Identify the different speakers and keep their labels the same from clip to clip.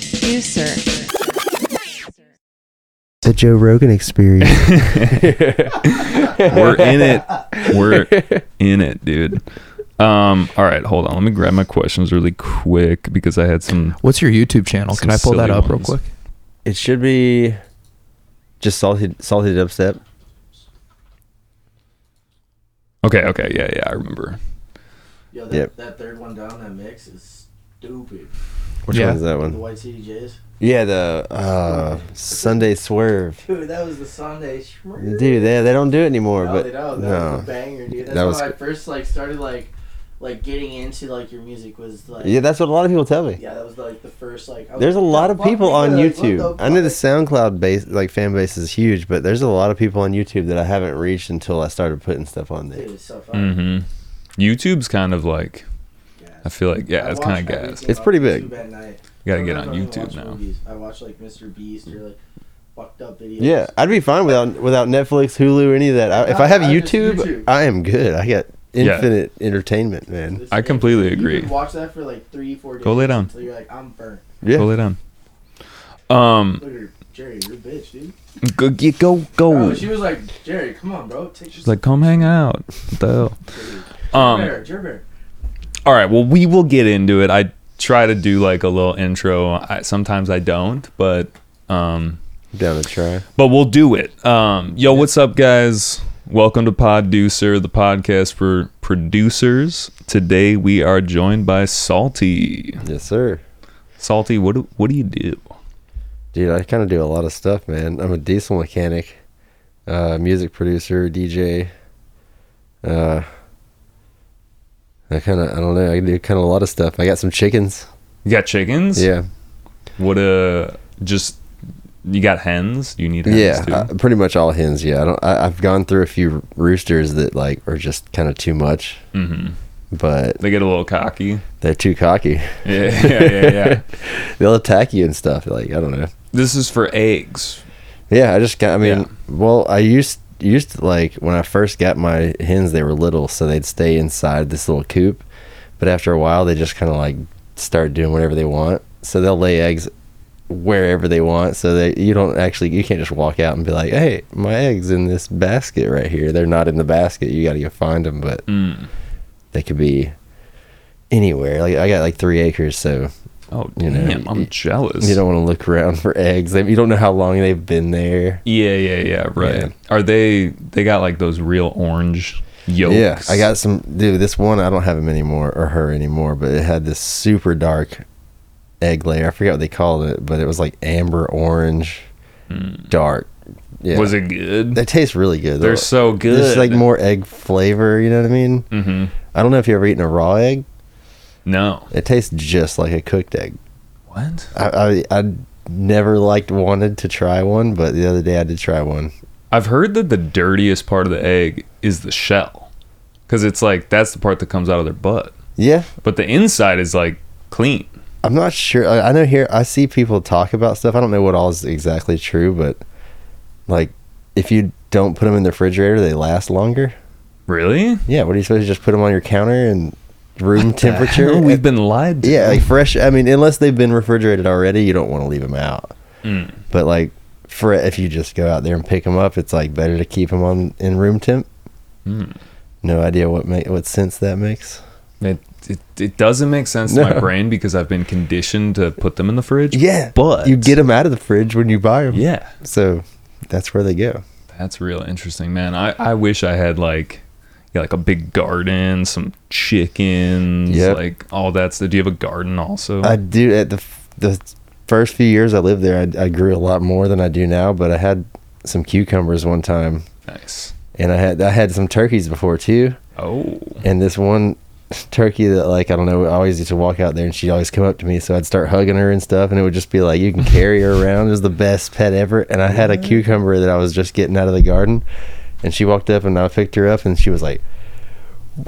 Speaker 1: producer.
Speaker 2: The Joe Rogan experience.
Speaker 3: We're in it. We're in it, dude. Um, all right, hold on. Let me grab my questions really quick because I had some
Speaker 4: What's your YouTube channel? Can
Speaker 3: Some
Speaker 4: I pull that
Speaker 3: silly
Speaker 4: up real
Speaker 3: ones.
Speaker 4: quick?
Speaker 2: it should be just salty, salty dubstep.
Speaker 3: Okay, okay, yeah, yeah, I remember.
Speaker 5: Yo, that,
Speaker 2: Yep.
Speaker 5: that third one down, that mix is stupid.
Speaker 2: Which
Speaker 4: Yeah.
Speaker 2: one is that
Speaker 5: The
Speaker 2: one?
Speaker 5: white CDJs.
Speaker 2: Yeah, the uh, Sunday Swerve.
Speaker 5: Dude, that was the Sunday. Schmrrr.
Speaker 2: Dude, they, they don't do it anymore.
Speaker 5: no,
Speaker 2: but
Speaker 5: they don't. That
Speaker 2: no.
Speaker 5: was a banger, dude. That's
Speaker 2: That
Speaker 5: how
Speaker 2: was-
Speaker 5: I first like started like, like getting into like your music was like.
Speaker 2: Yeah, that's what a lot of people tell me.
Speaker 5: Yeah, that was like the first like. I was
Speaker 2: There's a
Speaker 5: like,
Speaker 2: lot
Speaker 5: "The
Speaker 2: of
Speaker 5: fuck
Speaker 2: people
Speaker 5: is
Speaker 2: on
Speaker 5: that? Like, what
Speaker 2: YouTube.
Speaker 5: the
Speaker 2: I know the
Speaker 5: fuck?"
Speaker 2: SoundCloud base, like fan base, is huge, but there's a lot of people on YouTube that I haven't reached until I started putting stuff on there.
Speaker 5: Dude, it's so fun.
Speaker 3: Mm-hmm. YouTube's kind of like
Speaker 5: Gas.
Speaker 3: I feel like yeah,
Speaker 5: I
Speaker 3: it's kind
Speaker 5: watch
Speaker 3: of gas.
Speaker 5: everything
Speaker 2: It's pretty
Speaker 5: on
Speaker 2: big.
Speaker 5: YouTube at night.
Speaker 3: You gotta get on
Speaker 5: Sometimes I don't even
Speaker 3: YouTube
Speaker 5: watch
Speaker 3: now.
Speaker 5: Movies. I watch like Mr. Beast or like fucked up videos.
Speaker 2: Yeah, I'd be fine without without Netflix, Hulu, or any of that. I, if I have
Speaker 5: I just
Speaker 2: YouTube,
Speaker 5: YouTube.
Speaker 2: I am good. I got
Speaker 3: Yeah.
Speaker 2: infinite entertainment, man.
Speaker 5: This
Speaker 3: I
Speaker 5: is it.
Speaker 3: completely
Speaker 5: You
Speaker 3: agree.
Speaker 5: could watch that for like three, four days.
Speaker 3: Go lay down.
Speaker 5: Until you're like, I'm burnt.
Speaker 3: Go
Speaker 2: Yeah,
Speaker 3: lay down. Um,
Speaker 5: Look at her, Jerry, you're a bitch, dude.
Speaker 3: go get- go
Speaker 5: Bro,
Speaker 2: Oh.
Speaker 3: go.
Speaker 5: she was like, Jerry, come on, bro. Take
Speaker 3: She's like, come hang out. What the hell? Um,
Speaker 5: Jerry, Jerry.
Speaker 3: All right. Well, we will get into it. I try to do like a little intro. I, sometimes I don't, but um,
Speaker 2: down to try.
Speaker 3: but we'll do it. Um, yo, what's up, guys? Welcome to Podducer, the podcast for producers. Today we are joined by Salty.
Speaker 2: Yes, sir.
Speaker 3: Salty, what do, what do you do?
Speaker 2: Dude, I kind of do a lot of stuff, man. I'm a diesel mechanic, uh, music producer, DJ. Uh, I kind of, I don't know. I do kind of a lot of stuff. I got some chickens.
Speaker 3: You got chickens?
Speaker 2: Yeah,
Speaker 3: What uh, just you got hens? You need hens
Speaker 2: yeah.
Speaker 3: too.
Speaker 2: uh, pretty much all hens. Yeah, I don't. I, I've gone through a few roosters that like are just kind of too much,
Speaker 3: hmm
Speaker 2: but
Speaker 3: They get a little cocky.
Speaker 2: they're too cocky.
Speaker 3: Yeah, yeah, yeah, yeah.
Speaker 2: They'll attack you and stuff. Like I don't know.
Speaker 3: this is for eggs.
Speaker 2: Yeah, I just got. I mean,
Speaker 3: Yeah.
Speaker 2: well, I used used to like when I first got my hens, they were little, so they'd stay inside this little coop. But after a while, they just kind of like start doing whatever they want. So they'll lay eggs wherever they want. So they you don't actually you can't just walk out and be like, hey, my eggs in this basket right here. They're not in the basket. You got to go find them. But
Speaker 3: Mm.
Speaker 2: they could be anywhere. Like I got like three acres, so
Speaker 3: Oh
Speaker 2: You
Speaker 3: damn,
Speaker 2: know,
Speaker 3: I'm
Speaker 2: you-
Speaker 3: jealous.
Speaker 2: you don't want to look around for eggs. They- You don't know how long they've been there.
Speaker 3: yeah, yeah, yeah, right.
Speaker 2: Yeah.
Speaker 3: Are they? They got like those real orange yolks.
Speaker 2: Yeah, I got some, dude. This one I don't have him anymore or her anymore, but it had this super dark egg layer. I forget what they called it, but it was like amber orange, dark. Yeah,
Speaker 3: Hmm. Was it good?
Speaker 2: They taste really good.
Speaker 3: They're so good.
Speaker 2: There's like more egg flavor. You know what I mean?
Speaker 3: hmm
Speaker 2: I don't know if you ever eaten a raw egg.
Speaker 3: No.
Speaker 2: It tastes just like a cooked egg.
Speaker 3: What?
Speaker 2: I I, I never liked wanted to try one, but the other day I did try one.
Speaker 3: I've heard that the dirtiest part of the egg is the shell, because it's like that's the part that comes out of their butt,
Speaker 2: Yeah,
Speaker 3: but the inside is like clean.
Speaker 2: I'm not sure. I I know here I see people talk about stuff. I don't know what all is exactly true, but like if you don't put them in the refrigerator, they last longer.
Speaker 3: Really?
Speaker 2: Yeah, what are you supposed to just put them on your counter and room temperature?
Speaker 3: We've been lied to.
Speaker 2: yeah, like fresh. I mean, unless they've been refrigerated already, you don't want to leave them out.
Speaker 3: Mm.
Speaker 2: But like for if you just go out there and pick them up, it's like better to keep them on in room temp.
Speaker 3: Mm.
Speaker 2: No idea what ma- what sense that makes.
Speaker 3: It, it, it doesn't make sense to my
Speaker 2: No.
Speaker 3: brain because I've been conditioned to put them in the fridge.
Speaker 2: Yeah,
Speaker 3: but
Speaker 2: you get them out of the fridge when you buy them.
Speaker 3: Yeah,
Speaker 2: so that's where they go.
Speaker 3: that's real interesting, man. I, I wish I had like yeah, like a big garden, some chickens,
Speaker 2: Yep.
Speaker 3: like all that stuff. Do you have a garden also?
Speaker 2: I do at the f- the first few years I lived there, I, I grew a lot more than I do now. But I had some cucumbers one time,
Speaker 3: nice.
Speaker 2: and I had I had some turkeys before too.
Speaker 3: Oh,
Speaker 2: And this one turkey that like I don't know, I always used to walk out there, and she'd always come up to me, so I'd start hugging her and stuff, and it would just be like you can carry her around. It was the best pet ever. And I had a cucumber that I was just getting out of the garden, and she walked up and I picked her up, and she was like.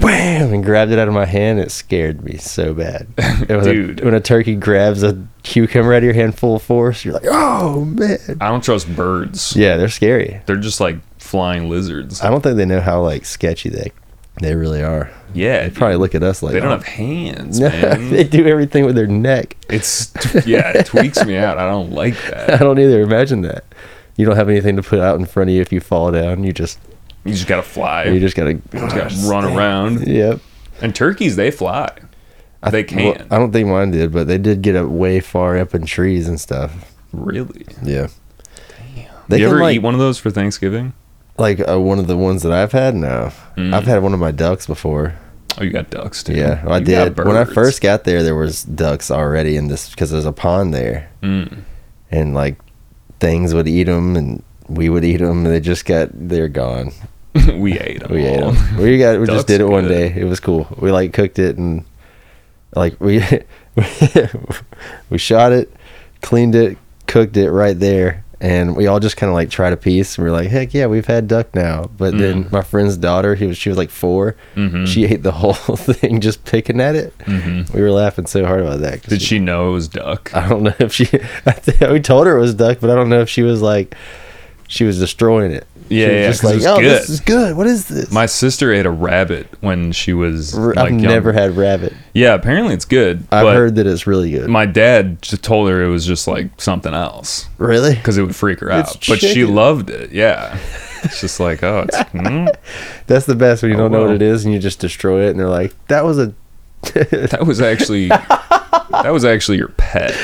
Speaker 2: Wham! And grabbed it out of my hand. It scared me so bad. It was a-
Speaker 3: Dude.
Speaker 2: when a turkey grabs a cucumber out of your hand full force, you're like, oh man.
Speaker 3: I don't trust birds.
Speaker 2: Yeah, they're scary.
Speaker 3: They're just like flying lizards.
Speaker 2: I don't think they know how like sketchy they They really are.
Speaker 3: Yeah,
Speaker 2: They probably look at us like
Speaker 3: they don't
Speaker 2: "Oh,
Speaker 3: have hands,
Speaker 2: no,
Speaker 3: man.
Speaker 2: they do everything with their neck.
Speaker 3: It's yeah, it tweaks me out. I don't like
Speaker 2: I
Speaker 3: that.
Speaker 2: don't either. Imagine that. You don't have anything to put out in front of you if you fall down. You just
Speaker 3: You just gotta fly.
Speaker 2: you just gotta
Speaker 3: just gotta run around.
Speaker 2: Yep.
Speaker 3: And turkeys, they fly. They
Speaker 2: Well,
Speaker 3: can
Speaker 2: I don't think mine did, but they did get up way far up in trees and stuff.
Speaker 3: really.
Speaker 2: Yeah. They
Speaker 3: you
Speaker 2: can
Speaker 3: ever
Speaker 2: like
Speaker 3: eat one of those for Thanksgiving?
Speaker 2: like uh, one of the ones that I've had. No,
Speaker 3: Hmm.
Speaker 2: I've had one of my ducks before.
Speaker 3: Oh, you got ducks too.
Speaker 2: Yeah, I
Speaker 3: You got
Speaker 2: did. When I
Speaker 3: birds.
Speaker 2: first got there, there was ducks already in this because there's a pond there,
Speaker 3: Mm.
Speaker 2: and like things would eat them, and we would eat them, and they just got they're gone.
Speaker 3: we ate them.
Speaker 2: We ate 'em. We got we
Speaker 3: Ducks
Speaker 2: just did it one
Speaker 3: Oh. good.
Speaker 2: day. It was cool. We like cooked it and like we we shot it, cleaned it, cooked it right there, and we all just kind of like tried a piece. And we were like, heck yeah, we've had duck now. But
Speaker 3: Mm.
Speaker 2: then my friend's daughter, he was she was like 4
Speaker 3: Mhm.
Speaker 2: She ate the whole thing just picking at it. We were laughing so hard about that. 'cause
Speaker 3: Mm-hmm. Did she know it was duck?
Speaker 2: I don't know if she. I think we told her it was duck, but I don't know if she was like. She was destroying it. She
Speaker 3: Yeah,
Speaker 2: was
Speaker 3: yeah,
Speaker 2: just
Speaker 3: 'cause it
Speaker 2: like,
Speaker 3: was
Speaker 2: oh, this
Speaker 3: good."
Speaker 2: is good. What is this?
Speaker 3: My sister ate a rabbit when she was
Speaker 2: R-
Speaker 3: like
Speaker 2: I've
Speaker 3: young.
Speaker 2: never had rabbit.
Speaker 3: Yeah, apparently it's good.
Speaker 2: I've
Speaker 3: but
Speaker 2: heard that it's really good.
Speaker 3: my dad just told her it was just like something else
Speaker 2: really?
Speaker 3: because it would freak her
Speaker 2: It's
Speaker 3: out. But she
Speaker 2: chicken.
Speaker 3: loved it. Yeah. It's just like, oh, it's, mm,
Speaker 2: That's the best when you
Speaker 3: Oh,
Speaker 2: don't know
Speaker 3: well.
Speaker 2: what it is and you just destroy it and they're like, that was a.
Speaker 3: that was actually that was actually your pet.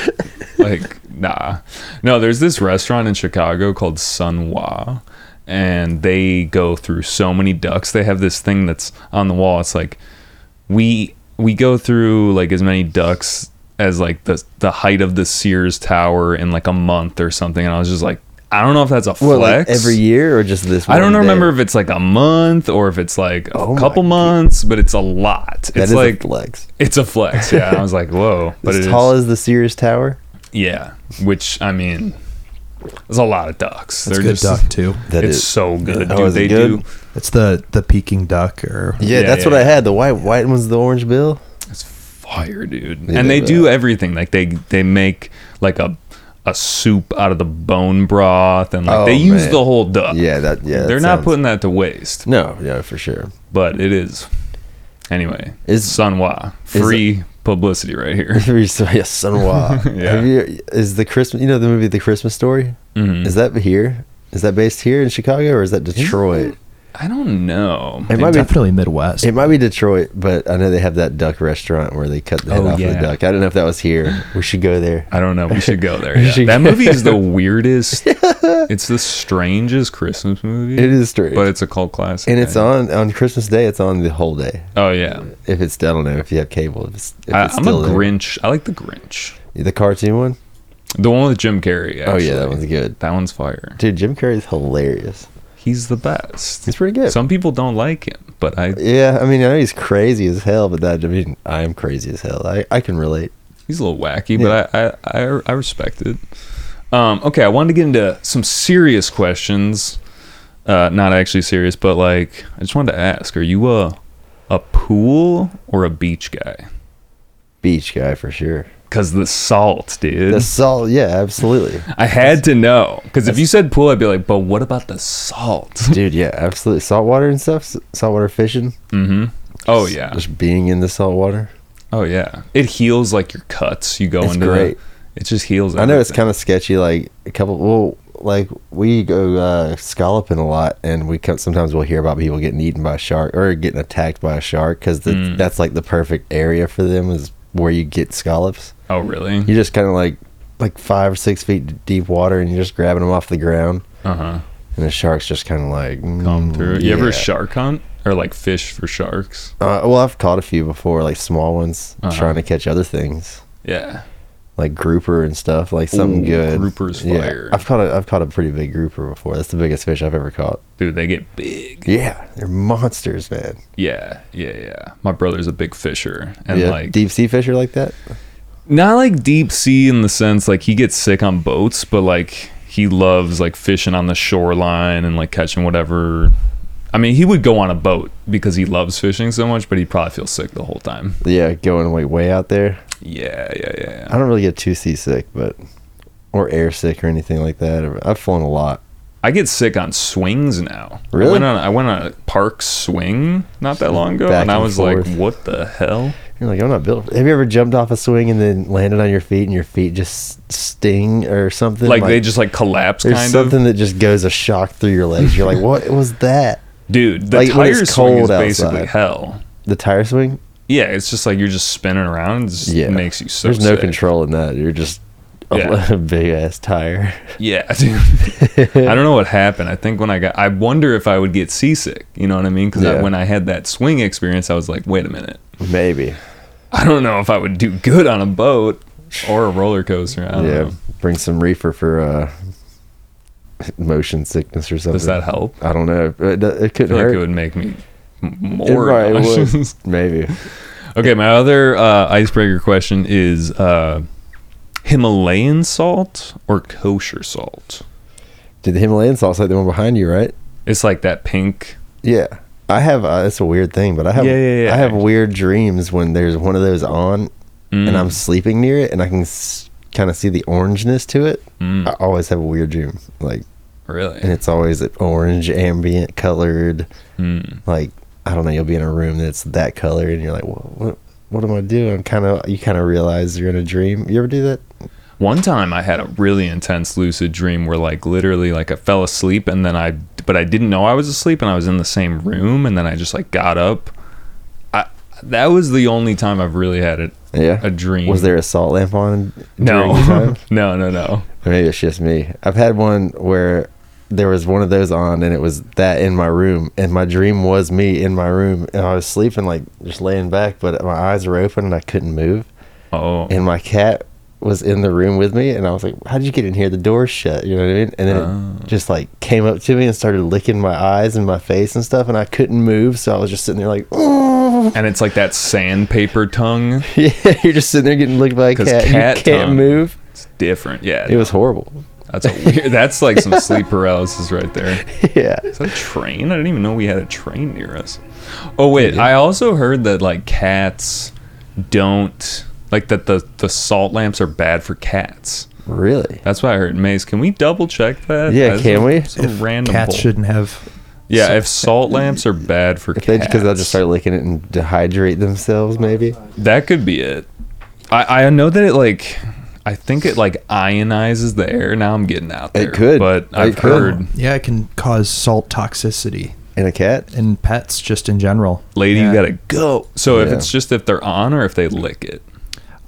Speaker 3: Like, nah. No, there's this restaurant in Chicago called Sunwa and they go through so many ducks. They have this thing that's on the wall. It's like we we go through like as many ducks as like the the height of the Sears Tower in like a month or something. And I was just like, I don't know if that's a flex.
Speaker 2: What, like every year or just this
Speaker 3: I don't
Speaker 2: one day?
Speaker 3: remember if it's like a month or if it's like a
Speaker 2: Oh my
Speaker 3: couple
Speaker 2: God.
Speaker 3: months, but it's a lot.
Speaker 2: That
Speaker 3: it's
Speaker 2: is
Speaker 3: like
Speaker 2: a flex.
Speaker 3: it's a flex, yeah. And I was like, whoa, but
Speaker 2: as
Speaker 3: it's
Speaker 2: tall as the Sears Tower?
Speaker 3: yeah. Which I mean, there's a lot of ducks.
Speaker 1: That's
Speaker 3: They're
Speaker 1: good
Speaker 3: just
Speaker 1: duck too.
Speaker 2: That
Speaker 3: it's
Speaker 2: is-
Speaker 3: so good,
Speaker 2: Oh,
Speaker 3: dude.
Speaker 2: is it
Speaker 3: They
Speaker 2: good?
Speaker 3: do.
Speaker 1: It's the the Peking duck or
Speaker 2: Yeah,
Speaker 3: Yeah,
Speaker 2: that's
Speaker 3: yeah,
Speaker 2: what I
Speaker 3: yeah.
Speaker 2: had. The white white one's the orange bill.
Speaker 3: It's fire, dude.
Speaker 2: Yeah,
Speaker 3: and they
Speaker 2: but-
Speaker 3: do everything. Like they they make like a a soup out of the bone broth, and like
Speaker 2: Oh,
Speaker 3: they use
Speaker 2: man.
Speaker 3: the whole duck.
Speaker 2: Yeah, that yeah. that
Speaker 3: Uh, they're not
Speaker 2: sounds-
Speaker 3: putting that to waste,
Speaker 2: No, yeah, for sure.
Speaker 3: but it is. Anyway,
Speaker 2: Is-
Speaker 3: Sunwa free publicity right here.
Speaker 2: So, yeah, Sunwa.
Speaker 3: Yeah.
Speaker 2: Have you, is the Christmas you know the movie The Christmas Story?
Speaker 3: Mhm.
Speaker 2: Is that here? Is that based here in Chicago or is that Detroit?
Speaker 3: I don't know.
Speaker 2: It might be
Speaker 1: definitely Midwest.
Speaker 2: It might be Detroit, but I know they have that duck restaurant where they cut the head
Speaker 3: Oh,
Speaker 2: off of
Speaker 3: yeah.
Speaker 2: the duck. I don't know if that was here. We should go there.
Speaker 3: I don't know. We should go there.
Speaker 2: We
Speaker 3: yeah.
Speaker 2: should
Speaker 3: That
Speaker 2: go-
Speaker 3: movie is the weirdest. it's the strangest Christmas movie.
Speaker 2: It is strange.
Speaker 3: but it's a cult classic.
Speaker 2: and it's
Speaker 3: I-
Speaker 2: on on Christmas Day. It's on the whole day.
Speaker 3: Oh yeah,
Speaker 2: If it's I don't know if you have cable. If it's, if
Speaker 3: I,
Speaker 2: it's
Speaker 3: I'm a
Speaker 2: still there.
Speaker 3: Grinch. I like the Grinch.
Speaker 2: The cartoon one.
Speaker 3: The one with Jim Carrey.
Speaker 2: Oh yeah, that
Speaker 3: actually.
Speaker 2: one's good.
Speaker 3: That one's fire.
Speaker 2: Dude, Jim Carrey's hilarious.
Speaker 3: He's the best.
Speaker 2: He's pretty good.
Speaker 3: Some people don't like him, but I.
Speaker 2: yeah, I mean I know he's crazy as hell, but that I mean I am crazy as hell. I, I can relate.
Speaker 3: He's a little wacky, but I I, I I respect it. Um. Okay, I wanted to get into some serious questions. Uh, not actually serious, but like I just wanted to ask: Are you a a pool or a beach guy?
Speaker 2: Beach guy for sure.
Speaker 3: Because the salt, dude.
Speaker 2: The salt, yeah, absolutely,
Speaker 3: I had to know. Because if you said pool, I'd be like, but what about the salt?
Speaker 2: dude. Yeah, absolutely. Saltwater and stuff. s- Saltwater fishing.
Speaker 3: hmm Oh, yeah.
Speaker 2: Just being in the saltwater.
Speaker 3: Oh, yeah. It heals like your cuts. You go
Speaker 2: It's
Speaker 3: into
Speaker 2: great.
Speaker 3: The, it just heals.
Speaker 2: I know it's kind of sketchy. Like a couple, well, like we go uh, scalloping a lot, and we come, sometimes we'll hear about people getting eaten by a shark or getting attacked by a shark because
Speaker 3: Mm.
Speaker 2: that's like the perfect area for them is where you get scallops.
Speaker 3: Oh, really?
Speaker 2: You just kind of like like five or six feet deep water, and you're just grabbing them off the ground,
Speaker 3: Uh huh.
Speaker 2: and the shark's just kind of like
Speaker 3: Come
Speaker 2: mm,
Speaker 3: through. You ever
Speaker 2: yeah.
Speaker 3: shark hunt or like fish for sharks?
Speaker 2: Uh, well, I've caught a few before, like small ones,
Speaker 3: Uh-huh.
Speaker 2: trying to catch other things.
Speaker 3: Yeah.
Speaker 2: Like grouper and stuff, like something
Speaker 3: Ooh,
Speaker 2: good.
Speaker 3: grouper's fire.
Speaker 2: I've caught a I've caught a pretty big grouper before. That's the biggest fish I've ever caught.
Speaker 3: Dude, they get big.
Speaker 2: Yeah, they're monsters, man.
Speaker 3: Yeah. Yeah. Yeah. My brother's a big fisher. And
Speaker 2: yeah,
Speaker 3: like,
Speaker 2: deep sea fish are like that.
Speaker 3: not like deep sea in the sense like he gets sick on boats, but like he loves like fishing on the shoreline and like catching whatever. I mean, he would go on a boat because he loves fishing so much, but he probably feels sick the whole time.
Speaker 2: Yeah, going like way out there.
Speaker 3: Yeah, yeah, yeah.
Speaker 2: I don't really get too seasick, but or air sick or anything like that. I've flown a lot,
Speaker 3: I get sick on swings now.
Speaker 2: Really?
Speaker 3: I went on, I went on a park swing not that long ago,
Speaker 2: Back
Speaker 3: and I
Speaker 2: and
Speaker 3: was
Speaker 2: forth.
Speaker 3: like, "What the hell?"
Speaker 2: You're like, I'm not built. for-" Have you ever jumped off a swing and then landed on your feet and your feet just sting or something?
Speaker 3: Like, they just like collapse,
Speaker 2: there's
Speaker 3: kind of.
Speaker 2: something that just goes a shock through your legs. You're like, what was that?
Speaker 3: Dude, the
Speaker 2: like, when
Speaker 3: tire
Speaker 2: it's
Speaker 3: swing is
Speaker 2: cold
Speaker 3: basically
Speaker 2: outside.
Speaker 3: hell.
Speaker 2: The tire swing?
Speaker 3: Yeah, it's just like you're just spinning around. It just
Speaker 2: Yeah,
Speaker 3: makes you so.
Speaker 2: There's no
Speaker 3: sick.
Speaker 2: control in that. You're just a
Speaker 3: Yeah.
Speaker 2: big ass tire.
Speaker 3: Yeah, dude. I don't know what happened. I think when I got, I wonder if I would get seasick. You know what I mean? Because
Speaker 2: Yeah.
Speaker 3: when I had that swing experience, I was like, wait a minute.
Speaker 2: Maybe.
Speaker 3: I don't know if I would do good on a boat or a roller coaster. I
Speaker 2: Yeah.
Speaker 3: don't know.
Speaker 2: Bring some reefer for uh, motion sickness or something.
Speaker 3: Does that help?
Speaker 2: I don't know. It, do- it
Speaker 3: I
Speaker 2: could
Speaker 3: feel
Speaker 2: hurt.
Speaker 3: like it would make me m-
Speaker 2: It
Speaker 3: more.
Speaker 2: probably would.
Speaker 3: nauseous.
Speaker 2: Maybe.
Speaker 3: okay, my other uh, icebreaker question is uh, Himalayan salt or kosher salt?
Speaker 2: Did the Himalayan salt's like the one behind you, right?
Speaker 3: It's like that pink.
Speaker 2: Yeah. I have. Uh, it's a weird thing, but I have.
Speaker 3: Yeah, yeah, yeah.
Speaker 2: I have weird dreams when there's one of those on,
Speaker 3: mm,
Speaker 2: and I'm sleeping near it, and I can s- kind of see the orangeness to it.
Speaker 3: Mm.
Speaker 2: I always have a weird dream, like, and
Speaker 3: Really?
Speaker 2: it's always orange, ambient colored.
Speaker 3: Mm.
Speaker 2: Like I don't know, you'll be in a room that's that color, and you're like, well, what? What am I doing? Kind of, you kind of realize you're in a dream. You ever do that?
Speaker 3: One time I had a really intense lucid dream where like literally like I fell asleep and then I but I didn't know I was asleep and I was in the same room and then I just like got up. I that was the only time I've really had it
Speaker 2: Yeah.
Speaker 3: a dream.
Speaker 2: Was there a salt lamp on? during your
Speaker 3: No.
Speaker 2: time?
Speaker 3: no, no, no.
Speaker 2: Or maybe it's just me. I've had one where there was one of those on, and it was that in my room, and my dream was me in my room, and I was sleeping like just laying back, but my eyes were open and I couldn't move,
Speaker 3: Oh.
Speaker 2: and my cat was in the room with me, and I was like, "How would you get in here? The door's shut." You know what I mean? And then it just like came up to me and started licking my eyes and my face and stuff, and I couldn't move, so I was just sitting there like,
Speaker 3: And it's like that sandpaper tongue.
Speaker 2: "Yeah, you're just sitting there getting licked by a
Speaker 3: 'Cause
Speaker 2: cat.
Speaker 3: cat
Speaker 2: you can't
Speaker 3: tongue.
Speaker 2: move."
Speaker 3: It's different. Yeah.
Speaker 2: It was horrible.
Speaker 3: that's a weird, that's like some sleep paralysis right there.
Speaker 2: yeah.
Speaker 3: Is that a train? I didn't even know we had a train near us. Oh wait, I also heard that like cats don't like that the the salt lamps are bad for cats.
Speaker 2: Really.
Speaker 3: That's what I heard. Maze, can we double check that?
Speaker 2: Yeah,
Speaker 3: That's
Speaker 2: can
Speaker 3: a-
Speaker 2: we?
Speaker 3: it's a random.
Speaker 1: Cats
Speaker 3: bull-
Speaker 1: shouldn't have.
Speaker 3: yeah, if salt lamps are bad for
Speaker 2: If they
Speaker 3: cats,
Speaker 2: because they'll just start licking it and dehydrate themselves, maybe.
Speaker 3: that could be it. I I know that it like. I think it like ionizes the air. Now I'm getting out there.
Speaker 2: It could.
Speaker 3: but
Speaker 2: It
Speaker 3: I've
Speaker 2: could.
Speaker 3: heard
Speaker 1: Yeah, it can cause salt toxicity
Speaker 2: In a cat,
Speaker 1: in pets just in general.
Speaker 3: lady,
Speaker 1: Yeah.
Speaker 3: you gotta go. So if
Speaker 2: Yeah.
Speaker 3: it's just if they're on or if they lick it,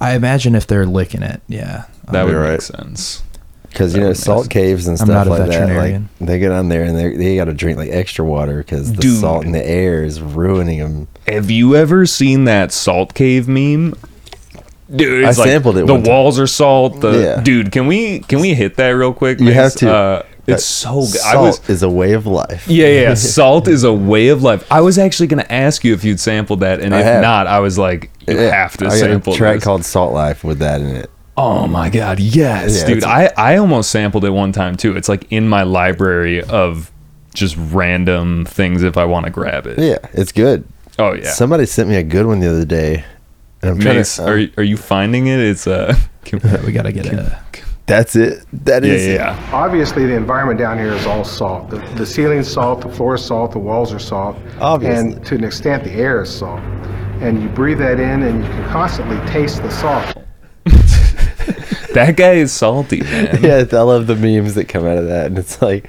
Speaker 1: I imagine if they're licking it, yeah.
Speaker 3: that would
Speaker 2: You're right.
Speaker 3: make sense.
Speaker 2: because you
Speaker 3: That
Speaker 2: know
Speaker 3: would make
Speaker 2: salt
Speaker 3: sense.
Speaker 2: caves and
Speaker 1: I'm not
Speaker 2: stuff
Speaker 1: a
Speaker 2: like that. Like
Speaker 1: veterinarian.
Speaker 2: they get on there and they they got to drink like extra water because the
Speaker 3: Dude.
Speaker 2: salt in the air is ruining them.
Speaker 3: Have you ever seen that salt cave meme? Dude,
Speaker 2: I
Speaker 3: it's like
Speaker 2: sampled it
Speaker 3: The
Speaker 2: one time.
Speaker 3: walls are salt. The
Speaker 2: Yeah.
Speaker 3: dude, can we can we hit that real quick?
Speaker 2: You have
Speaker 3: Mace?
Speaker 2: to.
Speaker 3: Uh,
Speaker 2: That
Speaker 3: it's so good.
Speaker 2: Salt
Speaker 3: I was
Speaker 2: is a way of life.
Speaker 3: yeah, yeah, yeah. Salt is a way of life. I was actually going to ask you if you'd sampled that, and
Speaker 2: I
Speaker 3: if
Speaker 2: have.
Speaker 3: not, I was like, you
Speaker 2: Yeah,
Speaker 3: have to
Speaker 2: I got
Speaker 3: sample
Speaker 2: a track
Speaker 3: this.
Speaker 2: called Salt Life with that in it.
Speaker 3: Oh my god, yes,
Speaker 2: Yeah,
Speaker 3: dude.
Speaker 2: it's-
Speaker 3: I I almost sampled it one time too. It's like in my library of just random things if I want to grab it.
Speaker 2: Yeah, it's good.
Speaker 3: Oh yeah.
Speaker 2: Somebody sent me a good one the other day. and I'm trying to-
Speaker 3: Mace,
Speaker 2: um,
Speaker 3: are are you finding it? It's uh.
Speaker 1: Yeah, we gotta get a
Speaker 2: uh, that's it. That
Speaker 3: Yeah,
Speaker 2: is.
Speaker 3: yeah,
Speaker 2: it.
Speaker 3: yeah.
Speaker 4: Obviously, the environment down here is all salt. The, the ceiling's salt, the floor is salt, the walls are salt.
Speaker 2: Obviously.
Speaker 4: And to an extent, the air is salt. And you breathe that in, and you can constantly taste the salt.
Speaker 3: That guy is salty, man.
Speaker 2: yeah, I love the memes that come out of that, and it's like,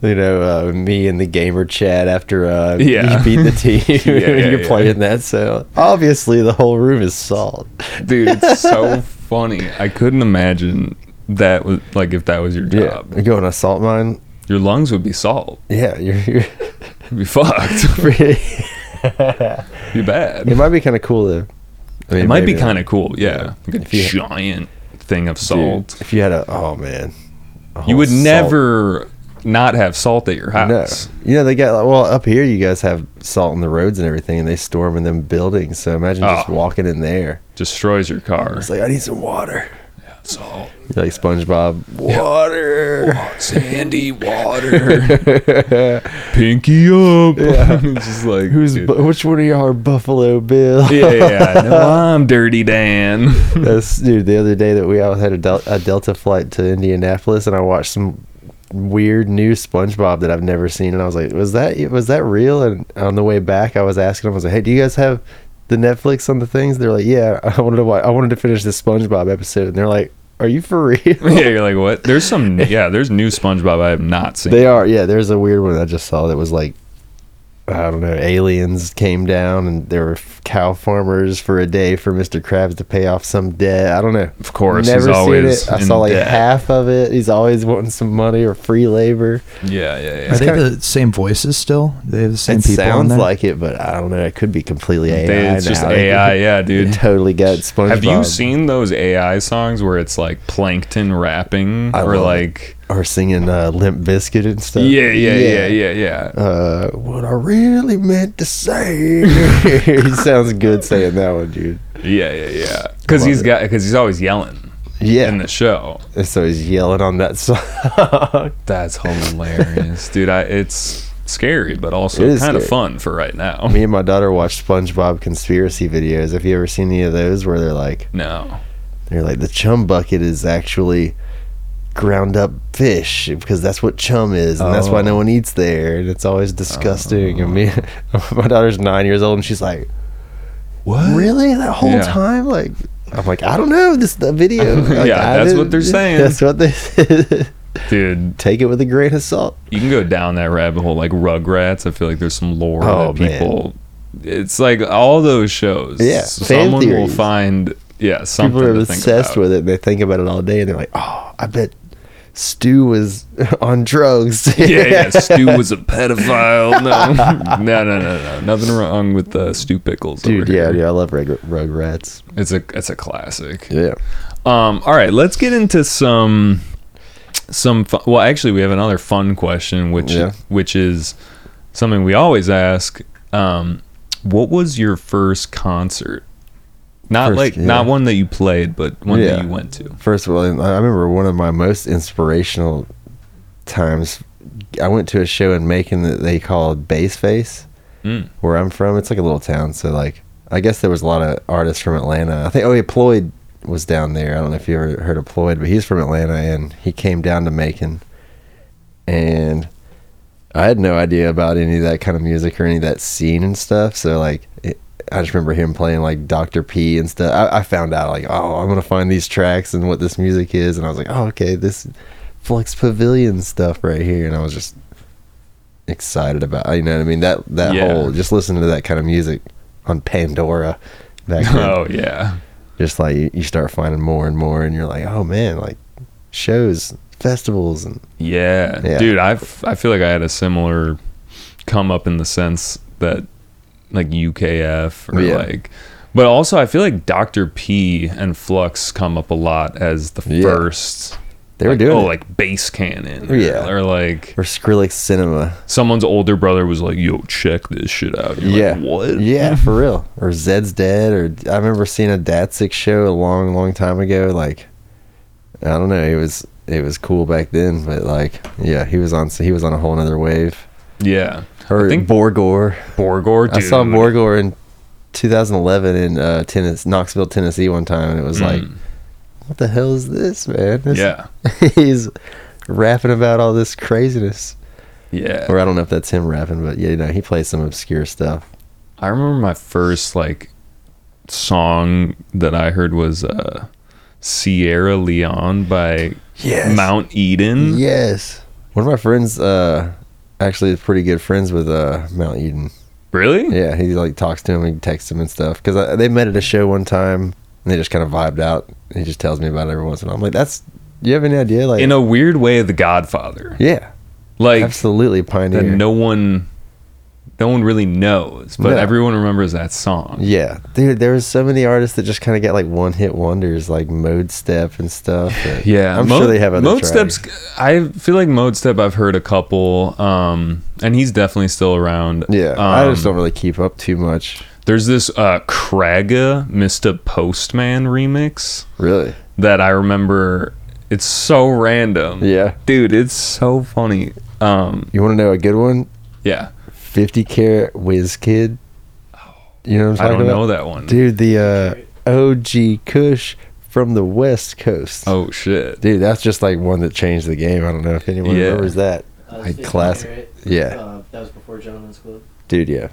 Speaker 2: you know, uh, me and the gamer chat after uh,
Speaker 3: Yeah.
Speaker 2: you beat the team,
Speaker 3: Yeah, yeah,
Speaker 2: you're
Speaker 3: yeah.
Speaker 2: playing that. So obviously, the whole room is salt.
Speaker 3: Dude, it's so funny. I couldn't imagine that was like if that was your job.
Speaker 2: Uh, you go on a salt mine.
Speaker 3: Your lungs would be salt.
Speaker 2: Yeah, you're. you're
Speaker 3: You'd be fucked.
Speaker 2: it
Speaker 3: It'd be bad.
Speaker 2: might be kind of cool though. I mean,
Speaker 3: It might be
Speaker 2: maybe not.
Speaker 3: kind of cool, yeah. Like a
Speaker 2: If you-
Speaker 3: giant thing of
Speaker 2: Dude,
Speaker 3: salt.
Speaker 2: If you had a, oh man, a
Speaker 3: you
Speaker 2: whole
Speaker 3: would
Speaker 2: salt-
Speaker 3: never Uh, not have salt at your
Speaker 2: No,
Speaker 3: house.
Speaker 2: you know they got like, well up here. You guys have salt in the roads and everything, and they storm in them buildings. So imagine just
Speaker 3: Oh.
Speaker 2: walking in there.
Speaker 3: Destroys your car.
Speaker 2: It's like I need some water.
Speaker 3: Salt,
Speaker 2: You're like SpongeBob. Water.
Speaker 3: sandy water, pinky up. It's just like
Speaker 2: Who's
Speaker 3: dude.
Speaker 2: bu- which one of y'all are Buffalo Bill?
Speaker 3: yeah, yeah. I know I'm dirty Dan.
Speaker 2: That's dude. The other day that we all had a, del- a Delta flight to Indianapolis, and I watched some weird new SpongeBob that I've never seen, and I was like, "Was that was that real?" And on the way back, I was asking them, "I was like, hey, do you guys have the Netflix on the things?" They're like, "Yeah, I wanted to watch, I wanted to finish this SpongeBob episode," and they're like, "Are you for real?"
Speaker 3: yeah, you're like, what? There's some, yeah, there's new SpongeBob I have not seen.
Speaker 2: they are. Yeah, there's a weird one I just saw that was like, I don't know, aliens came down and there were f- cow farmers for a day for Mr. Krabs to pay off some debt. I don't know.
Speaker 3: of course,
Speaker 2: Never
Speaker 3: he's
Speaker 2: seen
Speaker 3: always
Speaker 2: it. I
Speaker 3: in
Speaker 2: saw like
Speaker 3: debt.
Speaker 2: half of it. He's always wanting some money or free labor.
Speaker 3: Yeah, yeah, yeah.
Speaker 1: Are they
Speaker 2: kinda-
Speaker 1: the same voices still? Do they have the same
Speaker 2: it
Speaker 1: people in
Speaker 2: sounds
Speaker 1: there?
Speaker 2: like it, but I don't know. It could be completely AI.
Speaker 3: They- it's just
Speaker 2: now.
Speaker 3: AI, yeah,
Speaker 2: It
Speaker 3: dude.
Speaker 2: totally got SpongeBob.
Speaker 3: Have you seen those AI songs where it's like plankton rapping
Speaker 2: I
Speaker 3: or
Speaker 2: love it.
Speaker 3: like
Speaker 2: or singing uh, Limp Biscuit and stuff?
Speaker 3: yeah, yeah, yeah, yeah, yeah.
Speaker 2: Uh, what I really meant to say. he sounds good saying that one, dude.
Speaker 3: Yeah, yeah, yeah. Cuz
Speaker 2: Love
Speaker 3: he's
Speaker 2: it.
Speaker 3: got cuz he's always yelling
Speaker 2: Yeah.
Speaker 3: in the show.
Speaker 2: And so he's yelling on that song.
Speaker 3: That's hilarious. dude, I it's scary but also
Speaker 2: It is
Speaker 3: kind of
Speaker 2: scary.
Speaker 3: fun for right now.
Speaker 2: Me and my daughter watched SpongeBob conspiracy videos. Have you ever seen any of those where they're like,
Speaker 3: No.
Speaker 2: They're like the chum bucket is actually ground up fish because that's what chum is, and that's why
Speaker 3: Oh.
Speaker 2: no one eats there, and it's always disgusting. And me, my daughter's nine years old, and she's like,
Speaker 1: What?
Speaker 2: "Really? That whole
Speaker 3: Yeah.
Speaker 2: time?" Like, I'm like, "I don't know this the video." Like,
Speaker 3: Yeah,
Speaker 2: I
Speaker 3: that's
Speaker 2: didn't-
Speaker 3: what they're saying.
Speaker 2: That's what they
Speaker 3: Dude,
Speaker 2: take it with a grain of salt.
Speaker 3: you can go down that rabbit hole like Rugrats. I feel like there's some lore
Speaker 2: Oh,
Speaker 3: that people. It's like all those shows.
Speaker 2: Yeah, fan
Speaker 3: someone will
Speaker 2: theories.
Speaker 3: find. Yeah, something
Speaker 2: People are
Speaker 3: to think
Speaker 2: obsessed
Speaker 3: about.
Speaker 2: with it. and They think about it all day, and they're like, "Oh, I bet." Stu was on drugs.
Speaker 3: Yeah, yeah. Stu was a pedophile. No, no, no, no, no. Nothing wrong with uh, Stu Pickles. over
Speaker 2: Dude, yeah,
Speaker 3: here.
Speaker 2: yeah, I love Rug- Rugrats.
Speaker 3: It's a it's a classic.
Speaker 2: Yeah.
Speaker 3: Um, all right, let's get into some some. Fun, well, actually, we have another fun question, which
Speaker 2: Yeah.
Speaker 3: which is something we always ask. Um, what was your first concert? Not
Speaker 2: First,
Speaker 3: like
Speaker 2: yeah.
Speaker 3: not one that you played, but one
Speaker 2: Yeah.
Speaker 3: that you went to.
Speaker 2: First of all, I I remember one of my most inspirational times. I went to a show in Macon that they called Bass Face,
Speaker 3: Mm.
Speaker 2: where I'm from. It's like a little town, so like I guess there was a lot of artists from Atlanta. I think oh yeah, Ployd was down there. I don't know if you ever heard of Ployd, but he's from Atlanta and he came down to Macon, and I had no idea about any of that kind of music or any of that scene and stuff. So like, it, I just remember him playing like Dr. P and stuff. I, I found out like, oh, I'm gonna find these tracks and what this music is, and I was like, oh, okay, this Flux Pavilion stuff right here, and I was just excited about. You know what I mean? That that
Speaker 3: Yeah.
Speaker 2: whole just listening to that kind of music on Pandora back then
Speaker 3: Oh yeah,
Speaker 2: just like you, you start finding more and more and you're like oh man like shows festivals and
Speaker 3: yeah,
Speaker 2: Yeah.
Speaker 3: dude. I f- I feel like I had a similar come up in the sense that like UKF or
Speaker 2: Yeah.
Speaker 3: like. But also, I feel like Dr. P and Flux come up a lot as the
Speaker 2: Yeah.
Speaker 3: first
Speaker 2: they were
Speaker 3: like,
Speaker 2: doing
Speaker 3: oh
Speaker 2: it.
Speaker 3: like bass cannon or,
Speaker 2: Yeah.
Speaker 3: or like
Speaker 2: or Skrillex Cinema
Speaker 3: someone's older brother was like yo check this shit out You're like,
Speaker 2: yeah
Speaker 3: what
Speaker 2: yeah for real or Zed's dead or I remember seeing a Datsik show a long long time ago like I don't know it was it was cool back then but like yeah he was on he was on a whole nother wave
Speaker 3: yeah
Speaker 2: or
Speaker 3: I think-
Speaker 2: Borgore
Speaker 3: Borgor
Speaker 2: I
Speaker 3: dude.
Speaker 2: saw Borgore in 2011 in uh, tennis Knoxville Tennessee one time and it was like
Speaker 3: Mm.
Speaker 2: what the hell is this man This-
Speaker 3: yeah
Speaker 2: he's rapping about all this craziness.
Speaker 3: yeah
Speaker 2: Or I don't know if that's him rapping, but yeah, you know, he plays some obscure stuff.
Speaker 3: I remember my first like song that I heard was uh Sierra Leone by
Speaker 2: Yes.
Speaker 3: Mount Eden
Speaker 2: Yes. One of my friends, uh, actually is pretty good friends with, uh, Mount Eden.
Speaker 3: really
Speaker 2: Yeah. He like talks to him and texts him and stuff. Cause I, they met at a show one time and they just kind of vibed out. He just tells me about it every once in a while. I'm like, that's, you have any idea? Like,
Speaker 3: in a weird way The Godfather
Speaker 2: yeah,
Speaker 3: like
Speaker 2: absolutely
Speaker 3: that
Speaker 2: pioneer.
Speaker 3: no one no one really knows but
Speaker 2: No.
Speaker 3: everyone remembers that song
Speaker 2: yeah. Dude, there was so many artists that just kind of get like one hit wonders, like Mode Step and stuff. but
Speaker 3: Yeah,
Speaker 2: I'm
Speaker 3: Mo-
Speaker 2: sure they have other
Speaker 3: Mode
Speaker 2: tracks.
Speaker 3: Step's. I feel like Mode Step. I've heard a couple, um, and he's definitely still around.
Speaker 2: Yeah,
Speaker 3: um,
Speaker 2: I just don't really keep up too much.
Speaker 3: There's this uh, Kraga Mr. Postman remix
Speaker 2: Really?
Speaker 3: that I remember. It's so random.
Speaker 2: Yeah.
Speaker 3: dude, it's so funny. Um,
Speaker 2: You want to know a good one?
Speaker 3: yeah,
Speaker 2: 50 Carat Whiz Kid. You know what I'm
Speaker 3: I
Speaker 2: talking
Speaker 3: don't
Speaker 2: about?
Speaker 3: know that one.
Speaker 2: Dude, the uh, OG Kush from the West Coast.
Speaker 3: Oh shit.
Speaker 2: Dude, that's just like one that changed the game. I don't know if anyone
Speaker 3: Yeah.
Speaker 2: remembers that.
Speaker 5: I
Speaker 2: Like
Speaker 5: was
Speaker 2: classic- Yeah,
Speaker 5: Uh, that was before Gentleman's Club.
Speaker 2: dude, yeah.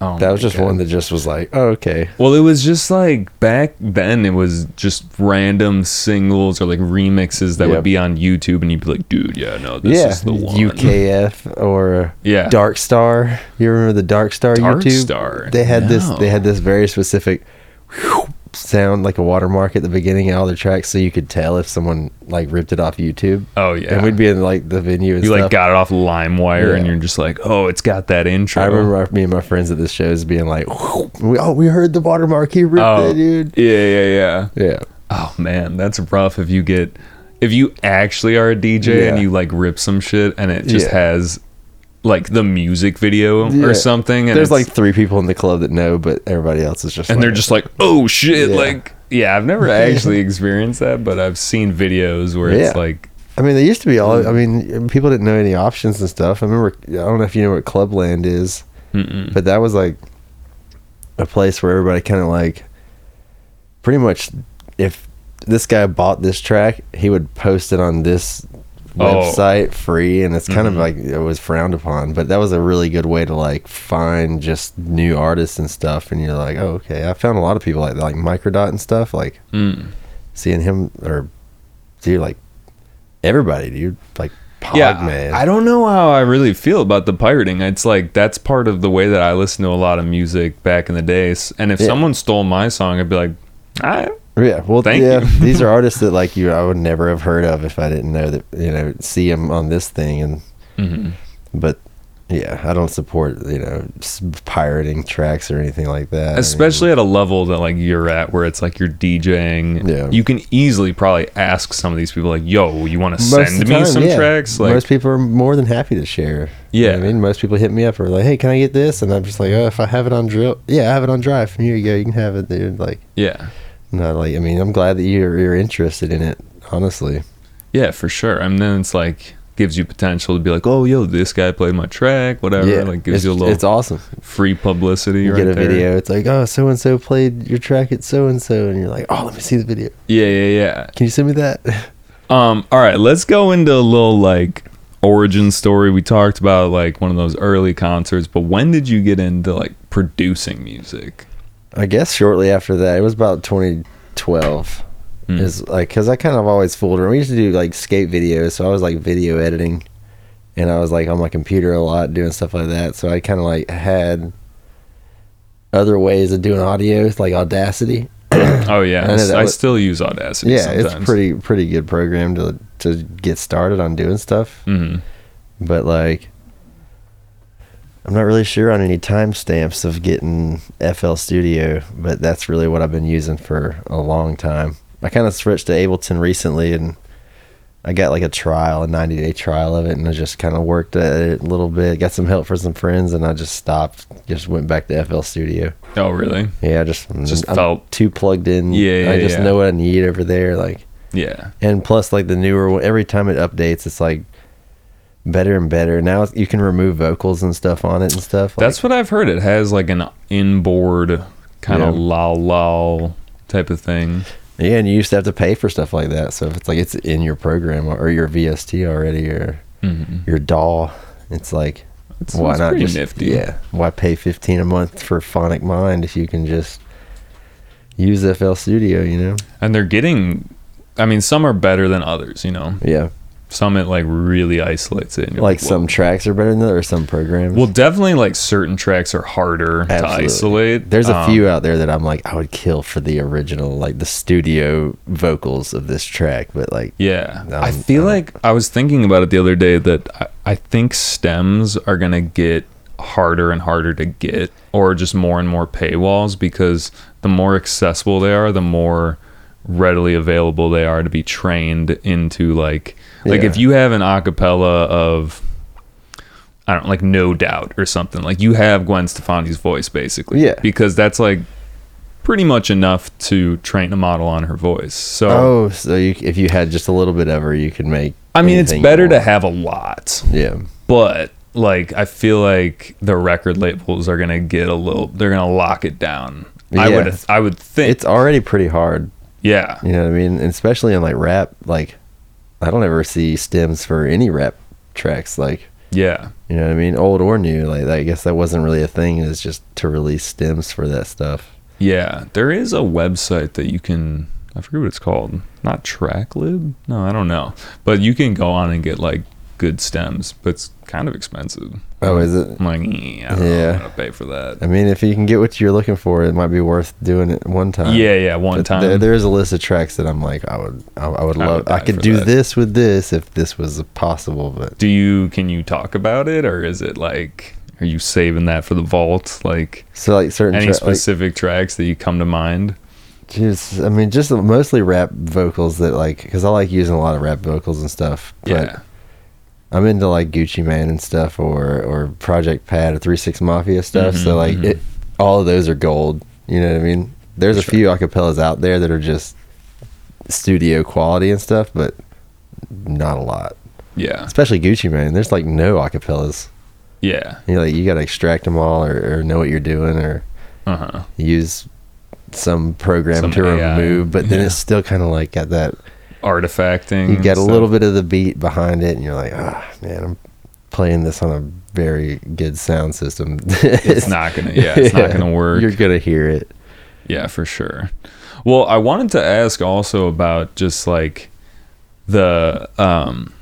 Speaker 3: Oh,
Speaker 2: That
Speaker 3: my
Speaker 2: was just
Speaker 3: God.
Speaker 2: one that just was like, oh, okay.
Speaker 3: Well, it was just like back then, it was just random singles or like remixes that
Speaker 2: Yeah.
Speaker 3: would be on YouTube, and you'd be like, dude, yeah, no, this
Speaker 2: yeah,
Speaker 3: is the one.
Speaker 2: UKF or
Speaker 3: Yeah.
Speaker 2: Dark Star. You remember the Dark Star
Speaker 3: Dark
Speaker 2: YouTube?
Speaker 3: Star.
Speaker 2: They had this. They
Speaker 3: No.
Speaker 2: had this very specific sound, like a watermark at the beginning of all their tracks, so you could tell if someone like ripped it off YouTube.
Speaker 3: Oh, yeah.
Speaker 2: and we'd be in like the venue and
Speaker 3: you
Speaker 2: stuff.
Speaker 3: like got it off LimeWire, and
Speaker 2: Yeah.
Speaker 3: you're just like, oh, it's got that intro.
Speaker 2: I remember our- me and my friends at the shows being like, we, "Oh, we heard the watermark. He ripped
Speaker 3: Oh,
Speaker 2: it, dude."
Speaker 3: yeah, yeah, yeah.
Speaker 2: Yeah,
Speaker 3: Oh man, that's rough. If you get, if you actually are a DJ and
Speaker 2: Yeah.
Speaker 3: you like rip some shit, and it just
Speaker 2: Yeah.
Speaker 3: has like the music video
Speaker 2: Yeah.
Speaker 3: or something, and
Speaker 2: there's
Speaker 3: it's-
Speaker 2: like three people in the club that know, but everybody else is just
Speaker 3: and
Speaker 2: like,
Speaker 3: they're just like, oh shit,
Speaker 2: Yeah.
Speaker 3: like yeah, I've never actually experienced that, but I've seen videos where it's
Speaker 2: Yeah.
Speaker 3: like
Speaker 2: I mean, they used to be all. I mean, people didn't know any options and stuff. I remember. I don't know if you know what Clubland is,
Speaker 3: Mm-mm.
Speaker 2: but that was like a place where everybody kind of like, pretty much, if this guy bought this track, he would post it on this
Speaker 3: Oh.
Speaker 2: website free, and it's kind of like it was frowned upon. But that was a really good way to like find just new artists and stuff. And you're like, oh, okay, I found a lot of people like that, like Microdot and stuff, like
Speaker 3: mm.
Speaker 2: seeing him or dude like everybody dude like Pog
Speaker 3: yeah.
Speaker 2: man
Speaker 3: I don't know how I really feel about the pirating. It's like that's part of the way that I listened to a lot of music back in the days, and if
Speaker 2: Yeah.
Speaker 3: someone stole my song, I'd be like, I
Speaker 2: yeah well
Speaker 3: Thank
Speaker 2: yeah
Speaker 3: you.
Speaker 2: these are artists that like you I would never have heard of if I didn't know that you know see him on this thing and
Speaker 3: Mm-hmm.
Speaker 2: but yeah I don't support you know s- pirating tracks or anything like that I mean,
Speaker 3: especially at a level that like you're at where it's like you're DJing.
Speaker 2: Yeah.
Speaker 3: You can easily probably ask some of these people like, "Yo, you want to
Speaker 2: most of
Speaker 3: send
Speaker 2: the
Speaker 3: me
Speaker 2: time,
Speaker 3: some
Speaker 2: yeah.
Speaker 3: tracks?" Like,
Speaker 2: most people are more than happy to share You know
Speaker 3: Yeah.
Speaker 2: what I mean most people hit me up or like hey can I get this and I'm just like oh if I have it on drill yeah I have it on drive here you go you can have it dude like
Speaker 3: yeah.
Speaker 2: No, like I mean, I'm glad that you're you're interested in it. Honestly,
Speaker 3: Yeah, for sure. I mean, then it's like gives you potential to be like, "Oh, yo, this guy played my track, whatever." Like gives
Speaker 2: it's,
Speaker 3: you a little
Speaker 2: it's awesome.
Speaker 3: free publicity
Speaker 2: You
Speaker 3: right
Speaker 2: get a
Speaker 3: there.
Speaker 2: video. It's like, oh, so and so played your track at so and so, and you're like, oh, let me see the video.
Speaker 3: Yeah, yeah, yeah.
Speaker 2: Can you send me that?
Speaker 3: Um, all right, let's go into a little like origin story. We talked about like one of those early concerts, but when did you get into like producing music?
Speaker 2: I guess shortly after that, it was about 2012.
Speaker 3: Mm.
Speaker 2: Is like because I kind of always fooled around. We used to do like skate videos, so I was like video editing, and I was like on my computer a lot doing stuff like that. So I kind of like had other ways of doing audio, like Audacity.
Speaker 3: Oh yeah,
Speaker 2: I know that
Speaker 3: I,
Speaker 2: was-
Speaker 3: still use Audacity.
Speaker 2: yeah
Speaker 3: sometimes.
Speaker 2: it's pretty pretty good program to to get started on doing stuff
Speaker 3: Mhm.
Speaker 2: but like i'm not really sure on any timestamps of getting fl studio but that's really what i've been using for a long time i kind of switched to ableton recently and i got like a trial a 90 day trial of it and i just kind of worked at it a little bit got some help from some friends and i just stopped just went back to fl studio
Speaker 3: Oh really?
Speaker 2: yeah i just
Speaker 3: Just
Speaker 2: I'm
Speaker 3: felt-
Speaker 2: too plugged in
Speaker 3: Yeah,
Speaker 2: i
Speaker 3: yeah,
Speaker 2: just
Speaker 3: yeah.
Speaker 2: know what i need over there like
Speaker 3: Yeah.
Speaker 2: and plus, like the newer one, every time it updates, it's like better and better. Now it's- you can remove vocals and stuff on it and stuff. Like,
Speaker 3: That's what I've heard. It has like an inboard kind
Speaker 2: Yeah.
Speaker 3: of la la type of thing.
Speaker 2: yeah, and you used to have to pay for stuff like that. So if it's like it's in your program or, or your VST already or
Speaker 3: Mhm.
Speaker 2: your DAW, it's like
Speaker 3: It's,
Speaker 2: why
Speaker 3: it's
Speaker 2: not
Speaker 3: pretty
Speaker 2: just
Speaker 3: nifty.
Speaker 2: yeah? Why pay fifteen a month for Phonic Mind if you can just use FL Studio? You know?
Speaker 3: And they're getting I mean, some are better than others, you know.
Speaker 2: Yeah,
Speaker 3: Some it like really isolates it. and you're
Speaker 2: like
Speaker 3: "Whoa."
Speaker 2: some tracks are better than others, some programs.
Speaker 3: Well, definitely like certain tracks are harder to
Speaker 2: Absolutely.
Speaker 3: isolate.
Speaker 2: There's a
Speaker 3: Um,
Speaker 2: few out there that I'm like, I would kill for the original, like the studio vocals of this track, but like, um, uh,
Speaker 3: Yeah.
Speaker 2: No,
Speaker 3: I
Speaker 2: I'm-
Speaker 3: feel
Speaker 2: I don't-
Speaker 3: like I was thinking about it the other day that I, I think stems are going to get harder and harder to get or just more and more paywalls because the more accessible they are, the more readily available they are to be trained into like like
Speaker 2: Yeah.
Speaker 3: if you have an acapella of I don't like no doubt or something like you have Gwen Stefani's voice basically
Speaker 2: Yeah.
Speaker 3: because that's like pretty much enough to train a model on her voice so
Speaker 2: oh, so you, if you had just a little bit of her, you could make.
Speaker 3: I mean, it's
Speaker 2: anything you
Speaker 3: better to
Speaker 2: want.
Speaker 3: have a lot,
Speaker 2: Yeah.
Speaker 3: but like I feel like the record labels are gonna get a little. They're gonna lock it down. I
Speaker 2: Yeah.
Speaker 3: would. I would think.
Speaker 2: It's already pretty hard
Speaker 3: Yeah.
Speaker 2: You know what I mean? And especially in like rap, like I don't ever see stems for any rap tracks. Like
Speaker 3: Yeah.
Speaker 2: you know what I mean, old or new. Like I guess that wasn't really a thing. Is just to release stems for that stuff.
Speaker 3: Yeah. There is a website that you can I forget what it's called. Not Tracklib? No, I don't know. But you can go on and get like good stems, but it's kind of expensive.
Speaker 2: Oh, is it?
Speaker 3: I'm like, eh, I don't know if
Speaker 2: Yeah.
Speaker 3: I'm gonna pay for that.
Speaker 2: I mean, if you can get what you're looking for, it might be worth doing it one time.
Speaker 3: Yeah, yeah, one
Speaker 2: But
Speaker 3: time.
Speaker 2: There, there's a list of tracks that I'm like, I would, I, I would
Speaker 3: I
Speaker 2: love.
Speaker 3: would
Speaker 2: I
Speaker 3: die
Speaker 2: could
Speaker 3: for
Speaker 2: do
Speaker 3: that.
Speaker 2: this with this if this was possible, but
Speaker 3: Do you can you talk about it or is it like are you saving that for the vault? Like
Speaker 2: So like certain
Speaker 3: any
Speaker 2: tra- like,
Speaker 3: specific tracks that you come to mind?
Speaker 2: just I mean just mostly rap vocals that like because I like using a lot of rap vocals and stuff. But
Speaker 3: Yeah.
Speaker 2: I'm into like Gucci Man and stuff or or Project Pad or Three Six Mafia stuff. so
Speaker 3: Mm-hmm,
Speaker 2: like it, all of those are gold. You know what I mean? There's a few acapellas out there that are just studio quality and stuff, but not a lot.
Speaker 3: Yeah.
Speaker 2: Especially Gucci Man. There's like no acapellas.
Speaker 3: Yeah.
Speaker 2: You know, like you got to extract them all or, or know what you're doing or
Speaker 3: Uh-huh.
Speaker 2: use some program
Speaker 3: Some
Speaker 2: to
Speaker 3: AI.
Speaker 2: remove, but then
Speaker 3: Yeah. Mm,
Speaker 2: it's still kind of like got that
Speaker 3: Artifacting.
Speaker 2: you
Speaker 3: and
Speaker 2: get a
Speaker 3: stuff.
Speaker 2: little bit of the beat behind it, and you're like, ah, man, I'm playing this on a very good sound system.
Speaker 3: It's not gonna yeah, it's not gonna work.
Speaker 2: You're gonna hear it.
Speaker 3: Yeah, for sure. Well, I wanted to ask also about just like the um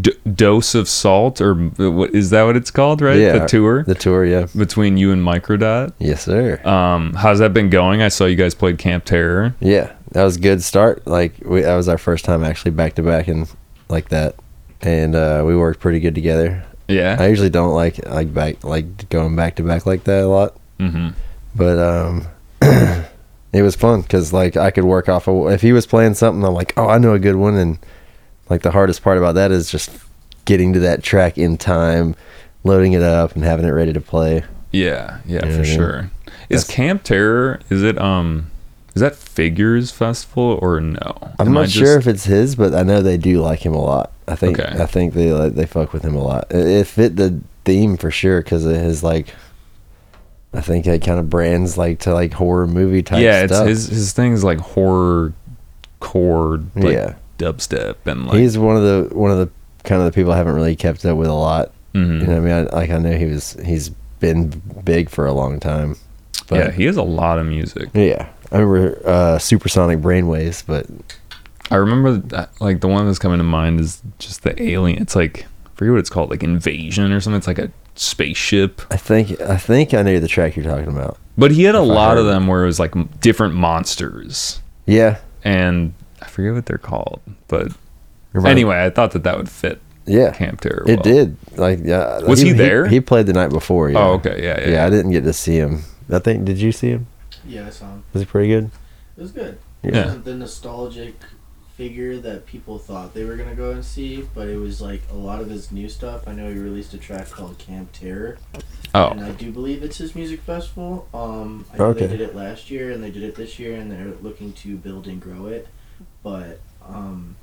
Speaker 3: d- dose of salt or uh, what is that what it's called, right?
Speaker 2: Yeah,
Speaker 3: The tour
Speaker 2: the tour, yeah,
Speaker 3: between you and Microdot.
Speaker 2: yes, sir.
Speaker 3: Um how's that been going? I saw you guys played Camp Terror.
Speaker 2: Yeah, that was a good start. Like we, that was our first time actually back to back and like that, and uh, we worked pretty good together.
Speaker 3: Yeah.
Speaker 2: I usually don't like like back like going back to back like that a lot.
Speaker 3: mm-hmm.
Speaker 2: but um it was fun because like i could work off of if he was playing something i'm like oh i know a good one and like the hardest part about that is just getting to that track in time loading it up and having it ready to play
Speaker 3: Yeah, yeah,
Speaker 2: You know what I
Speaker 3: for
Speaker 2: mean?
Speaker 3: sure. Is
Speaker 2: That's-
Speaker 3: Camp Terror is it um is that Figures Festival or no?
Speaker 2: i'm
Speaker 3: Am I
Speaker 2: not
Speaker 3: just-
Speaker 2: sure if it's his but i know they do like him a lot i think
Speaker 3: Okay.
Speaker 2: i think they like, they fuck with him a lot it, it fit the theme for sure because it is like i think it kind of brands like to like horror movie type
Speaker 3: yeah, it's
Speaker 2: stuff.
Speaker 3: his his thing's like horror core like
Speaker 2: Yeah.
Speaker 3: dubstep and like
Speaker 2: he's one of the one of the kind of the people i haven't really kept up with a lot
Speaker 3: Mhm.
Speaker 2: You know what I mean? I, like I know he was he's been big for a long time.
Speaker 3: yeah,
Speaker 2: But
Speaker 3: he has a lot of music.
Speaker 2: yeah, I remember uh, Supersonic Brainwaves, but
Speaker 3: I remember that, like the one that's coming to mind is just the alien. It's like I forget what it's called, like Invasion or something. It's like a spaceship.
Speaker 2: I think I think I know the track you're talking about.
Speaker 3: But he had a
Speaker 2: If I
Speaker 3: lot of
Speaker 2: heard it.
Speaker 3: them where it was like m- different monsters
Speaker 2: Yeah.
Speaker 3: and I forget what they're called, but
Speaker 2: Remind-
Speaker 3: Anyway, I thought that that would fit
Speaker 2: yeah.
Speaker 3: Camp Terror.
Speaker 2: It
Speaker 3: well.
Speaker 2: did. Like yeah.
Speaker 3: Was he there?
Speaker 2: He, played the night before. Yeah.
Speaker 3: Oh, okay. Yeah, yeah.
Speaker 2: Yeah, I didn't get to see him. I think did you see him?
Speaker 5: Yeah, I saw him.
Speaker 2: Was he pretty good?
Speaker 5: It was good.
Speaker 2: Yeah.
Speaker 5: It wasn't the nostalgic figure that people thought they were gonna go and see, but it was like a lot of his new stuff. I know he released a track called Camp Terror, and
Speaker 3: Oh,
Speaker 5: I do believe it's his music festival. Um, I know
Speaker 2: Okay.
Speaker 5: they did it last year and they did it this year, and they're looking to build and grow it. But um,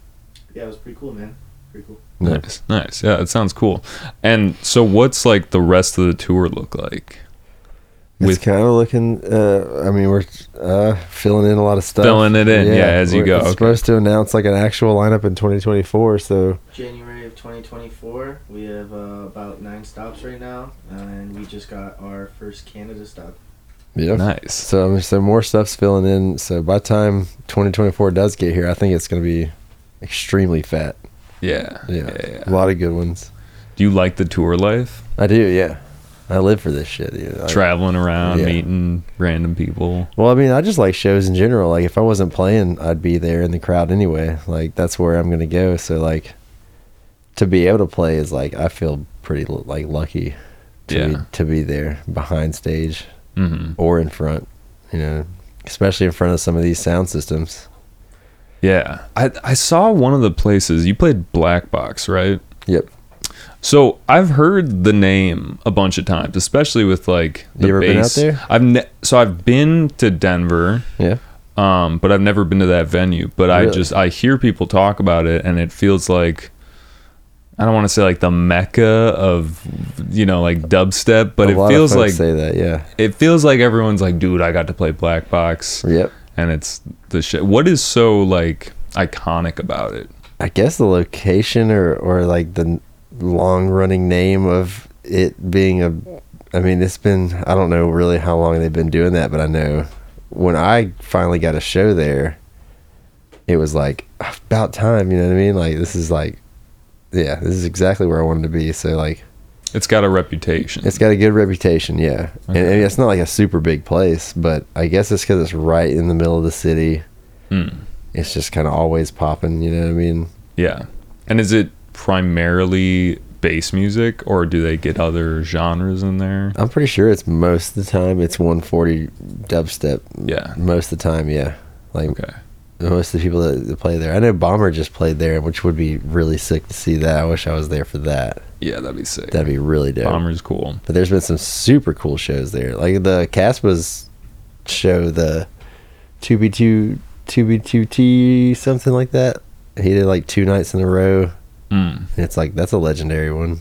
Speaker 5: yeah, it was pretty cool, man. Pretty cool.
Speaker 2: No.
Speaker 3: nice, nice. Yeah, it sounds cool. And so, what's like the rest of the tour look like? With-
Speaker 2: it's kind of looking. Uh, I mean, we're uh, filling in a lot of stuff.
Speaker 3: Filling it in, yeah, as you
Speaker 2: we're-
Speaker 3: go,
Speaker 2: It's
Speaker 3: okay.
Speaker 2: supposed to announce like an actual lineup in 2024. So
Speaker 5: January of 2024. We have uh, about nine stops right now, and we just got our first Canada stop.
Speaker 2: yeah,
Speaker 3: Nice.
Speaker 2: So I mean, so more stuff's filling in. So by the time 2024 does get here, I think it's going to be extremely fat.
Speaker 3: Yeah.
Speaker 2: Yeah.
Speaker 3: yeah, yeah.
Speaker 2: a lot of good ones.
Speaker 3: Do you like the tour life?
Speaker 2: I do. Yeah, I live for this shit. You know, like-
Speaker 3: Traveling around,
Speaker 2: Yeah.
Speaker 3: meeting random people.
Speaker 2: well, I mean, I just like shows in general. Like if I wasn't playing, I'd be there in the crowd anyway. Like that's where I'm going to go. So like to be able to play is like I feel pretty l- like lucky to be,
Speaker 3: Yeah.
Speaker 2: to be there behind stage
Speaker 3: hmm
Speaker 2: or in front. You know, especially in front of some of these sound systems.
Speaker 3: Yeah. I I saw one of the places you played Black Box, right?
Speaker 2: Yep.
Speaker 3: So I've heard the name a bunch of times, especially with like the
Speaker 2: You ever been out
Speaker 3: bass.
Speaker 2: there?
Speaker 3: I've ne- so I've been to Denver.
Speaker 2: Yeah.
Speaker 3: um, but I've never been to that venue. But I
Speaker 2: Really?
Speaker 3: just I hear people talk about it, and it feels like I don't want to say like the mecca of you know like dubstep, but
Speaker 2: A
Speaker 3: it
Speaker 2: lot of
Speaker 3: feels
Speaker 2: folks
Speaker 3: like
Speaker 2: say that. Yeah.
Speaker 3: it feels like everyone's like, dude, I got to play Black Box,
Speaker 2: Yep.
Speaker 3: and it's the shit. What is so like iconic about it?
Speaker 2: I guess the location or or like the long running name of it being a. I mean, it's been I don't know really how long they've been doing that, but I know when I finally got a show there, it was like about time. You know what I mean? Like this is like, yeah, this is exactly where I wanted to be. So like,
Speaker 3: It's got a reputation.
Speaker 2: it's got a good reputation. Yeah, and,
Speaker 3: Okay.
Speaker 2: and it's not like a super big place, but I guess it's because it's right in the middle of the city.
Speaker 3: Mm.
Speaker 2: It's just kind of always popping. You know what I mean?
Speaker 3: Yeah. And is it primarily bass music or do they get other genres in there?
Speaker 2: I'm pretty sure it's most of the time it's 140 dubstep.
Speaker 3: Yeah.
Speaker 2: Most of the time, yeah. Like
Speaker 3: Okay.
Speaker 2: most of the people that, that play there. I know Bomber just played there, which would be really sick to see that. I wish I was there for that.
Speaker 3: Yeah, that'd be sick.
Speaker 2: That'd be really dope.
Speaker 3: Bomber's cool.
Speaker 2: But there's been some super cool shows there. Like the Caspa's show, the 2B2 2B2T something like that. He did like two nights in a row.
Speaker 3: Mm.
Speaker 2: And it's like that's a legendary one.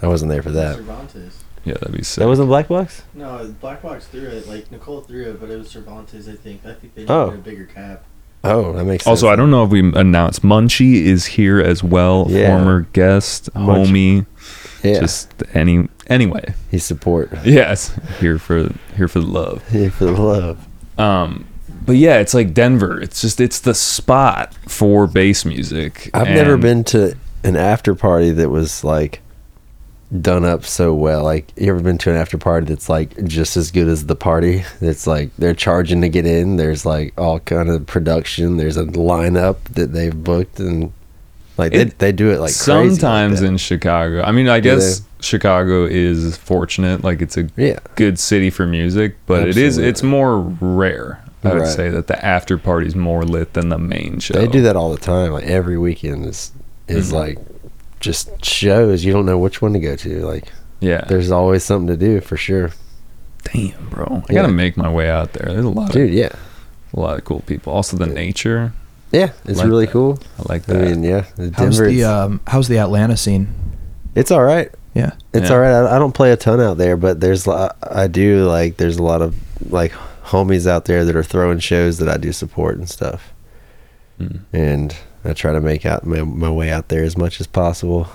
Speaker 2: I wasn't there for that.
Speaker 5: Cervantes.
Speaker 3: Yeah, that'd be sick.
Speaker 2: That wasn't Black Box?
Speaker 5: No, Black Box threw it. Like Nicole threw it, but it was Cervantes. I think. I think they needed
Speaker 2: Oh.
Speaker 5: a bigger cap.
Speaker 2: Oh, that makes sense.
Speaker 3: also, I don't know if we announced Munchie is here as well,
Speaker 2: Yeah.
Speaker 3: former guest,
Speaker 2: Munchie.
Speaker 3: homie,
Speaker 2: yeah.
Speaker 3: just any anyway.
Speaker 2: He support.
Speaker 3: Yes, here for here for the love.
Speaker 2: Yeah, for the love.
Speaker 3: Um, but yeah, it's like Denver. It's just it's the spot for bass music.
Speaker 2: I've never
Speaker 3: And-
Speaker 2: been to an after party that was like done up so well. Like, you ever been to an after party that's like just as good as the party? It's like they're charging to get in. There's like all kind of production. There's a lineup that they've booked and like
Speaker 3: It-
Speaker 2: they, they do it like crazy like
Speaker 3: sometimes
Speaker 2: that.
Speaker 3: in Chicago. I mean, I
Speaker 2: Do
Speaker 3: guess Chicago is fortunate. Like it's a
Speaker 2: yeah.
Speaker 3: good city for music, but it is it's
Speaker 2: Absolutely.
Speaker 3: more rare. I would
Speaker 2: Right.
Speaker 3: say that the after party's more lit than the main show.
Speaker 2: They do that all the time. Like every weekend is is
Speaker 3: Mhm.
Speaker 2: like just shows. You don't know which one to go to. Like
Speaker 3: Yeah.
Speaker 2: there's always something to do for sure,
Speaker 3: Damn, bro. I
Speaker 2: Yeah.
Speaker 3: gotta make my way out there. There's a lot
Speaker 2: dude. Yeah,
Speaker 3: of a lot of cool people. Also the nature.
Speaker 2: yeah. It's
Speaker 3: Like
Speaker 2: really
Speaker 3: that.
Speaker 2: cool.
Speaker 3: I like
Speaker 2: I
Speaker 3: that.
Speaker 2: mean, yeah, the
Speaker 1: How's
Speaker 2: Denver.
Speaker 1: the
Speaker 2: it's,
Speaker 1: um, how's the Atlanta scene?
Speaker 2: it's all right.
Speaker 1: Yeah.
Speaker 2: It's
Speaker 3: Yeah.
Speaker 2: all right. I, I don't play a ton out there, but there's lo- I do like there's a lot of like homies out there that are throwing shows that I do support and stuff,
Speaker 3: Mm.
Speaker 2: and I try to make out my, my way out there as much as possible.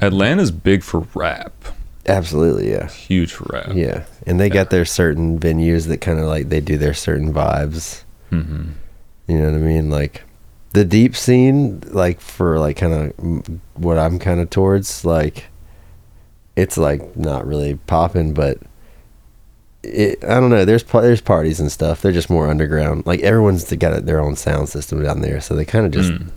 Speaker 3: Atlanta's big for rap.
Speaker 2: Absolutely, yeah,
Speaker 3: Huge for rap.
Speaker 2: yeah. And they got their certain venues that kind of like they do their certain vibes.
Speaker 3: hmm
Speaker 2: You know what I mean? Like the deep scene, like for like kind of what I'm kind of towards, like it's like not really popping, but it, I don't know. There's pa- there's parties and stuff. They're just more underground. Like everyone's got their own sound system down there, so they kind of just
Speaker 3: Mm.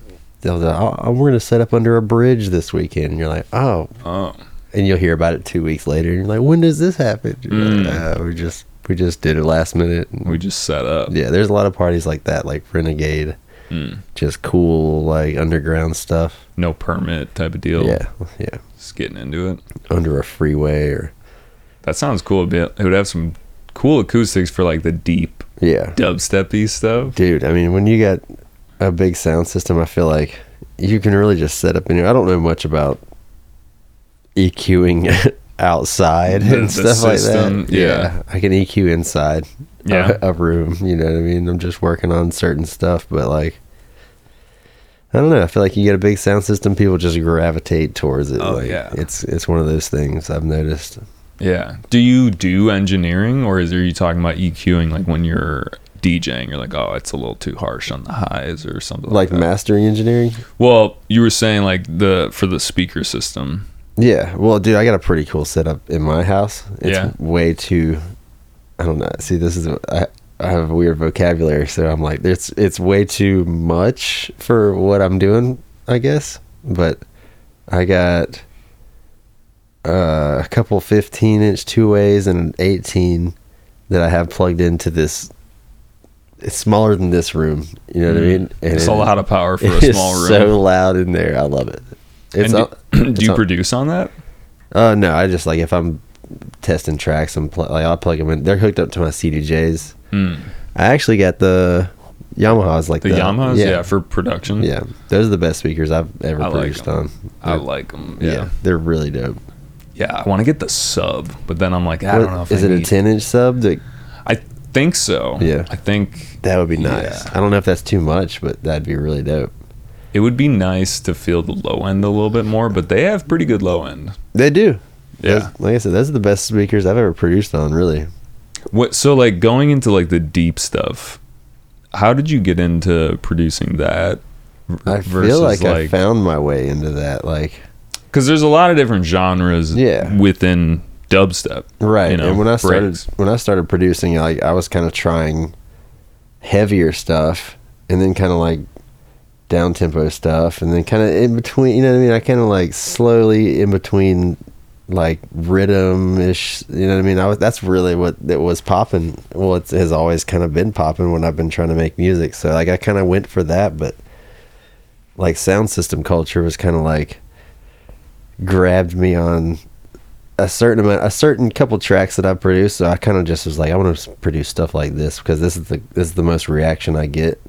Speaker 2: they'll be like, oh, we're gonna set up under a bridge this weekend. And you're like, oh,
Speaker 3: Oh.
Speaker 2: and you'll hear about it two weeks later. And you're like, when does this happen? You're like,
Speaker 3: Mm.
Speaker 2: "Ah, we just we just did it last minute.
Speaker 3: We just set up.
Speaker 2: yeah, there's a lot of parties like that, like Renegade
Speaker 3: Mm.
Speaker 2: just cool like underground stuff.
Speaker 3: no permit type of deal.
Speaker 2: Yeah, yeah,
Speaker 3: Just getting into it.
Speaker 2: under a freeway or
Speaker 3: That sounds cool. It'd be- It would have some cool acoustics for like the deep
Speaker 2: yeah,
Speaker 3: dubstepy stuff.
Speaker 2: dude. I mean, when you got a big sound system, I feel like you can really just set up in here. I don't know much about EQing outside
Speaker 3: The-
Speaker 2: and
Speaker 3: the
Speaker 2: stuff
Speaker 3: system,
Speaker 2: like that.
Speaker 3: yeah.
Speaker 2: I can EQ inside
Speaker 3: Yeah.
Speaker 2: a, a room. You know what I mean? I'm just working on certain stuff, but like. I don't know. I feel like you get a big sound system, people just gravitate towards it.
Speaker 3: Oh,
Speaker 2: like,
Speaker 3: yeah.
Speaker 2: it's it's one of those things I've noticed.
Speaker 3: Yeah. Do you do engineering or is are you talking about EQing like when you're DJing? You're like, oh, it's a little too harsh on the highs or something
Speaker 2: like
Speaker 3: like, that.
Speaker 2: mastering engineering
Speaker 3: Well, you were saying like the for the speaker system.
Speaker 2: yeah well dude i got a pretty cool setup in my house it's
Speaker 3: Yeah.
Speaker 2: way too i don't know see this is I, I have a weird vocabulary so i'm like it's it's way too much for what i'm doing i guess but i got uh, a couple 15 inch two ways and an 18 that i have plugged into this it's smaller than this room you know what i mean and
Speaker 3: Mm-hmm. it's a
Speaker 2: it-
Speaker 3: lot of power for a
Speaker 2: It is
Speaker 3: small room.
Speaker 2: so loud in there. I love it. It's
Speaker 3: And
Speaker 2: on,
Speaker 3: do, do
Speaker 2: it's
Speaker 3: you
Speaker 2: on-
Speaker 3: produce on that?
Speaker 2: uh, no, I just like if I'm testing tracks and pl- like I'll plug them in. They're hooked up to my CDJs.
Speaker 3: Mm.
Speaker 2: I actually got the Yamahas like
Speaker 3: The
Speaker 2: that.
Speaker 3: Yamahas, yeah. for production.
Speaker 2: yeah. Those are the best speakers I've ever
Speaker 3: I like
Speaker 2: produced
Speaker 3: 'em.
Speaker 2: on.
Speaker 3: I
Speaker 2: They're-
Speaker 3: like them. Yeah. yeah,
Speaker 2: they're really dope.
Speaker 3: I want to get the sub, but then I'm like, I
Speaker 2: What-
Speaker 3: don't know if
Speaker 2: is
Speaker 3: I
Speaker 2: it
Speaker 3: need-
Speaker 2: a ten inch sub? That,
Speaker 3: I think so.
Speaker 2: Yeah.
Speaker 3: I think
Speaker 2: That would be nice.
Speaker 3: Yeah.
Speaker 2: I don't know if that's too much, but that'd be really dope.
Speaker 3: it would be nice to feel the low end a little bit more, but they have pretty good low end.
Speaker 2: They do.
Speaker 3: Yeah.
Speaker 2: Those- like I said, those are the best speakers I've ever produced on, really.
Speaker 3: What so like going into like the deep stuff? How did you get into producing that?
Speaker 2: I feel like, I found my way into that. Like,
Speaker 3: because there's a lot of different genres
Speaker 2: Yeah.
Speaker 3: within dubstep.
Speaker 2: right.
Speaker 3: You know,
Speaker 2: and when I started,
Speaker 3: breaks.
Speaker 2: when I started producing, like, I was kind of trying heavier stuff and then kind of like down tempo stuff and then kind of in between, you know what I mean? I kind of like slowly in between like rhythm ish, you know what I mean? I was, that's really what it was popping. Well, it has always kind of been popping when I've been trying to make music. So like, I kind of went for that, but like sound system culture was kind of like grabbed me on a certain amount, a certain couple tracks that I produced. So I kind of just was like, I want to produce stuff like this because this is the this is the most reaction I get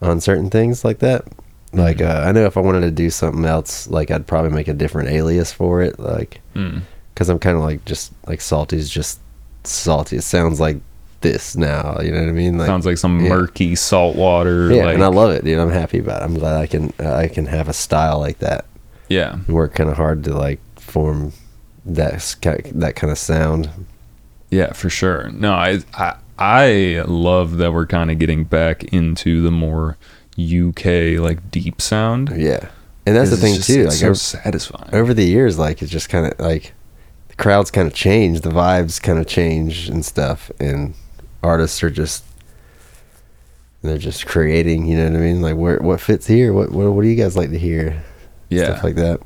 Speaker 2: on certain things like that. Like
Speaker 3: Mm-hmm.
Speaker 2: uh, I know if I wanted to do something else, like I'd probably make a different alias for it, like
Speaker 3: Mm.
Speaker 2: because I'm kind of like just like salty is just salty. It sounds like this now, you know what I mean? Like
Speaker 3: Sounds like some
Speaker 2: yeah.
Speaker 3: murky saltwater.
Speaker 2: yeah,
Speaker 3: like,
Speaker 2: and I love it, dude. I'm happy about. it. I'm glad I can uh, I can have a style like that
Speaker 3: yeah.
Speaker 2: work kind of hard to like form that s- ki- that kind of sound.
Speaker 3: Yeah, for sure. No, I I, I love that we're kind of getting back into the more UK like deep sound.
Speaker 2: Yeah, and that's the
Speaker 3: It's
Speaker 2: thing
Speaker 3: just-
Speaker 2: too.
Speaker 3: it's
Speaker 2: Like
Speaker 3: so
Speaker 2: over,
Speaker 3: satisfying.
Speaker 2: over the years, like it's just kind of like the crowds kind of change, the vibes kind of change and stuff, and artists are just they're just creating. You know what I mean? Like where what fits here? What what, what do you guys like to hear?
Speaker 3: yeah,
Speaker 2: stuff like that.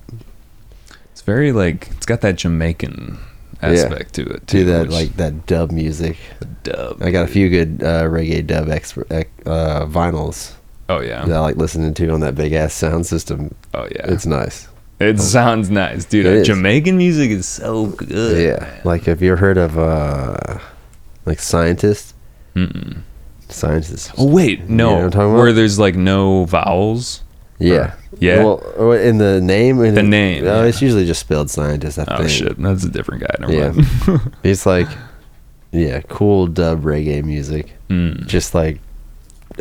Speaker 3: it's very like it's got that Jamaican aspect to it.
Speaker 2: Do
Speaker 3: too,
Speaker 2: that
Speaker 3: which-
Speaker 2: like that dub music.
Speaker 3: dub.
Speaker 2: I got a few good uh, reggae dub exp- ec- uh, vinyls
Speaker 3: Oh yeah.
Speaker 2: that I like listening to on that big ass sound system.
Speaker 3: Oh yeah.
Speaker 2: It's nice.
Speaker 3: it sounds nice, dude.
Speaker 2: It
Speaker 3: Uh,
Speaker 2: is.
Speaker 3: Jamaican music is so good.
Speaker 2: yeah. Like, have you ever heard of uh, like scientist?
Speaker 3: Mm-mm.
Speaker 2: Scientist.
Speaker 3: Oh wait, no.
Speaker 2: what I'm talking about?
Speaker 3: Where there's like no vowels.
Speaker 2: yeah.
Speaker 3: Yeah.
Speaker 2: Well, oh, in the name. In
Speaker 3: The name,
Speaker 2: No, it's usually just spelled scientist. I
Speaker 3: Oh
Speaker 2: think.
Speaker 3: shit, that's a different guy. Never
Speaker 2: Yeah.
Speaker 3: mind.
Speaker 2: It's like, yeah, cool dub reggae music.
Speaker 3: Mm.
Speaker 2: Just like,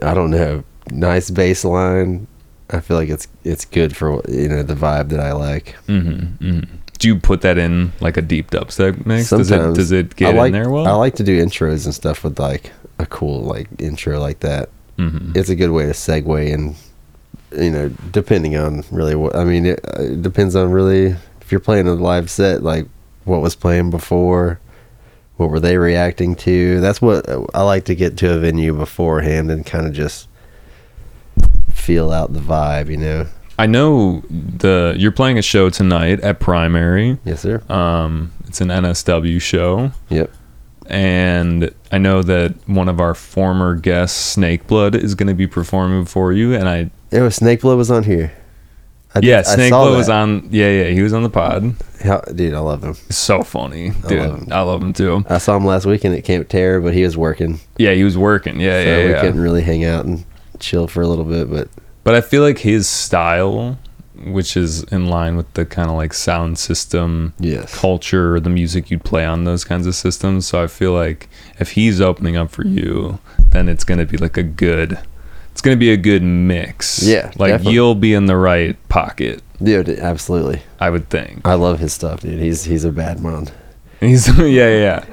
Speaker 2: I don't know, nice bass line. I feel like it's it's good for you know the vibe that I like.
Speaker 3: Mm-hmm, Do you put that in like a deep dubstep mix?
Speaker 2: Sometimes.
Speaker 3: Does it does it
Speaker 2: I
Speaker 3: get
Speaker 2: like,
Speaker 3: in there well?
Speaker 2: I like to do intros and stuff with like a cool like intro like that.
Speaker 3: Mhm.
Speaker 2: It's a good way to segue and you know depending on really what I mean it, uh, it depends on really if you're playing a live set like what was playing before, what were they reacting to. That's what uh, I like to get to a venue beforehand and kind of just feel out the vibe. You know,
Speaker 3: I know the you're playing a show tonight at Primary.
Speaker 2: yes sir.
Speaker 3: Um, it's an NSW show,
Speaker 2: Yep.
Speaker 3: and I know that one of our former guests, Snakeblood, is going to be performing for you. And I
Speaker 2: It was Snake Blood was on here. I did-
Speaker 3: yeah,
Speaker 2: I saw
Speaker 3: Snakeblood was
Speaker 2: that.
Speaker 3: on. Yeah, yeah, he was on the pod.
Speaker 2: How, dude, I love him.
Speaker 3: It's so funny,
Speaker 2: I
Speaker 3: dude. I
Speaker 2: love
Speaker 3: love
Speaker 2: him.
Speaker 3: him, too.
Speaker 2: I saw him last weekend at Camp Terror, but he was working,
Speaker 3: Yeah, he was working. Yeah,
Speaker 2: so
Speaker 3: yeah,
Speaker 2: we
Speaker 3: yeah.
Speaker 2: couldn't really hang out and chill for a little bit. But
Speaker 3: But I feel like his style, which is in line with the kind of like sound system
Speaker 2: yes,
Speaker 3: culture, the music you'd play on those kinds of systems. So I feel like if he's opening up for you, then it's going to be like a good, it's going to be a good mix.
Speaker 2: Yeah,
Speaker 3: Like
Speaker 2: definitely.
Speaker 3: you'll be in the right pocket,
Speaker 2: dude, absolutely.
Speaker 3: I would think.
Speaker 2: I love his stuff, dude. He's he's a bad man.
Speaker 3: And he's, yeah, yeah, yeah.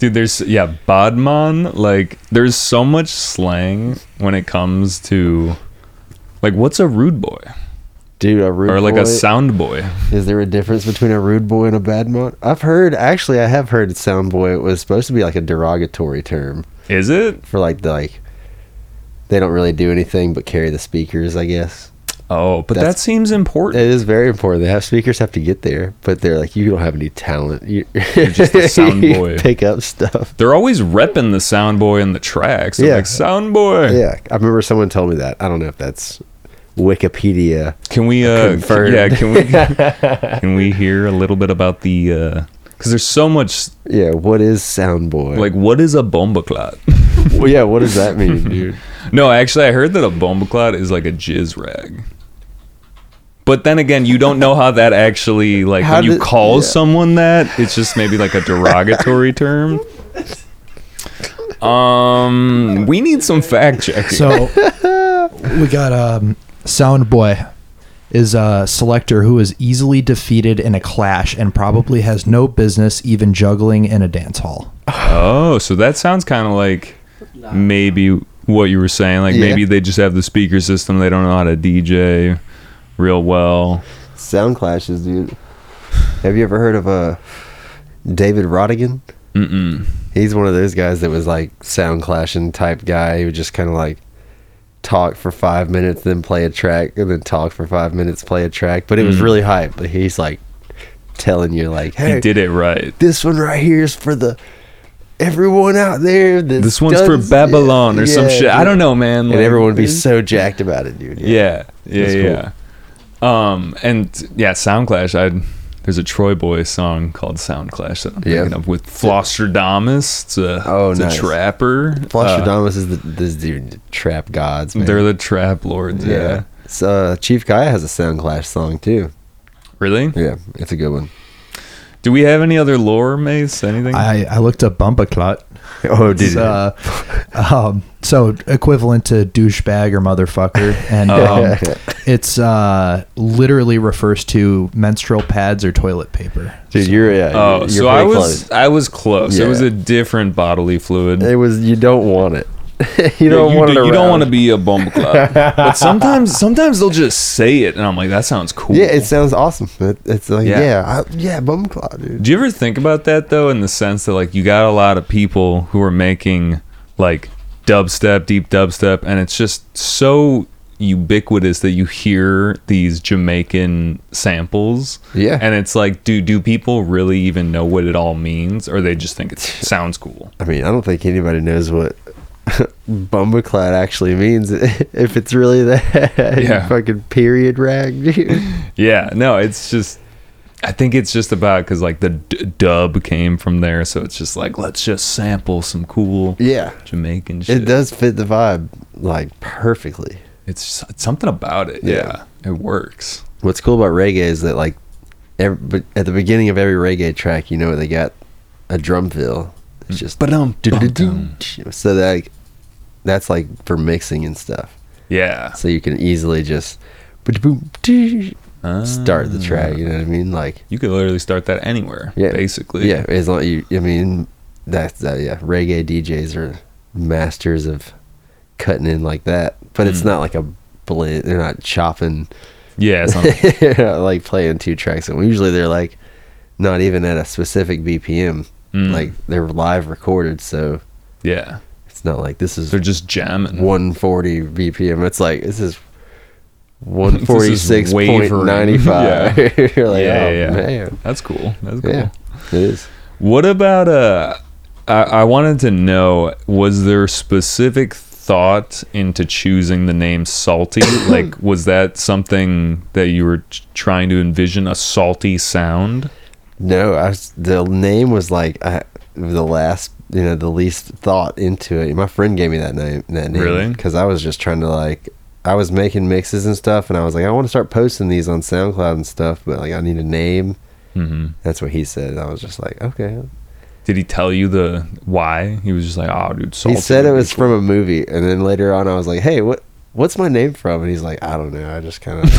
Speaker 3: Dude, there's, yeah, Bodman, like, there's so much slang when it comes to, like, what's a rude boy?
Speaker 2: Dude, a rude
Speaker 3: or like
Speaker 2: boy.
Speaker 3: a sound boy.
Speaker 2: Is there a difference between a rude boy and a bad man? I've heard actually, I have heard sound boy was supposed to be like a derogatory term
Speaker 3: Is it?
Speaker 2: for like the like they don't really do anything but carry the speakers, I guess.
Speaker 3: Oh, but
Speaker 2: That's-
Speaker 3: that seems important.
Speaker 2: It is very important. They have speakers have to get there, but they're like, you don't have any talent. You, are
Speaker 3: just a sound boy.
Speaker 2: Pick up stuff.
Speaker 3: They're always repping the sound boy in the tracks. They're
Speaker 2: Yeah.
Speaker 3: like, sound boy.
Speaker 2: Yeah, I remember someone told me that. I don't know if that's Wikipedia.
Speaker 3: Can we uh
Speaker 2: Confirmed.
Speaker 3: can, yeah, can we can we hear a little bit about the uh cuz there's so much
Speaker 2: Yeah, what is sound boy?
Speaker 3: like what is a bomba clot?
Speaker 2: well, yeah, what does that mean, dude?
Speaker 3: no, actually I heard that a bomba clot is like a jizz rag. But then again, you don't know how that actually like
Speaker 2: How
Speaker 3: when you
Speaker 2: did-
Speaker 3: call
Speaker 2: yeah.
Speaker 3: someone that, it's just maybe like a derogatory term. Um, we need some fact checking.
Speaker 1: So we got um, Sound Boy is a selector who is easily defeated in a clash and probably has no business even juggling in a dance hall.
Speaker 3: oh, so that sounds kind of like
Speaker 5: Nah.
Speaker 3: maybe what you were saying. Like
Speaker 2: Yeah.
Speaker 3: maybe they just have the speaker system. They don't know how to DJ real well.
Speaker 2: Sound clashes, dude. Have you ever heard of uh, David Rodigan?
Speaker 3: Mm-mm.
Speaker 2: He's one of those guys that was like sound clashing type guy. He would just kind of like talk for five minutes, then play a track, and then talk for five minutes, play a track. But it was really hype. But he's like telling you, like, hey,
Speaker 3: Mm. He did it right.
Speaker 2: this one right here is for the everyone out there. that's
Speaker 3: This one's
Speaker 2: done-
Speaker 3: for Babylon or some
Speaker 2: Yeah,
Speaker 3: shit. I
Speaker 2: dude.
Speaker 3: don't know, man.
Speaker 2: And
Speaker 3: like-
Speaker 2: everyone would be so jacked about it, dude.
Speaker 3: Yeah, yeah,
Speaker 2: That's cool.
Speaker 3: yeah. Um, and yeah, Soundclash. I there's a Troy Boy song called Soundclash that I'm
Speaker 2: Yeah.
Speaker 3: thinking of with Flostradamus. It's a,
Speaker 2: Oh,
Speaker 3: it's a
Speaker 2: nice.
Speaker 3: trapper.
Speaker 2: Flusher
Speaker 3: Uh,
Speaker 2: Damas is the, this dude, trap gods, man.
Speaker 3: they're the trap lords. Yeah.
Speaker 2: So, uh, Chief Kaya has a Sound Clash song too.
Speaker 3: Really?
Speaker 2: Yeah, it's a good one.
Speaker 3: Do we have any other lore, Mace? Anything?
Speaker 1: I, I looked up Bumba Clot.
Speaker 2: Oh,
Speaker 1: It's, uh, um, so equivalent to douchebag or motherfucker, and um, it's uh, literally refers to menstrual pads or toilet paper.
Speaker 2: dude, you're yeah.
Speaker 3: oh,
Speaker 2: you're,
Speaker 3: so
Speaker 2: you're
Speaker 3: I
Speaker 2: pretty
Speaker 3: was I was close. It was
Speaker 2: Yeah.
Speaker 3: a different bodily fluid.
Speaker 2: close. It was you don't want it. you
Speaker 3: Yeah,
Speaker 2: don't want
Speaker 3: do-
Speaker 2: it.
Speaker 3: you don't
Speaker 2: around.
Speaker 3: want to be a bum club. but sometimes sometimes they'll just say it, and I'm like, that sounds cool.
Speaker 2: Yeah, it sounds awesome. It, it's like
Speaker 3: Yeah.
Speaker 2: yeah, yeah, I, yeah bum claw, dude.
Speaker 3: Do you ever think about that though, in the sense that like you got a lot of people who are making like dubstep, deep dubstep, and it's just so ubiquitous that you hear these Jamaican samples.
Speaker 2: Yeah.
Speaker 3: And it's like, do do people really even know what it all means? Or they just think it sounds cool.
Speaker 2: I mean, I don't think anybody knows what bumbleclad actually means if it's really that
Speaker 3: Yeah.
Speaker 2: fucking period rag, dude.
Speaker 3: Yeah, no, it's just I think it's just about because like the d- dub came from there, so it's just like let's just sample some cool
Speaker 2: Yeah,
Speaker 3: Jamaican
Speaker 2: it
Speaker 3: shit.
Speaker 2: does fit the vibe like perfectly.
Speaker 3: It's, it's something about it.
Speaker 2: Yeah.
Speaker 3: yeah, it works.
Speaker 2: What's cool about reggae is that like, every, but at the beginning of every reggae track, you know they got a drum fill. It's just
Speaker 3: But um,
Speaker 2: Do-do-do. so that like, that's like for mixing and stuff.
Speaker 3: yeah,
Speaker 2: So you can easily just ba-da-boom, doo, start the track. You know what I mean? Like
Speaker 3: you could literally start that anywhere.
Speaker 2: yeah,
Speaker 3: basically.
Speaker 2: yeah. As long you, I mean, that's that. Yeah, reggae DJs are masters of cutting in like that. But it's not like a blend. They're not chopping.
Speaker 3: yeah. It's not,
Speaker 2: Yeah, like playing two tracks and usually they're like not even at a specific bpm
Speaker 3: Mm.
Speaker 2: like they're live recorded so
Speaker 3: yeah,
Speaker 2: it's not like this is
Speaker 3: they're just jamming.
Speaker 2: 140 bpm it's like this is
Speaker 3: This is wavering.
Speaker 2: 146.95 You're like,
Speaker 3: yeah,
Speaker 2: oh,
Speaker 3: yeah.
Speaker 2: man.
Speaker 3: That's cool. That's cool.
Speaker 2: yeah it is
Speaker 3: What about uh? I, I wanted to know: was there specific thought into choosing the name Salty? like, was that something that you were t- trying to envision a salty sound?
Speaker 2: no i was, the name was like I, the last you know the least thought into it my friend gave me that name that name
Speaker 3: Really?
Speaker 2: because i was just trying to like i was making mixes and stuff and i was like i want to start posting these on soundcloud and stuff but like i need a name
Speaker 3: hmm
Speaker 2: that's what he said and i was just like okay
Speaker 3: Did he tell you the why? He was just like, "Oh, dude, salty."
Speaker 2: he said it
Speaker 3: would be
Speaker 2: was from a movie and then later on i was like hey what what's my name from and he's like i don't know i just kind of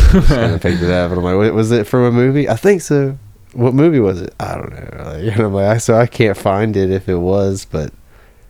Speaker 2: picked it up and i'm like "Wait, was it from a movie i think so what movie was it i don't know like, and i'm like I- so i can't find it if it was but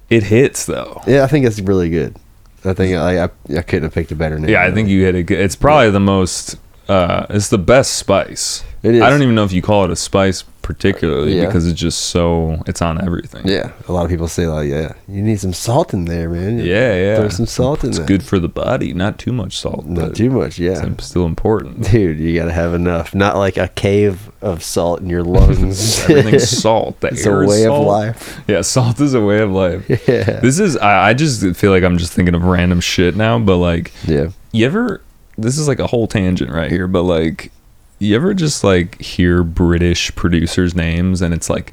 Speaker 3: It hits though.
Speaker 2: Yeah, I think it's really good. I think I I, I couldn't have picked a better name.
Speaker 3: Yeah, I think you hit it. Good. It's probably the most. Uh, it's the best spice.
Speaker 2: It is.
Speaker 3: I don't even know if you call it a spice particularly
Speaker 2: Yeah.
Speaker 3: because it's just so it's on everything.
Speaker 2: Yeah, a lot of people say like, yeah, you need some salt in there, man.
Speaker 3: yeah, yeah.
Speaker 2: Throw some salt in
Speaker 3: It's
Speaker 2: there.
Speaker 3: good for the body. Not too much salt.
Speaker 2: Not
Speaker 3: but
Speaker 2: too much. Yeah.
Speaker 3: It's still important.
Speaker 2: Dude, you gotta have enough. Not like a cave of salt in your lungs.
Speaker 3: Everything's salt. The
Speaker 2: It's a
Speaker 3: air is
Speaker 2: way of
Speaker 3: salt.
Speaker 2: life.
Speaker 3: Yeah, salt is a way of life.
Speaker 2: Yeah.
Speaker 3: This is. I, I just feel like I'm just thinking of random shit now. But like,
Speaker 2: yeah.
Speaker 3: you ever this is like a whole tangent right here but like you ever just like hear british producers names and it's like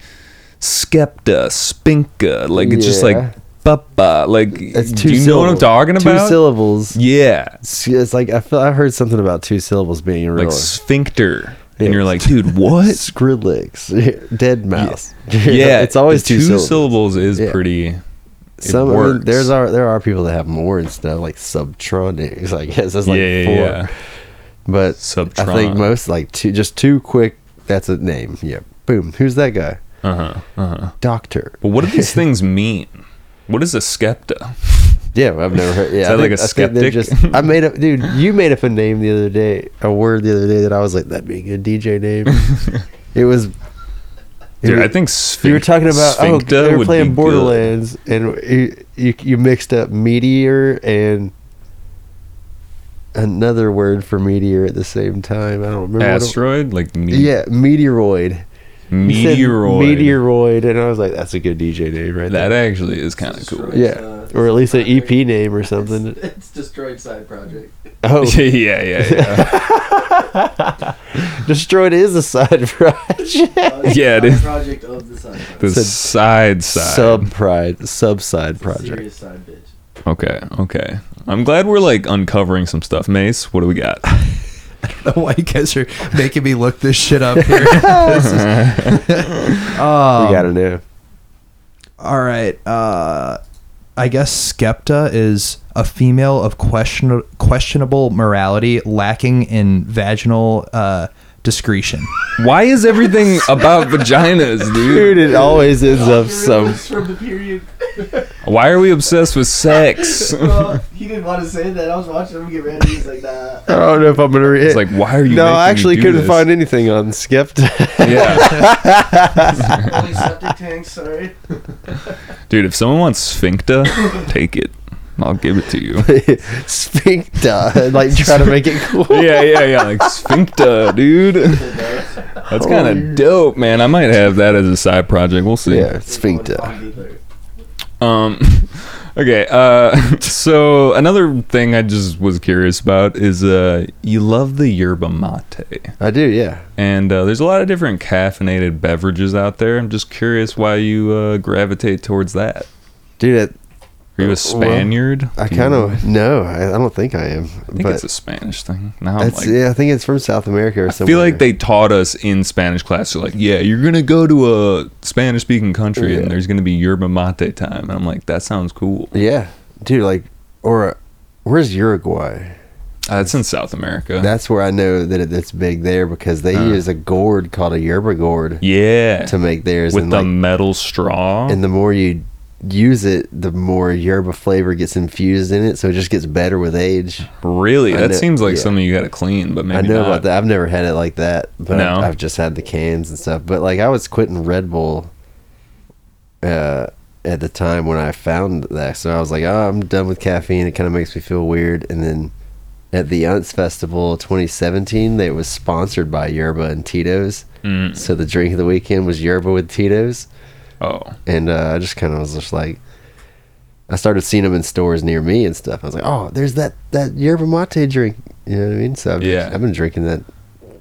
Speaker 3: skepta spinka like it's just
Speaker 2: Yeah.
Speaker 3: like Bubba, like
Speaker 2: It's two
Speaker 3: do you know what I'm
Speaker 2: syllables.
Speaker 3: talking about?
Speaker 2: Two syllables.
Speaker 3: Yeah,
Speaker 2: It's, it's like I feel I heard something about two syllables being real.
Speaker 3: like sphincter,
Speaker 2: Yeah.
Speaker 3: and you're like, dude, what?
Speaker 2: Skrillex, dead mouse.
Speaker 3: yeah,
Speaker 2: it's always
Speaker 3: the two syllables. is
Speaker 2: Yeah.
Speaker 3: pretty. It
Speaker 2: Some I mean,
Speaker 3: works.
Speaker 2: there's are there are people that have more and stuff like Subtronics. I guess that's like
Speaker 3: yeah,
Speaker 2: four.
Speaker 3: yeah,
Speaker 2: But
Speaker 3: Subtron.
Speaker 2: I think most like two, just two quick. That's a name. Yeah. Boom. Who's that guy?
Speaker 3: Uh huh. Uh huh.
Speaker 2: Doctor.
Speaker 3: But what do these things mean? What is a skepta?
Speaker 2: Yeah, I've never heard. Yeah,
Speaker 3: that
Speaker 2: I
Speaker 3: like
Speaker 2: think-
Speaker 3: a
Speaker 2: I think they're
Speaker 3: skeptic?
Speaker 2: Just, I made up, dude. You made up a name the other day, a word the other day that I was like, that'd be a good DJ name. it was. it
Speaker 3: Dude,
Speaker 2: was-
Speaker 3: I think sphinct-
Speaker 2: you were talking about oh,
Speaker 3: sphincta
Speaker 2: they were
Speaker 3: would be
Speaker 2: playing
Speaker 3: good.
Speaker 2: Borderlands, and you, you you mixed up meteor and another word for meteor at the same time. I don't remember. what it-
Speaker 3: Asteroid, like me-
Speaker 2: yeah, meteoroid. You said
Speaker 3: meteoroid.
Speaker 2: meteoroid, and I was like, that's a good DJ name, right?
Speaker 3: That
Speaker 2: there.
Speaker 3: actually is kind of cool.
Speaker 5: Destroyed
Speaker 2: Yeah,
Speaker 5: Side
Speaker 2: or at least an
Speaker 5: Project.
Speaker 2: EP name or something.
Speaker 5: It's, it's destroyed side project.
Speaker 2: Oh,
Speaker 3: yeah, yeah, yeah.
Speaker 2: Destroyed is a side project.
Speaker 5: Uh, it's
Speaker 3: Yeah,
Speaker 5: a
Speaker 3: it is.
Speaker 5: side Project of the side project.
Speaker 3: The
Speaker 2: It's a
Speaker 3: side side.
Speaker 2: Sub pride, sub side
Speaker 5: It's a
Speaker 2: project.
Speaker 5: Serious side bitch.
Speaker 3: Okay, okay. I'm glad we're like uncovering some stuff. Mace, what do we got?
Speaker 1: don't know why you guys are making me look this shit up here. This is- Um,
Speaker 2: we gotta know.
Speaker 1: All right. Uh, I guess Skepta is a female of question, questionable morality, lacking in vaginal uh, discretion.
Speaker 3: Why is everything about vaginas, dude?
Speaker 2: Dude, it always ends up some.
Speaker 5: Algorithms from the period.
Speaker 3: Why are we obsessed with sex?
Speaker 5: Well, he didn't want to say that. I was watching him get ready. He's like, nah.
Speaker 2: I don't know if I'm gonna read.
Speaker 3: It's like, why are you?
Speaker 2: no,
Speaker 3: making
Speaker 2: I
Speaker 3: me
Speaker 2: actually
Speaker 3: do
Speaker 2: couldn't
Speaker 3: this?
Speaker 2: find anything on Skepta.
Speaker 3: Yeah,
Speaker 5: Only septic tanks. Sorry.
Speaker 3: dude. If someone wants sphincta, take it. I'll give it to you.
Speaker 2: Sphincta, like try to make it cool.
Speaker 3: Yeah, yeah, yeah. Like sphincta, dude.
Speaker 2: Oh,
Speaker 3: That's kind of dope, man. I might have that as a side project. We'll see.
Speaker 2: Yeah, Sphincta.
Speaker 3: Um, okay. Uh, so another thing I just was curious about is uh, you love the yerba mate,
Speaker 2: I do. Yeah.
Speaker 3: and uh, there's a lot of different caffeinated beverages out there. I'm just curious why you uh, gravitate towards that.
Speaker 2: Dude,
Speaker 3: Are you
Speaker 2: Well,
Speaker 3: a Spaniard?
Speaker 2: I, I
Speaker 3: Do
Speaker 2: kind
Speaker 3: you-
Speaker 2: of no. I, I don't think I am.
Speaker 3: I think
Speaker 2: but
Speaker 3: it's a Spanish thing. Now I'm
Speaker 2: it's,
Speaker 3: like,
Speaker 2: yeah, I think it's from South America or
Speaker 3: I
Speaker 2: something.
Speaker 3: feel like they taught us in Spanish class. They're like, yeah, you're gonna go to a Spanish-speaking country,
Speaker 2: Yeah.
Speaker 3: and there's gonna be yerba mate time. And I'm like, that sounds cool.
Speaker 2: Yeah, dude. Like, or uh, where's Uruguay?
Speaker 3: Uh, it's in South America.
Speaker 2: That's where I know that it, it's big there because they
Speaker 3: Uh.
Speaker 2: use a gourd called a yerba gourd
Speaker 3: yeah.
Speaker 2: to make theirs.
Speaker 3: with
Speaker 2: and,
Speaker 3: the
Speaker 2: like,
Speaker 3: metal straw.
Speaker 2: and the more you use it, the more yerba flavor gets infused in it, so it just gets better with age.
Speaker 3: really,
Speaker 2: I
Speaker 3: that
Speaker 2: know-
Speaker 3: seems like
Speaker 2: yeah.
Speaker 3: something you got to clean, but maybe
Speaker 2: I know
Speaker 3: not.
Speaker 2: about that. I've never had it like that, but
Speaker 3: No.
Speaker 2: I've, I've just had the cans and stuff. But like I was quitting Red Bull uh, at the time when I found that, so I was like, oh, I'm done with caffeine. It kind of makes me feel weird. And then at the Unts Festival 2017, they it was sponsored by Yerba and Tito's.
Speaker 3: Mm.
Speaker 2: So the drink of the weekend was yerba with Tito's,
Speaker 3: Oh,
Speaker 2: and uh, I just kind of was just like, I started seeing them in stores near me and stuff. I was like, oh, there's that that yerba mate drink. You know what I mean? So I've,
Speaker 3: Yeah.
Speaker 2: I've been drinking that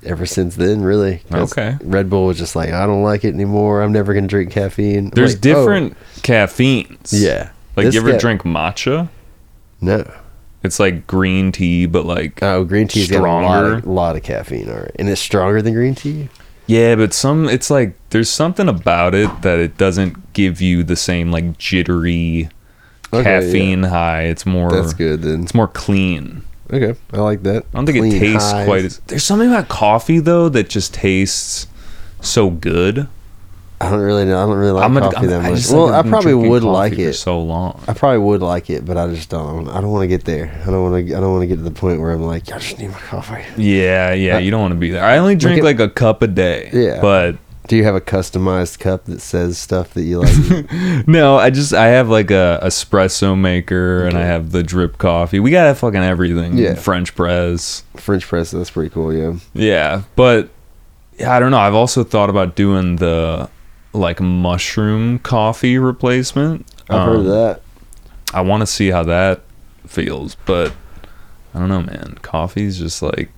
Speaker 2: ever since then, really. 'Cause
Speaker 3: Okay.
Speaker 2: Red Bull was just like, I don't like it anymore. I'm never gonna drink caffeine. I'm
Speaker 3: there's
Speaker 2: like, "Oh,
Speaker 3: different caffeines.
Speaker 2: yeah.
Speaker 3: like
Speaker 2: This
Speaker 3: you ever
Speaker 2: ca-
Speaker 3: drink matcha?
Speaker 2: No.
Speaker 3: It's like green tea, but like
Speaker 2: Oh, green tea's got a lot of,
Speaker 3: Stronger.
Speaker 2: lot of caffeine, all right. And it's stronger than green tea.
Speaker 3: yeah, but some it's like there's something about it that it doesn't give you the same like jittery
Speaker 2: Okay, yeah.
Speaker 3: caffeine high. It's more
Speaker 2: That's good then.
Speaker 3: It's more clean.
Speaker 2: Okay, I like that.
Speaker 3: I don't think it
Speaker 2: Clean
Speaker 3: tastes
Speaker 2: highs.
Speaker 3: quite as. There's something about coffee though that just tastes so good.
Speaker 2: I don't really know. I don't really like
Speaker 3: I'm a-
Speaker 2: coffee
Speaker 3: I'm-
Speaker 2: that
Speaker 3: I
Speaker 2: much.
Speaker 3: just
Speaker 2: well,
Speaker 3: haven't
Speaker 2: I
Speaker 3: been
Speaker 2: probably
Speaker 3: drinking
Speaker 2: would
Speaker 3: coffee
Speaker 2: like
Speaker 3: for
Speaker 2: it.
Speaker 3: so long.
Speaker 2: I probably would like it, but I just don't. I don't want to get there. I don't want to. I don't want to get to the point where I'm like, I just need my coffee.
Speaker 3: Yeah, yeah,
Speaker 2: I-
Speaker 3: you don't want to be there. I only drink
Speaker 2: at-
Speaker 3: like a cup a day.
Speaker 2: Yeah.
Speaker 3: But
Speaker 2: Do you have a customized cup that says stuff that you like?
Speaker 3: no, I just I have like a espresso maker and I
Speaker 2: Okay.
Speaker 3: have the drip coffee. We got fucking everything.
Speaker 2: Yeah.
Speaker 3: French press.
Speaker 2: French press. That's pretty cool. Yeah.
Speaker 3: Yeah, but yeah, I don't know. I've also thought about doing the like mushroom coffee replacement.
Speaker 2: I've heard of
Speaker 3: Um,
Speaker 2: that.
Speaker 3: I want to see how that feels, but I don't know, man. Coffee's just like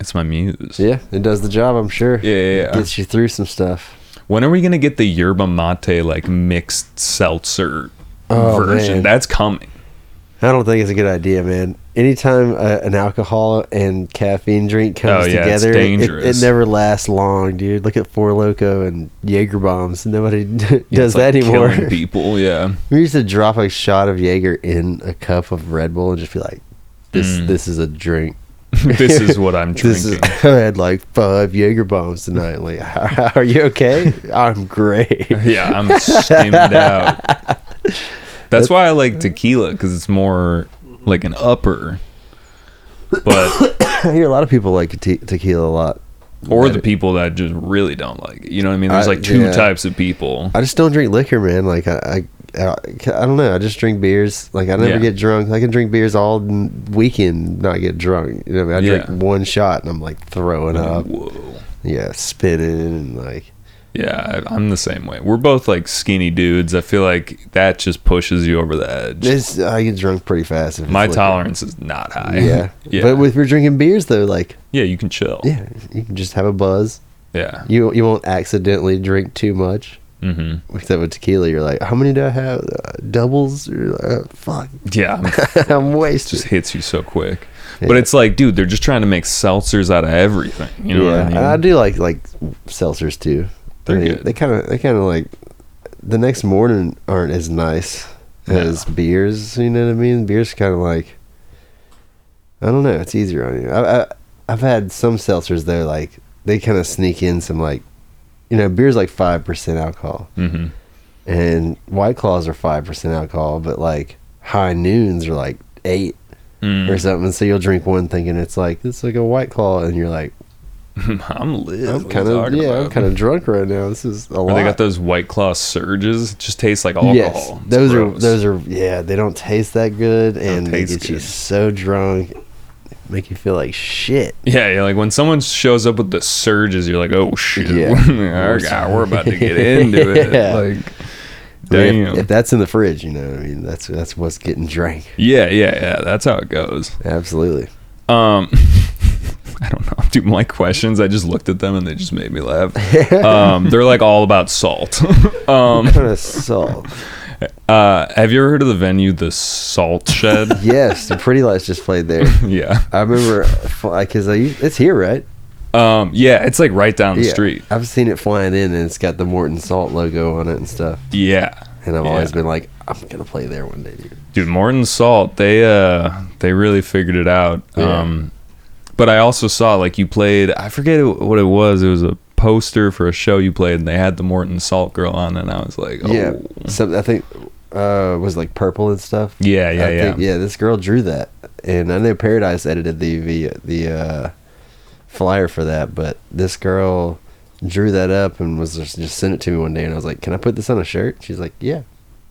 Speaker 3: it's my muse.
Speaker 2: Yeah, it does the job. I'm sure.
Speaker 3: Yeah, yeah, yeah.
Speaker 2: Gets you through some stuff.
Speaker 3: When are we gonna get the yerba mate like mixed seltzer
Speaker 2: Oh,
Speaker 3: version?
Speaker 2: man.
Speaker 3: That's coming.
Speaker 2: I don't think it's a good idea, man. Anytime uh, an alcohol and caffeine drink comes
Speaker 3: Oh, yeah, it's
Speaker 2: together, it- it- It,
Speaker 3: dangerous.
Speaker 2: never lasts long, dude. Look at Four Loco and Jaeger bombs. Nobody does
Speaker 3: It's,
Speaker 2: that
Speaker 3: like,
Speaker 2: anymore.
Speaker 3: Killing people, yeah.
Speaker 2: We used to drop a shot of Jaeger in a cup of Red Bull and just be like, "This,
Speaker 3: Mm.
Speaker 2: this is a drink.
Speaker 3: this is what I'm
Speaker 2: This
Speaker 3: drinking.
Speaker 2: is." I had like five Jaeger bombs tonight. Like, are you okay? I'm great.
Speaker 3: yeah, I'm skimmed out. That's why I like tequila because it's more like an upper. But
Speaker 2: I hear a lot of people like te- tequila a lot.
Speaker 3: or the people that just really don't like it. You know what I mean? There's
Speaker 2: I-
Speaker 3: like two
Speaker 2: yeah.
Speaker 3: types of people.
Speaker 2: I just don't drink liquor, man. Like I, I, I, I don't know. I just drink beers. Like I never
Speaker 3: Yeah.
Speaker 2: get drunk. I can drink beers all n- weekend, not get drunk. You know, what I, mean? I
Speaker 3: Yeah. Mm.
Speaker 2: drink one shot and I'm like throwing up.
Speaker 3: Whoa.
Speaker 2: Yeah, spinning and like
Speaker 3: Yeah, I- I'm the same way. We're both like skinny dudes. I feel like that just pushes you over the edge.
Speaker 2: this. I get drunk pretty fast. If it's
Speaker 3: My
Speaker 2: liquor.
Speaker 3: tolerance is not high.
Speaker 2: Yeah.
Speaker 3: yeah.
Speaker 2: But if we're drinking beers though, like
Speaker 3: yeah, you can chill. Yeah.
Speaker 2: yeah, you can just have a buzz.
Speaker 3: Yeah.
Speaker 2: You you won't accidentally drink too much.
Speaker 3: hmm
Speaker 2: Except with tequila, you're like, how many do I have? Uh, doubles? Or, uh, fuck,
Speaker 3: yeah.
Speaker 2: I'm
Speaker 3: It
Speaker 2: wasted.
Speaker 3: just hits you so quick.
Speaker 2: Yeah.
Speaker 3: But it's like, dude, they're just trying to make seltzers out of everything. You know
Speaker 2: yeah,
Speaker 3: what
Speaker 2: and
Speaker 3: I
Speaker 2: I
Speaker 3: mean?
Speaker 2: do like like seltzers too.
Speaker 3: They're
Speaker 2: they,
Speaker 3: good.
Speaker 2: They kind of they kind of like the next morning aren't as nice as beers. You know what I mean? Beers kind of like I don't know. It's easier on you. I, I I've had some seltzers though. Like they kind of sneak in some like you know beers like five percent alcohol
Speaker 3: Mm-hmm.
Speaker 2: and White Claws are five percent alcohol, but like High Noons are like eight
Speaker 3: Mm-hmm. Mm.
Speaker 2: or something. So you'll drink one thinking it's like it's like a White Claw, and you're like.
Speaker 3: I'm lit.
Speaker 2: I'm kind of yeah, I'm kind of drunk right now. This is a lot.
Speaker 3: Or they got those white claw surges. It just tastes like alcohol.
Speaker 2: yes,
Speaker 3: It's
Speaker 2: those are
Speaker 3: gross.
Speaker 2: those are yeah. They don't taste that good, and they
Speaker 3: taste
Speaker 2: get you
Speaker 3: good.
Speaker 2: so drunk, make you feel like shit.
Speaker 3: Yeah, yeah, like when someone shows up with the surges, you're like, oh shit,
Speaker 2: Yeah.
Speaker 3: Our God, we're about to get into it.
Speaker 2: Yeah.
Speaker 3: Like,
Speaker 2: I
Speaker 3: damn.
Speaker 2: mean, if, if that's in the fridge, you know, what I mean, that's that's what's getting drank.
Speaker 3: yeah, yeah, yeah. That's how it goes.
Speaker 2: Absolutely.
Speaker 3: Um, I don't know. Dude, my questions, I just looked at them and they just made me laugh. um, they're like all about salt. um,
Speaker 2: Kind of salt.
Speaker 3: Uh, have you ever heard of the venue, the Salt Shed?
Speaker 2: Yes, the Pretty Lights just played there.
Speaker 3: yeah.
Speaker 2: I remember because I used, it's here, right?
Speaker 3: Um, yeah, it's like right down the
Speaker 2: Yeah.
Speaker 3: street.
Speaker 2: I've seen it flying in, and it's got the Morton Salt logo on it and stuff.
Speaker 3: Yeah.
Speaker 2: And I've
Speaker 3: Yeah.
Speaker 2: always been like, I'm gonna play there one day, dude.
Speaker 3: Dude, Morton Salt, they uh they really figured it out.
Speaker 2: Yeah.
Speaker 3: Um but I also saw like you played I forget it- what it was. It was a poster for a show you played and they had the Morton Salt girl on and I was like, "Oh,
Speaker 2: Yeah, some I think uh, was like purple and stuff.
Speaker 3: Yeah, yeah,
Speaker 2: I
Speaker 3: yeah.
Speaker 2: Think, yeah, this girl drew that, and I know Paradise edited the the, the uh, flyer for that, but this girl drew that up and was just, just sent it to me one day, and I was like, "Can I put this on a shirt?" She's like, "Yeah."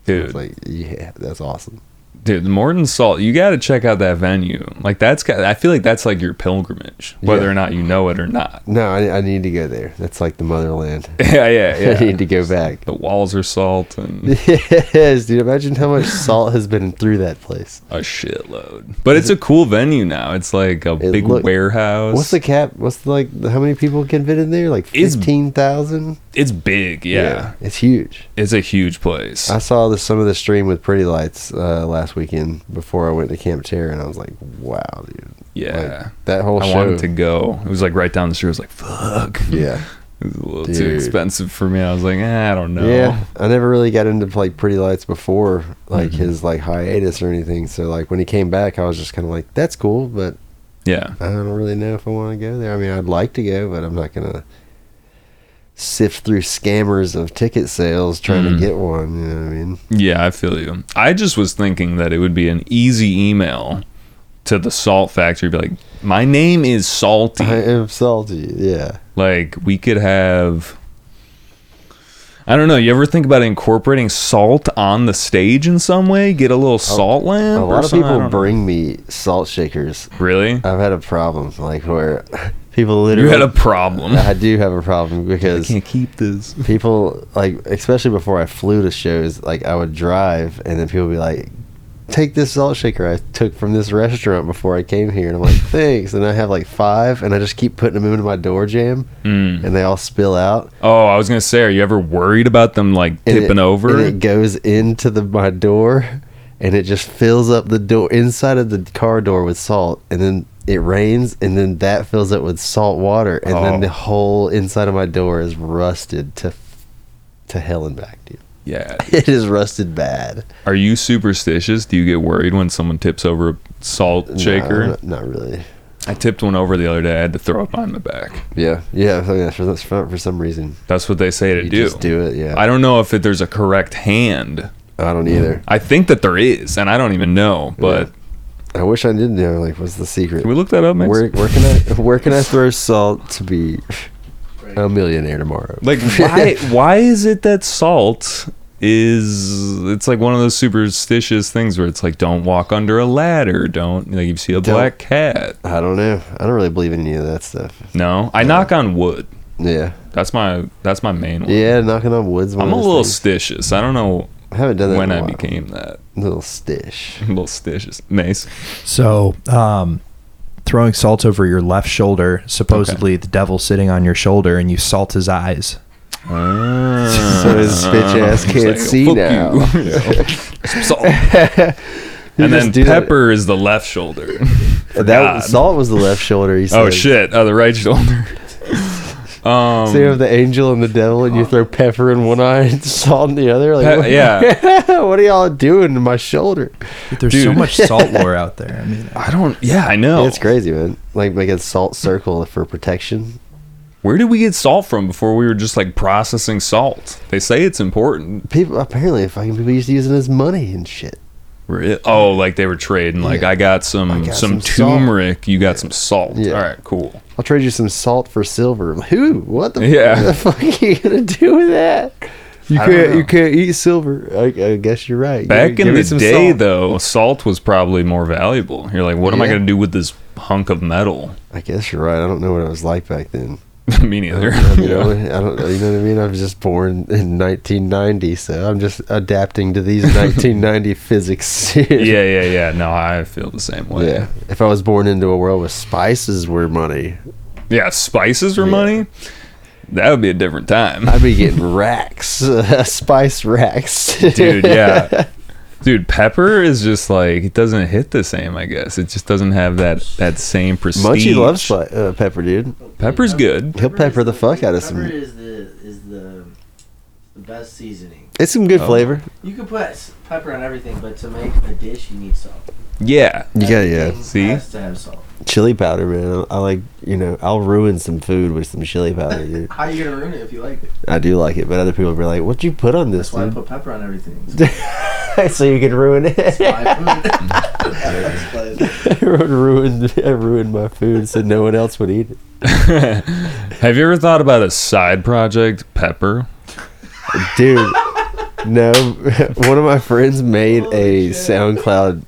Speaker 2: I was
Speaker 3: dude,
Speaker 2: like, "Yeah, that's awesome."
Speaker 3: dude, Morton Salt, you got to check out that venue. Like that's got I feel like that's like your pilgrimage, whether
Speaker 2: Yeah.
Speaker 3: or not you know it or not.
Speaker 2: No, I, I need to go there. That's like the motherland.
Speaker 3: yeah, yeah, yeah.
Speaker 2: I need to go back.
Speaker 3: the walls are salt and
Speaker 2: yes, dude. Imagine how much salt has been through that place.
Speaker 3: a shitload. But it's a cool venue now. It's like a big
Speaker 2: look-
Speaker 3: warehouse.
Speaker 2: What's the cap? What's the, like how many people can fit in there? Like
Speaker 3: It's-
Speaker 2: fifteen thousand.
Speaker 3: it's big, yeah.
Speaker 2: it's huge.
Speaker 3: It's a huge place.
Speaker 2: I saw the, some of the stream with Pretty Lights uh, last weekend before I went to Camp Terror, and I was like, "Wow, dude,
Speaker 3: yeah.
Speaker 2: like, that whole
Speaker 3: I
Speaker 2: show."
Speaker 3: wanted to go. It was like right down the street. I was like, fuck.
Speaker 2: yeah,
Speaker 3: It was a little too
Speaker 2: Dude.
Speaker 3: expensive for me. I was like, eh, I don't know.
Speaker 2: yeah. I never really got into like Pretty Lights before, like
Speaker 3: Mm-hmm.
Speaker 2: his like hiatus or anything. So like when he came back, I was just kind of like, "That's cool," but
Speaker 3: Yeah.
Speaker 2: I don't really know if I want to go there. I mean, I'd like to go, but I'm not gonna sift through scammers of ticket sales trying
Speaker 3: Mm.
Speaker 2: to get one. You know what I mean?
Speaker 3: Yeah, I feel you. I just was thinking that it would be an easy email to the salt factory. Be like, my name is Salty.
Speaker 2: I am salty. Yeah.
Speaker 3: Like we could have I don't know, you ever think about incorporating salt on the stage in some way? Get a little salt lamp?
Speaker 2: A
Speaker 3: or
Speaker 2: lot of
Speaker 3: something? I
Speaker 2: people
Speaker 3: don't know.
Speaker 2: bring me salt shakers.
Speaker 3: Really?
Speaker 2: I've had a problem, like where people
Speaker 3: You
Speaker 2: literally.
Speaker 3: had a problem.
Speaker 2: I do have a problem because
Speaker 3: keep this.
Speaker 2: people like, especially before I flew to shows, like I would drive and then people would be like, "Take this salt shaker I took from this restaurant before I came here," and I'm like, "Thanks," and I have like five, and I just keep putting them into my door jam,
Speaker 3: Mm.
Speaker 2: and they all spill out.
Speaker 3: Oh, I was gonna say, are you ever worried about them like
Speaker 2: and
Speaker 3: tipping
Speaker 2: it-
Speaker 3: over?
Speaker 2: and it goes into the my door and it just fills up the door inside of the car door with salt, and then it rains, and then that fills it with salt water, and
Speaker 3: Oh.
Speaker 2: then the whole inside of my door is rusted to to hell and back, dude.
Speaker 3: Yeah.
Speaker 2: It is rusted bad.
Speaker 3: Are you superstitious? Do you get worried when someone tips over a salt shaker?
Speaker 2: No, not, not really.
Speaker 3: I tipped one over the other day. I had to throw it behind the back.
Speaker 2: Yeah, yeah. I think that's for, that's for, for some reason,
Speaker 3: That's what they say to
Speaker 2: you
Speaker 3: do.
Speaker 2: just do it. Yeah,
Speaker 3: I don't know if it, there's a correct hand.
Speaker 2: I don't either.
Speaker 3: I think that there is, and I don't even know. But
Speaker 2: I wish I didn't know. Like, what's the secret?
Speaker 3: can we look that up next?
Speaker 2: Where, where can I where can I throw salt to be
Speaker 5: Right.
Speaker 2: a millionaire tomorrow?
Speaker 3: Like why why is it that salt is it's like one of those superstitious things where it's like don't walk under a ladder, don't like you see a
Speaker 2: Don't-
Speaker 3: black cat.
Speaker 2: I don't know. I don't really believe in any of that stuff.
Speaker 3: No. I knock on wood.
Speaker 2: Yeah,
Speaker 3: That's my that's my main one.
Speaker 2: yeah. Knocking on woods. one
Speaker 3: I'm a
Speaker 2: of those
Speaker 3: little
Speaker 2: things.
Speaker 3: stitious. I don't know
Speaker 2: I haven't done that
Speaker 3: when
Speaker 2: in a
Speaker 3: I
Speaker 2: while.
Speaker 3: became that.
Speaker 2: little stish.
Speaker 3: A little stitious. Mace.
Speaker 1: So, um, throwing salt over your left shoulder, supposedly the devil sitting on your shoulder, and you salt his eyes.
Speaker 2: So his bitch ass
Speaker 3: It's
Speaker 2: can't
Speaker 3: Ah. like,
Speaker 2: see
Speaker 3: "Fuck
Speaker 2: now.
Speaker 3: you." Yeah. Salt. and
Speaker 2: just
Speaker 3: then
Speaker 2: do that-
Speaker 3: pepper is the left shoulder.
Speaker 2: That
Speaker 3: God.
Speaker 2: salt was the left shoulder. He
Speaker 3: oh
Speaker 2: said.
Speaker 3: shit! Oh, the right shoulder. Um,
Speaker 2: So you have the angel and the devil, and you throw pepper in one eye and salt in the other. Like,
Speaker 3: Oh. Pe-
Speaker 2: what-
Speaker 3: yeah.
Speaker 2: what are y'all doing to my shoulder?
Speaker 1: There's so
Speaker 3: Dude.
Speaker 1: much salt lore out there. I mean,
Speaker 3: I don't. Yeah, I know.
Speaker 2: It's crazy, man. Like make a salt circle for protection.
Speaker 3: Where did we get salt from before we were just like processing salt? They say it's important.
Speaker 2: People apparently, fucking people used to use it as money and shit.
Speaker 3: Re- Oh, like they were trading. Like
Speaker 2: Yeah.
Speaker 3: I got some
Speaker 2: I got
Speaker 3: some,
Speaker 2: some salt.
Speaker 3: turmeric. You got some salt.
Speaker 2: Yeah.
Speaker 3: All right, cool.
Speaker 2: I'll trade you some salt for silver. Who? What the?
Speaker 3: Yeah.
Speaker 2: What the fuck are you gonna do with that? You
Speaker 3: I don't
Speaker 2: can't.
Speaker 3: know.
Speaker 2: You can't eat silver. I, I guess you're right.
Speaker 3: Back
Speaker 2: Give me- give
Speaker 3: in
Speaker 2: me
Speaker 3: the
Speaker 2: some
Speaker 3: day,
Speaker 2: salt.
Speaker 3: though, salt was probably more valuable. You're like, what am I
Speaker 2: Yeah.
Speaker 3: going to do with this hunk of metal?
Speaker 2: I guess you're right. I don't know what it was like back then.
Speaker 3: Me neither.
Speaker 2: You know, I don't. You know what I mean? I was just born in 1990, so I'm just adapting to these 1990 physics.
Speaker 3: yeah, yeah, yeah. No, I feel the same way.
Speaker 2: Yeah.
Speaker 3: Yeah,
Speaker 2: If I was born into a world where spices were money,
Speaker 3: spices were
Speaker 2: Yeah.
Speaker 3: money. That would be a different time.
Speaker 2: I'd be getting racks, spice racks.
Speaker 3: dude yeah dude pepper is just like it doesn't hit the same i guess it just doesn't have that that same prestige
Speaker 2: Munchie loves spi- uh, pepper, dude.
Speaker 3: Pepper's good.
Speaker 2: He'll
Speaker 5: is
Speaker 2: pepper the fuck out of some-
Speaker 5: Pepper is the is the, the best seasoning.
Speaker 2: It's some good
Speaker 3: Oh.
Speaker 2: flavor.
Speaker 5: You can put s- pepper on everything, but to make a dish, you need salt.
Speaker 3: yeah
Speaker 2: You got yeah,
Speaker 5: Everything
Speaker 3: See?
Speaker 5: Has to have salt.
Speaker 2: chili powder, man. I, I like you know I'll ruin some food with some chili powder, dude.
Speaker 5: How you gonna ruin it if you like it?
Speaker 2: I do like it, but other people be like, "What'd you put on this?"
Speaker 5: That's why I
Speaker 2: Dude?
Speaker 5: put pepper on everything.
Speaker 2: so you can ruin it.
Speaker 5: My food. That's why-
Speaker 2: I ruined I ruined my food, so no one else would eat it.
Speaker 3: have you ever thought about a side project pepper
Speaker 2: dude. No, one of my friends made a SoundCloud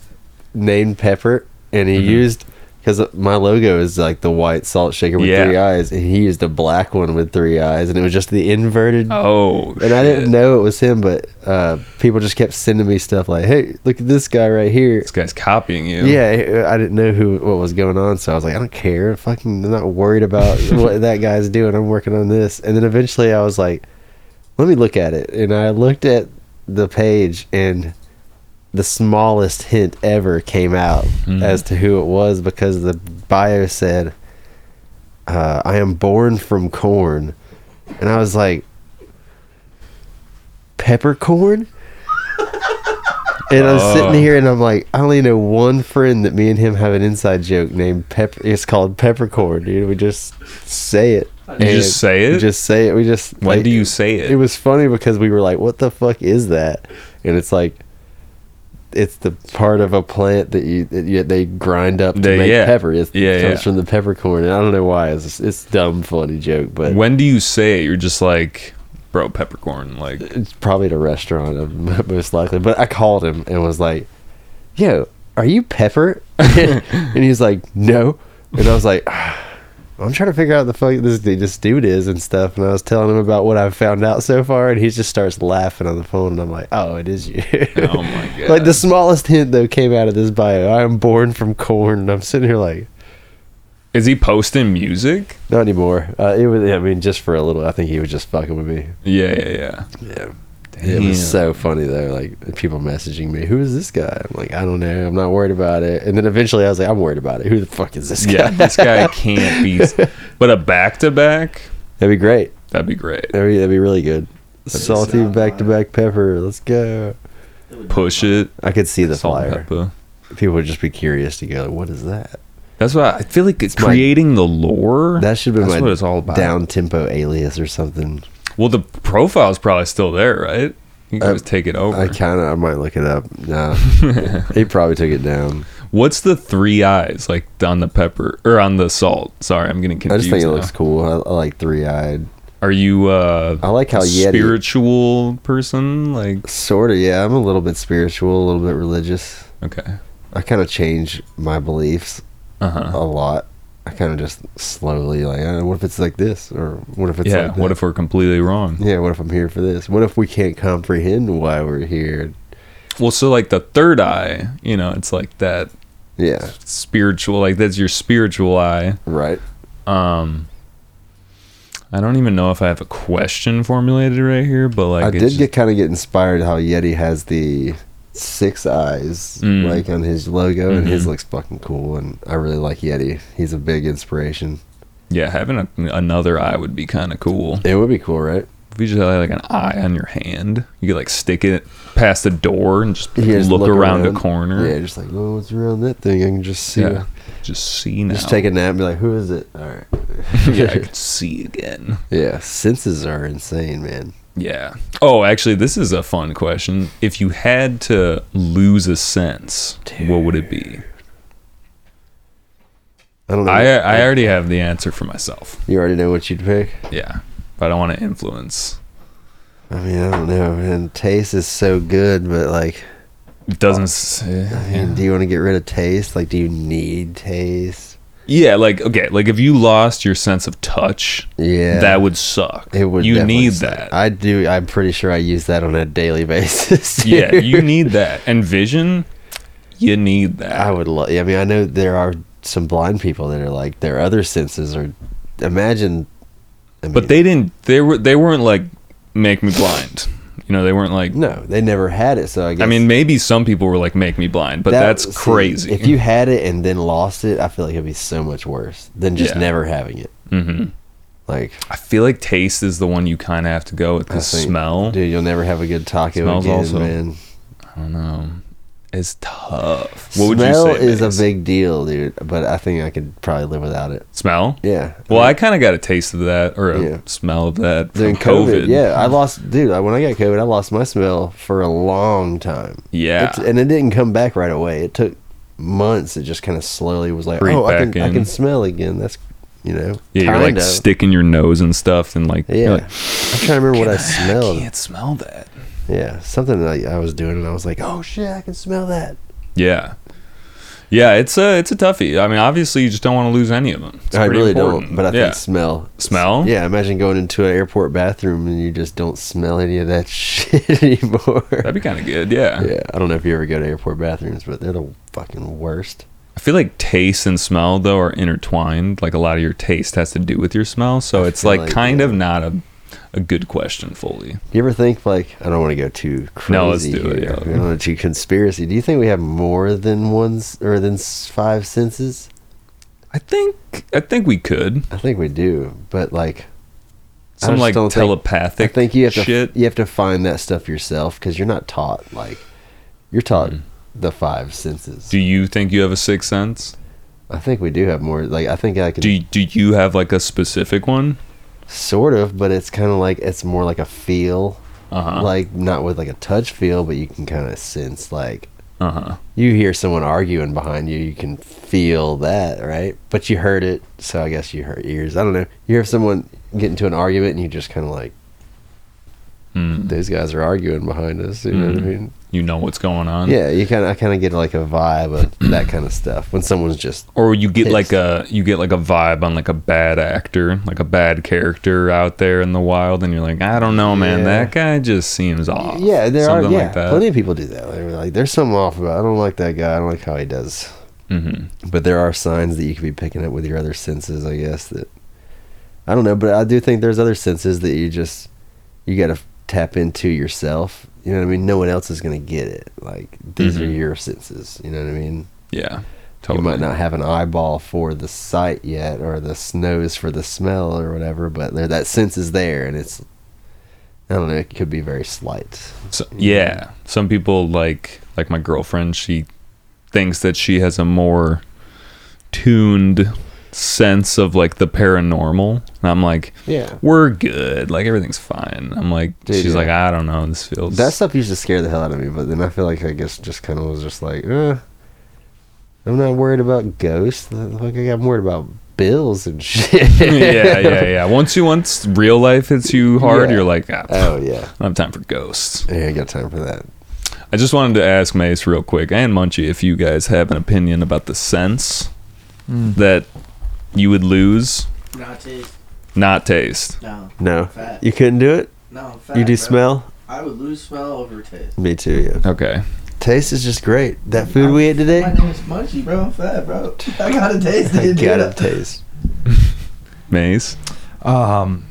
Speaker 2: named Pepper, and he used because my logo is like the white salt shaker with
Speaker 3: Yeah.
Speaker 2: three eyes, and he used a black one with three eyes, and it was just the inverted.
Speaker 3: oh
Speaker 2: Mm-hmm. and I
Speaker 3: shit.
Speaker 2: didn't know it was him, but uh, people just kept sending me stuff like, "Hey, look at this guy right here."
Speaker 3: this guy's copying you
Speaker 2: Yeah, I didn't know who what was going on, so I was like, I don't care. Fucking, I'm not worried about what that guy's doing. I'm working on this, and then eventually I was like, let me look at it, and I looked at the page, and the smallest hint ever came out
Speaker 3: Mm-hmm.
Speaker 2: as to who it was because the bio said, uh, "I am born from corn," and I was like, peppercorn. And I'm
Speaker 3: Oh.
Speaker 2: sitting here and I'm like, I only know one friend that me and him have an inside joke named Pepper. It's called Peppercorn, dude. We just say it.
Speaker 3: you
Speaker 2: And
Speaker 3: just say
Speaker 2: we
Speaker 3: it
Speaker 2: just say it. We just.
Speaker 3: when
Speaker 2: like,
Speaker 3: do you say it
Speaker 2: It was funny because we were like, "What the fuck is that?" And it's like, it's the part of a plant that you that you, they grind up to
Speaker 3: They-
Speaker 2: make
Speaker 3: yeah.
Speaker 2: pepper. It's,
Speaker 3: Yeah,
Speaker 2: it comes
Speaker 3: yeah.
Speaker 2: from the peppercorn, and I don't know why. It's it's a dumb, funny joke, but
Speaker 3: when do you say it you're just like bro peppercorn like
Speaker 2: it's probably at a restaurant, uh, most likely. But I called him and was like, "Yo, are you Pepper?" and he's like, "No." And I was like, "Ah, "I'm trying to figure out the fuck this dude- this dude is and stuff." And I was telling him about what I've found out so far, and he just starts laughing on the phone. And I'm like, "Oh, it is you."
Speaker 3: oh my god
Speaker 2: like the smallest hint though came out of this bio. I am born from corn, and I'm sitting here like,
Speaker 3: is he posting music
Speaker 2: "Not anymore." Uh, it was. I mean, just for a little. I think he was just fucking with me.
Speaker 3: yeah yeah yeah
Speaker 2: Yeah. It
Speaker 1: Damn.
Speaker 2: was so funny though, like people messaging me, "Who is this guy?" I'm like, "I don't know. I'm not worried about it." And then eventually, I was like, "I'm worried about it. Who the fuck is this guy?"
Speaker 3: Yeah, this guy can't be. But a back to back,
Speaker 2: That'd be great.
Speaker 3: that'd be great.
Speaker 2: That'd be, that'd be really good.
Speaker 5: That's-
Speaker 2: Salty back to back pepper. Let's go.
Speaker 5: That would be
Speaker 3: Push
Speaker 5: fun.
Speaker 3: it.
Speaker 2: I could see the
Speaker 3: salt and
Speaker 2: flyer.
Speaker 3: pepper.
Speaker 2: People would just be curious to go, like, "What is that?"
Speaker 3: That's why I feel like it's
Speaker 2: my-
Speaker 3: creating the lore.
Speaker 2: That should be
Speaker 3: That's
Speaker 2: my
Speaker 3: what it's all about.
Speaker 2: down tempo alias or something.
Speaker 3: Well, the profile's probably still there, right? You can
Speaker 2: Uh,
Speaker 3: just take it over.
Speaker 2: I kind of I might look it up. Nah, he probably took it down.
Speaker 3: What's the three eyes like on the pepper or on the salt? Sorry, I'm getting
Speaker 2: I
Speaker 3: confused.
Speaker 2: just think it
Speaker 3: now.
Speaker 2: looks cool. I, I like three eyed.
Speaker 3: Are you uh
Speaker 2: I like how Yeti-
Speaker 3: spiritual person? Like
Speaker 2: Sort of. Yeah, I'm a little bit spiritual, a little bit religious.
Speaker 3: okay.
Speaker 2: I kind of change my beliefs
Speaker 3: Uh-huh.
Speaker 2: a lot. I kind of just slowly like, uh, what if it's like this, or what if it's
Speaker 3: yeah,
Speaker 2: like
Speaker 3: what
Speaker 2: that?
Speaker 3: if we're completely wrong?
Speaker 2: yeah, what if I'm here for this? What if we can't comprehend why we're here?
Speaker 3: Well, so like the third eye, you know, it's like that
Speaker 2: Yeah,
Speaker 3: spiritual like that's your spiritual eye.
Speaker 2: right.
Speaker 3: Um I don't even know if I have a question formulated right here, but like
Speaker 2: I
Speaker 3: it's
Speaker 2: did
Speaker 3: just-
Speaker 2: get kind of get inspired how Yeti has the six eyes
Speaker 3: Mm.
Speaker 2: like on his logo, and his
Speaker 3: Mhm.
Speaker 2: looks fucking cool. And I really like Yeti. He's a big inspiration.
Speaker 3: yeah, having a, another eye would be kind of cool.
Speaker 2: It would be cool, right?
Speaker 3: If you just had like an eye on your hand, you could like stick it past the door and just
Speaker 2: Yeah, just
Speaker 3: look, around,
Speaker 2: around.
Speaker 3: a corner.
Speaker 2: Yeah, just like well, what's around that thing? I can just see.
Speaker 3: Yeah. Just see now.
Speaker 2: Just take a nap and be like, who is it? All right.
Speaker 3: yeah, I could see again.
Speaker 2: Yeah, senses are insane, man.
Speaker 3: Yeah. Oh, actually, this is a fun question. If you had to lose a sense, what would it be?
Speaker 2: I don't know.
Speaker 3: I uh, I already have the answer for myself.
Speaker 2: you already know what you'd pick.
Speaker 3: Yeah, but I don't want to influence.
Speaker 2: I mean, I don't know, man. Taste is so good, but like,
Speaker 3: It doesn't. s-
Speaker 2: I mean,
Speaker 3: Yeah.
Speaker 2: do you want to get rid of taste? Like, do you need taste?
Speaker 3: yeah, like okay, like if you lost your sense of touch,
Speaker 2: Yeah,
Speaker 3: that would suck.
Speaker 2: It would.
Speaker 3: You
Speaker 2: definitely
Speaker 3: need
Speaker 2: suck.
Speaker 3: that.
Speaker 2: I do. I'm pretty sure I use that on a daily basis. dude.
Speaker 3: yeah, you need that. And vision, you need that.
Speaker 2: I would love. I mean, I know there are some blind people that are like their other senses are. Imagine. I mean,
Speaker 3: but they didn't. They were. They weren't like make me blind. You know, they weren't like.
Speaker 2: no, they never had it. So I guess.
Speaker 3: I mean, maybe some people were like make me blind, but
Speaker 2: that-
Speaker 3: that's
Speaker 2: see,
Speaker 3: crazy.
Speaker 2: If you had it and then lost it, I feel like it'd be so much worse than just
Speaker 3: Yeah.
Speaker 2: never having it.
Speaker 3: Mhm.
Speaker 2: Like,
Speaker 3: I feel like taste is the one you kind of have to go with
Speaker 2: I
Speaker 3: because
Speaker 2: think-
Speaker 3: smell.
Speaker 2: dude, you'll never have a good taco
Speaker 3: Smells
Speaker 2: again,
Speaker 3: also.
Speaker 2: man.
Speaker 3: I don't know. It's tough. What would you say?
Speaker 2: Smell is
Speaker 3: Mace?
Speaker 2: a big deal, dude. But I think I could probably live without it.
Speaker 3: smell.
Speaker 2: Yeah.
Speaker 3: Well, I kind of got a taste of that or a
Speaker 2: Yeah.
Speaker 3: smell of that
Speaker 2: during
Speaker 3: from COVID.
Speaker 2: COVID. Yeah, I lost, dude. I, when I got COVID, I lost my smell for a long time.
Speaker 3: Yeah.
Speaker 2: It's- and it didn't come back right away. It took months. It just kind of slowly was like,
Speaker 3: Creep
Speaker 2: oh, I
Speaker 3: back
Speaker 2: can, I
Speaker 3: in.
Speaker 2: can smell again. That's you know,
Speaker 3: Yeah, you're like
Speaker 2: kinda.
Speaker 3: sticking your nose and stuff, and like,
Speaker 2: Yeah,
Speaker 3: you're like,
Speaker 2: I'm trying to remember what I smelled.
Speaker 3: I can't smell that.
Speaker 2: Yeah, something that I was doing, and I was like, oh shit, I can smell that.
Speaker 3: Yeah, yeah. It's a it's a toughie. I mean, obviously, you just don't want to lose any of them. It's
Speaker 2: I
Speaker 3: pretty
Speaker 2: really don't,
Speaker 3: important.
Speaker 2: but I
Speaker 3: yeah.
Speaker 2: think smell.
Speaker 3: Smell?
Speaker 2: Yeah, imagine going into an airport bathroom and you just don't smell any of that shit anymore.
Speaker 3: that'd be kind of good. Yeah.
Speaker 2: yeah, I don't know if you ever go to airport bathrooms, but they're the fucking worst.
Speaker 3: I feel like taste and smell though are intertwined. Like a lot of your taste has to do with your smell, so
Speaker 2: I
Speaker 3: it's
Speaker 2: feel
Speaker 3: like,
Speaker 2: like,
Speaker 3: kind
Speaker 2: yeah.
Speaker 3: of not a a good question fully.
Speaker 2: You ever think like I don't want to go too crazy
Speaker 3: No, let's do
Speaker 2: here.
Speaker 3: it, yeah.
Speaker 2: I don't want to conspiracy. Do you think we have more than one s- or than s- five senses?
Speaker 3: I think I think we could
Speaker 2: I think we do, but like I
Speaker 3: some
Speaker 2: just
Speaker 3: like
Speaker 2: don't think-
Speaker 3: telepathic.
Speaker 2: I think you have
Speaker 3: shit.
Speaker 2: to you have to find that stuff yourself because you're not taught like you're taught the five senses.
Speaker 3: Mm. do you think you have a sixth sense?
Speaker 2: I think we do have more. Like I think I can
Speaker 3: Do you, do you have like a specific one?
Speaker 2: sort of, but it's kind of like it's more like a feel,
Speaker 3: Uh huh.
Speaker 2: like not with like a touch feel, but you can kind of sense like
Speaker 3: uh huh.
Speaker 2: you hear someone arguing behind you, you can feel that, right? But you heard it, so I guess you hurt ears. I don't know. You hear someone get into an argument, and you just kind of like,
Speaker 3: Mm-hmm.
Speaker 2: those guys are arguing behind us. You know what I mean?
Speaker 3: Hmm. You know what's going on.
Speaker 2: Yeah, you kind of, I kind of get like a vibe of that kind of stuff when someone's just,
Speaker 3: Or you get
Speaker 2: Pissed.
Speaker 3: like a you get like a vibe on like a bad actor, like a bad character out there in the wild, and you're like, I don't know, man,
Speaker 2: Yeah.
Speaker 3: that guy just seems off.
Speaker 2: yeah, there are,
Speaker 3: Something
Speaker 2: yeah,
Speaker 3: like that.
Speaker 2: plenty of people do that. They're like, there's something off about. I don't like that guy. I don't like how he does.
Speaker 3: hmm
Speaker 2: But there are signs that you could be picking up with your other senses, I guess. That I don't know, but I do think there's other senses that you just you got to tap into yourself. You know what I mean? No one else is going to get it. Like these are
Speaker 3: Mhm.
Speaker 2: your senses. You know what I mean?
Speaker 3: Yeah. Totally.
Speaker 2: You might not have an eyeball for the sight yet, or the nose for the smell, or whatever, but there, that sense is there, and it's. I don't know. It could be very slight.
Speaker 3: So, yeah. Some people like like my girlfriend, she thinks that she has a more tuned sense of like the paranormal. And I'm like,
Speaker 2: Yeah.
Speaker 3: we're good. Like everything's fine. I'm like
Speaker 2: Dude,
Speaker 3: she's
Speaker 2: yeah.
Speaker 3: like, I don't know, this feels
Speaker 2: That stuff used to scare the hell out of me, but then I feel like I guess just kind of was just like, eh, I'm not worried about ghosts. Like I'm worried about bills and shit.
Speaker 3: yeah, yeah, yeah. Once you once real life hits you hard,
Speaker 2: Yeah.
Speaker 3: you're like, ah, pff,
Speaker 2: Oh
Speaker 3: I
Speaker 2: yeah.
Speaker 3: don't have time for ghosts.
Speaker 2: Yeah, I got time for that.
Speaker 3: I just wanted to ask Mace real quick and Munchie if you guys have an opinion about the sense that you would lose,
Speaker 5: Not taste.
Speaker 3: not taste.
Speaker 5: No.
Speaker 2: No,
Speaker 5: Fat.
Speaker 2: you couldn't do it.
Speaker 5: No, I'm fat.
Speaker 2: you do
Speaker 5: bro.
Speaker 2: smell.
Speaker 5: I would lose smell over taste.
Speaker 2: Me too. Yeah.
Speaker 3: Okay.
Speaker 2: Taste is just great. That food we ate
Speaker 5: My
Speaker 2: today.
Speaker 5: name is Munchie, bro. I'm fat, bro. I gotta taste
Speaker 2: I
Speaker 5: it. dude.
Speaker 2: gotta taste.
Speaker 3: Mace?
Speaker 1: Um,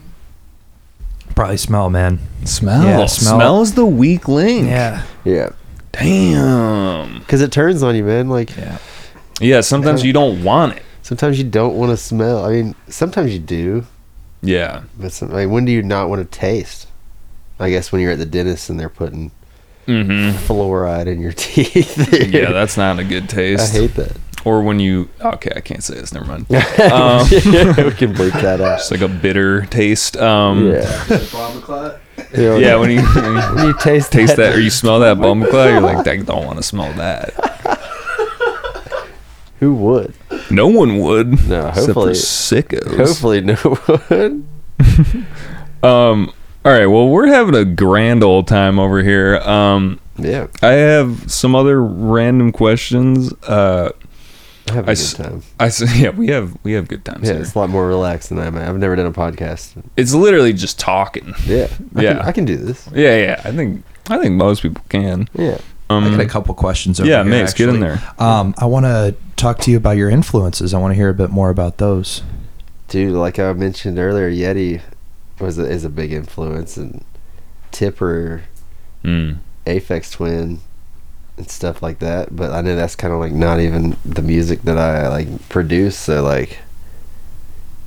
Speaker 1: probably smell, man.
Speaker 3: Smell.
Speaker 1: Yeah, smell.
Speaker 3: smell. is the weak link.
Speaker 1: Yeah,
Speaker 2: Yeah,
Speaker 3: Damn.
Speaker 2: because it turns on you, man. Like
Speaker 1: yeah.
Speaker 3: Yeah, sometimes you don't want it.
Speaker 2: sometimes you don't want to smell. I mean, sometimes you do,
Speaker 3: Yeah.
Speaker 2: but some, like when do you not want to taste? I guess when you're at the dentist and they're putting
Speaker 3: Mm-hmm.
Speaker 2: fluoride in your teeth.
Speaker 3: Yeah, that's not a good
Speaker 2: I
Speaker 3: taste.
Speaker 2: hate that.
Speaker 3: or when you okay, I can't say this, never mind. Um,
Speaker 2: we can bleep that out.
Speaker 3: It's like a bitter taste. Um yeah,
Speaker 2: yeah.
Speaker 5: Bomb o'clock.
Speaker 2: Yeah.
Speaker 3: when you, when you
Speaker 2: when you taste
Speaker 3: taste that or you smell that bum cloud, you're like, I don't want to smell that.
Speaker 2: who would?
Speaker 3: No one would.
Speaker 2: No, hopefully-
Speaker 3: Except for sickos.
Speaker 2: Hopefully, no one.
Speaker 3: Um all right, well we're having a grand old time over here. Um
Speaker 2: Yeah,
Speaker 3: I have some other random questions. Uh
Speaker 2: I have a
Speaker 3: I
Speaker 2: good
Speaker 3: s-
Speaker 2: time.
Speaker 3: I s- yeah, we have we have good times
Speaker 2: Yeah,
Speaker 3: here.
Speaker 2: it's a lot more relaxed than I'm. At. I've never done a podcast.
Speaker 3: It's literally just talking.
Speaker 2: Yeah, I
Speaker 3: Yeah.
Speaker 2: can, I can do this.
Speaker 3: Yeah, yeah. I think I think most people can.
Speaker 2: Yeah,
Speaker 1: I
Speaker 3: Um
Speaker 1: got a couple questions. Over
Speaker 3: yeah,
Speaker 1: here,
Speaker 3: Mace, get in
Speaker 1: actually.
Speaker 3: there.
Speaker 1: Um, I want to talk to you about your influences. I want to hear a bit more about those.
Speaker 2: dude. Like I mentioned earlier, Yeti was a, is a big influence, and Tipper,
Speaker 3: Mm.
Speaker 2: Aphex Twin, and stuff like that. But I know that's kind of like not even the music that I like produce. So like.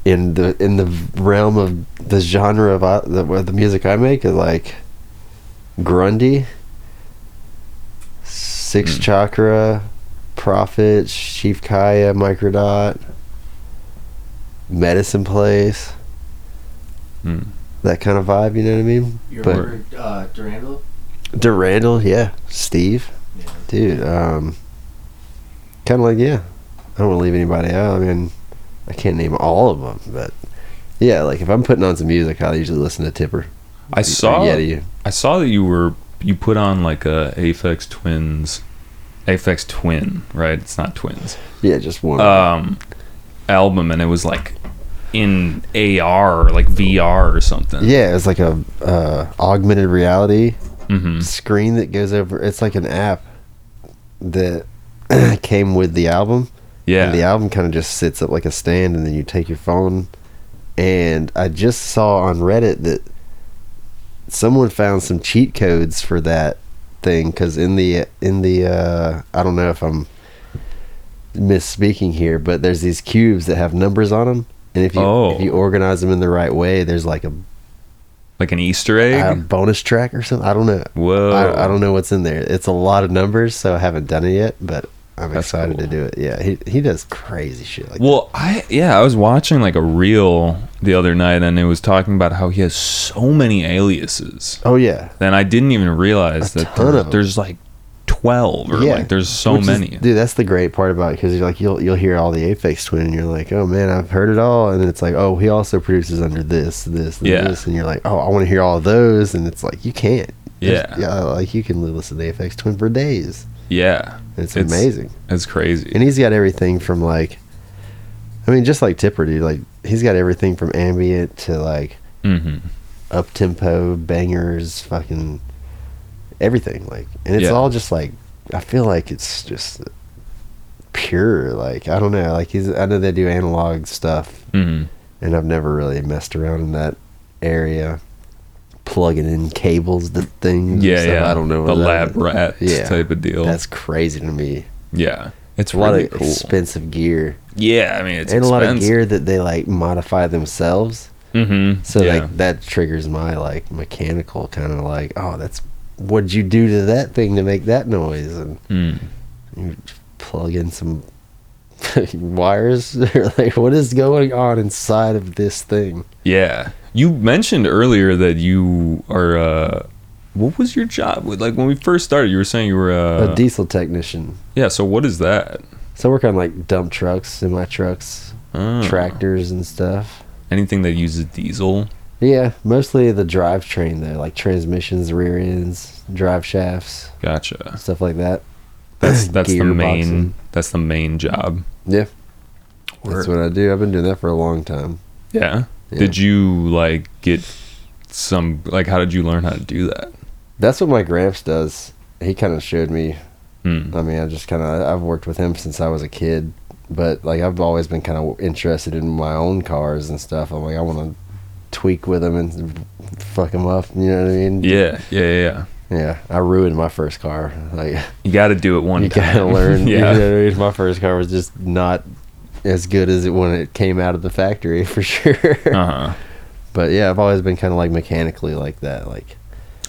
Speaker 2: In the in the realm of the genre of I, the, of the music I make is like Grundy, Six
Speaker 3: Mm.
Speaker 2: Chakra, Prophet, Chief Kaya, Microdot, Medicine Place,
Speaker 3: Mm.
Speaker 2: that kind of vibe. You know what I mean?
Speaker 5: You
Speaker 2: But-
Speaker 5: remember uh, Durandal?
Speaker 2: Durandal, yeah, Steve,
Speaker 5: Yeah.
Speaker 2: dude. Um, kind of like yeah. I don't want to leave anybody out. I mean, I can't name all of them, but yeah, like if I'm putting on some music, I usually listen to Tipper.
Speaker 3: I saw
Speaker 2: Yeti.
Speaker 3: I saw that you were you put on like a Aphex Twins, Aphex Twin, right? It's not twins.
Speaker 2: Yeah, just one.
Speaker 3: Um, album, and it was like in AR, like VR or something.
Speaker 2: yeah, it's like a uh, augmented reality
Speaker 3: hmm
Speaker 2: screen that goes over. It's like an app that came with the album.
Speaker 3: Yeah.
Speaker 2: And the album kind of just sits up like a stand, and then you take your phone. And I just saw on Reddit that someone found some cheat codes for that thing because in the in the uh, I don't know if I'm misspeaking here, but there's these cubes that have numbers on them, and if you
Speaker 3: Oh.
Speaker 2: if you organize them in the right way, there's like a,
Speaker 3: Like an Easter egg.
Speaker 2: a bonus track or something. I don't know.
Speaker 3: Whoa.
Speaker 2: Um, I, I don't know what's in there. It's a lot of numbers, so I haven't done it yet, but I'm
Speaker 3: That's
Speaker 2: excited to
Speaker 3: cool.
Speaker 2: do it. Yeah, he he does crazy shit like
Speaker 3: Well, I yeah, I was watching like a reel the other night, and it was talking about how he has so many aliases,
Speaker 2: that. Oh yeah,
Speaker 3: and I didn't even realize
Speaker 2: A
Speaker 3: that
Speaker 2: ton
Speaker 3: there-
Speaker 2: of 'em.
Speaker 3: there's like twelve or
Speaker 2: Yeah.
Speaker 3: like there's so
Speaker 2: Which is-
Speaker 3: many.
Speaker 2: dude, that's the great part about it because you're like you'll you'll hear all the Aphex Twin, and you're like, oh man, I've heard it all, and then it's like, oh, he also produces under this, this, and
Speaker 3: Yeah.
Speaker 2: this, and you're like, oh, I want to hear all those, and it's like you can't. There's-
Speaker 3: Yeah.
Speaker 2: yeah, like you can listen to Aphex Twin for days.
Speaker 3: yeah,
Speaker 2: It's,
Speaker 3: It's-
Speaker 2: amazing,
Speaker 3: it's crazy.
Speaker 2: and he's got everything from like, I mean, just like Tipper, dude, like he's got everything from ambient to like
Speaker 3: hmm
Speaker 2: up tempo bangers, fucking everything. Like, and it's
Speaker 3: Yeah.
Speaker 2: all just like I feel like it's just pure. Like I don't know. Like he's I know they do analog stuff,
Speaker 3: hmm
Speaker 2: and I've never really messed around in that area. plugging in cables to things. and
Speaker 3: yeah,
Speaker 2: stuff.
Speaker 3: yeah.
Speaker 2: I don't know
Speaker 3: the
Speaker 2: what that
Speaker 3: lab
Speaker 2: is.
Speaker 3: rats
Speaker 2: Yeah.
Speaker 3: type of deal.
Speaker 2: That's crazy to me.
Speaker 3: yeah, it's
Speaker 2: a lot
Speaker 3: really
Speaker 2: of
Speaker 3: cool.
Speaker 2: expensive gear
Speaker 3: yeah, I mean it's
Speaker 2: and a lot of
Speaker 3: expensive.
Speaker 2: gear that they like modify themselves.
Speaker 3: Mm-hmm.
Speaker 2: So
Speaker 3: yeah.
Speaker 2: like that triggers my like mechanical kind of like oh that's what'd you do to that thing to make that noise and
Speaker 3: Mm.
Speaker 2: you plug in some wires or like what is going on inside of this thing
Speaker 3: Yeah. You mentioned earlier that you are uh what was your job? With Like when we first started, you were saying you were uh
Speaker 2: a diesel technician
Speaker 3: Yeah, so what is that?
Speaker 2: so I work on like dump trucks semi trucks
Speaker 3: Oh.
Speaker 2: tractors and stuff
Speaker 3: Anything that uses diesel.
Speaker 2: yeah mostly the drivetrain though like transmissions rear ends drive shafts
Speaker 3: Gotcha.
Speaker 2: stuff like that
Speaker 3: Uh. That's that's the main
Speaker 2: Gearboxing.
Speaker 3: that's the main job.
Speaker 2: yeah
Speaker 3: Work.
Speaker 2: that's what I do I've been doing that for a long time
Speaker 3: Yeah.
Speaker 2: Yeah.
Speaker 3: Did you like get some like how did you learn how to do that?
Speaker 2: That's what my Gramps does. He kind of showed me.
Speaker 3: Hmm.
Speaker 2: I mean, I just kind of I've worked with him since I was a kid, but like I've always been kind of interested in my own cars and stuff. I'm like I want to tweak with them and fuck them up. You know what I mean?
Speaker 3: Yeah, yeah, yeah, yeah.
Speaker 2: Yeah. I ruined my first car. Like
Speaker 3: You got to do it one
Speaker 2: you
Speaker 3: time.
Speaker 2: gotta learn.
Speaker 3: yeah.
Speaker 2: You know what I mean? My first car was just not as good as it when it came out of the factory for sure.
Speaker 3: Uh-huh.
Speaker 2: But yeah, I've always been kind of like mechanically like that. Like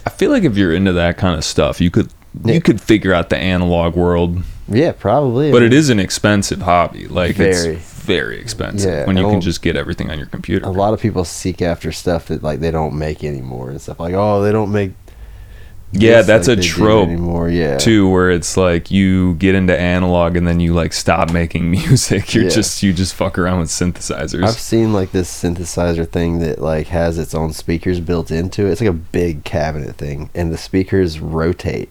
Speaker 3: I feel like if you're into that kind of stuff, you could
Speaker 2: Yeah.
Speaker 3: you could figure out the analog world
Speaker 2: yeah, probably.
Speaker 3: But it is an expensive hobby. Like
Speaker 2: Very.
Speaker 3: it's very expensive
Speaker 2: Yeah,
Speaker 3: when you
Speaker 2: I
Speaker 3: can
Speaker 2: won't-
Speaker 3: just get everything on your computer.
Speaker 2: a lot of people seek after stuff that like they don't make anymore and stuff like oh they don't make
Speaker 3: Yeah,
Speaker 2: this
Speaker 3: that's
Speaker 2: like
Speaker 3: a
Speaker 2: they do
Speaker 3: trope
Speaker 2: anymore yeah
Speaker 3: too, where it's like you get into analog and then you like stop making music. You're
Speaker 2: Yeah.
Speaker 3: just you just fuck around with
Speaker 2: i've
Speaker 3: synthesizers.
Speaker 2: seen like this synthesizer thing that like has its own speakers built into it it's like a big cabinet thing and the speakers rotate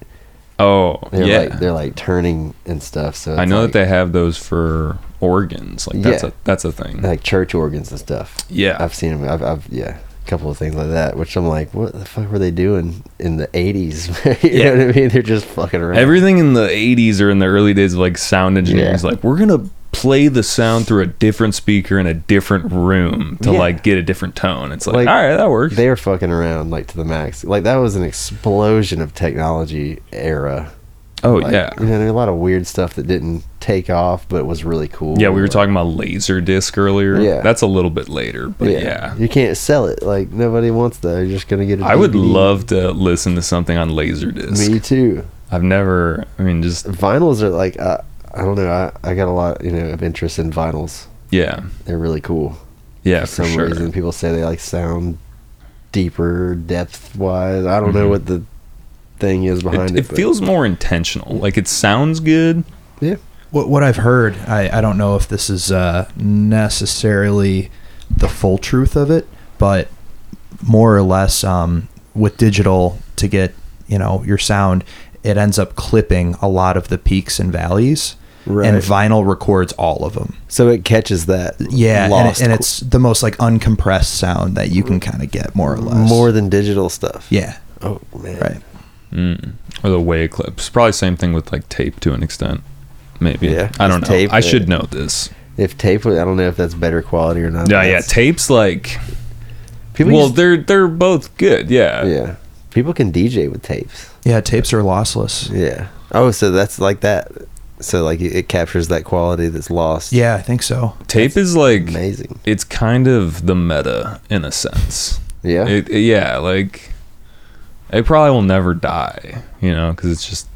Speaker 3: oh
Speaker 2: they're
Speaker 3: yeah,
Speaker 2: like they're like turning and stuff so
Speaker 3: I know that they have those for organs. Like that's
Speaker 2: Yeah.
Speaker 3: a that's a thing.
Speaker 2: like church organs and stuff
Speaker 3: yeah,
Speaker 2: i've seen them i've, I've yeah a couple of things like that which i'm like what the fuck were they doing in the 80s you
Speaker 3: Yeah.
Speaker 2: know what i mean they're just fucking around
Speaker 3: everything in the 80s or in the early days of like sound engineering
Speaker 2: Yeah.
Speaker 3: is like we're gonna play the sound through a different speaker in a different room to
Speaker 2: Yeah.
Speaker 3: like get a different tone it's like,
Speaker 2: Like,
Speaker 3: all right that works
Speaker 2: they were fucking around like to the max. Like that was an explosion of technology era.
Speaker 3: oh
Speaker 2: Like,
Speaker 3: yeah
Speaker 2: you know, there were a lot of weird stuff that didn't take off, but was really cool.
Speaker 3: yeah we were
Speaker 2: Like,
Speaker 3: talking about laser disc earlier
Speaker 2: uh, Yeah.
Speaker 3: that's a little bit later but yeah,
Speaker 2: you can't sell it. Like nobody wants that. You're just gonna get. I
Speaker 3: I would love to listen to something on Laserdisc.
Speaker 2: Me too.
Speaker 3: I've never, I mean, just,
Speaker 2: Vinyls are like uh, I don't know. I, I got a lot you know of interest in vinyls.
Speaker 3: yeah.
Speaker 2: They're really cool.
Speaker 3: Yeah,
Speaker 2: for
Speaker 3: for,
Speaker 2: some
Speaker 3: sure.
Speaker 2: reason, people say they like sound deeper depth wise. I don't know
Speaker 3: Mhm.
Speaker 2: what the thing is behind
Speaker 3: It,
Speaker 2: it.
Speaker 3: it
Speaker 2: but-
Speaker 3: feels more intentional. Like, it sounds good.
Speaker 1: What, what I've heard, I, I don't know if this is uh, necessarily the full truth of it, but more or less um, with digital to get you know your sound, it ends up clipping a lot of the peaks and valleys, and
Speaker 2: Right.
Speaker 1: vinyl records all of them.
Speaker 2: so it catches that.
Speaker 1: Yeah, and, it,
Speaker 2: lost
Speaker 1: and it's the most like uncompressed sound that you can kind of get more or less.
Speaker 2: more than digital stuff.
Speaker 1: yeah,
Speaker 2: Oh man.
Speaker 1: right.
Speaker 3: Mm. Or the way clips. Probably same thing with, like, tape to an extent. Maybe.
Speaker 2: Yeah,
Speaker 3: I don't know.
Speaker 2: just tape
Speaker 3: I
Speaker 2: it.
Speaker 3: should know this.
Speaker 2: If tape, was- I don't know if that's better quality or not.
Speaker 3: Yeah,
Speaker 2: but
Speaker 3: yeah.
Speaker 2: Oh, that's-
Speaker 3: Tape's like,
Speaker 2: people
Speaker 3: well,
Speaker 2: used-
Speaker 3: they're they're both good. Yeah.
Speaker 2: yeah. People can DJ with tapes.
Speaker 1: Yeah, tapes are lossless.
Speaker 2: Yeah. Oh, so that's like that. So like it it captures that quality that's lost.
Speaker 1: Yeah, I think so.
Speaker 3: Tape is like,
Speaker 2: Amazing.
Speaker 3: it's kind of the meta in a sense.
Speaker 2: Yeah.
Speaker 3: It, it- yeah, like it probably will never die, you know, because it's just